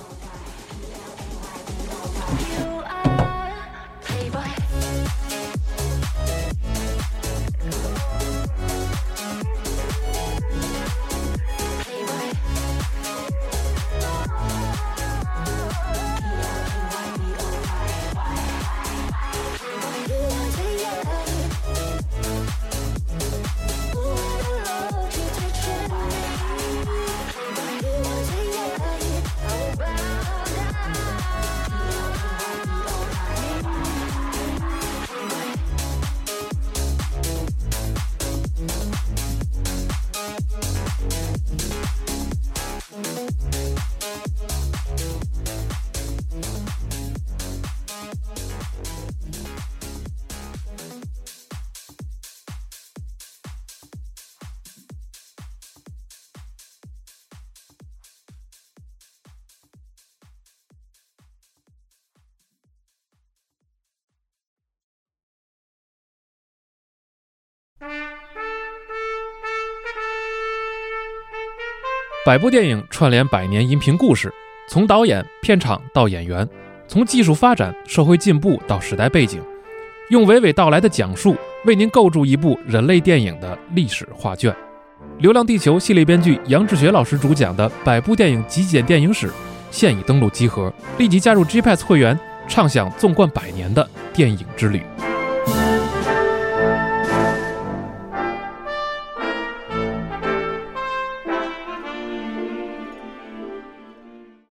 E: You are playboy. Playboy. Playboy.
C: 百部电影串联百年音频故事，从导演、片场到演员，从技术发展、社会进步到时代背景，用娓娓道来的讲述，为您构筑一部人类电影的历史画卷。《流浪地球》系列编剧杨志学老师主讲的《百部电影极简电影史》现已登陆集合，立即加入 GPS 会员，畅享纵贯百年的电影之旅。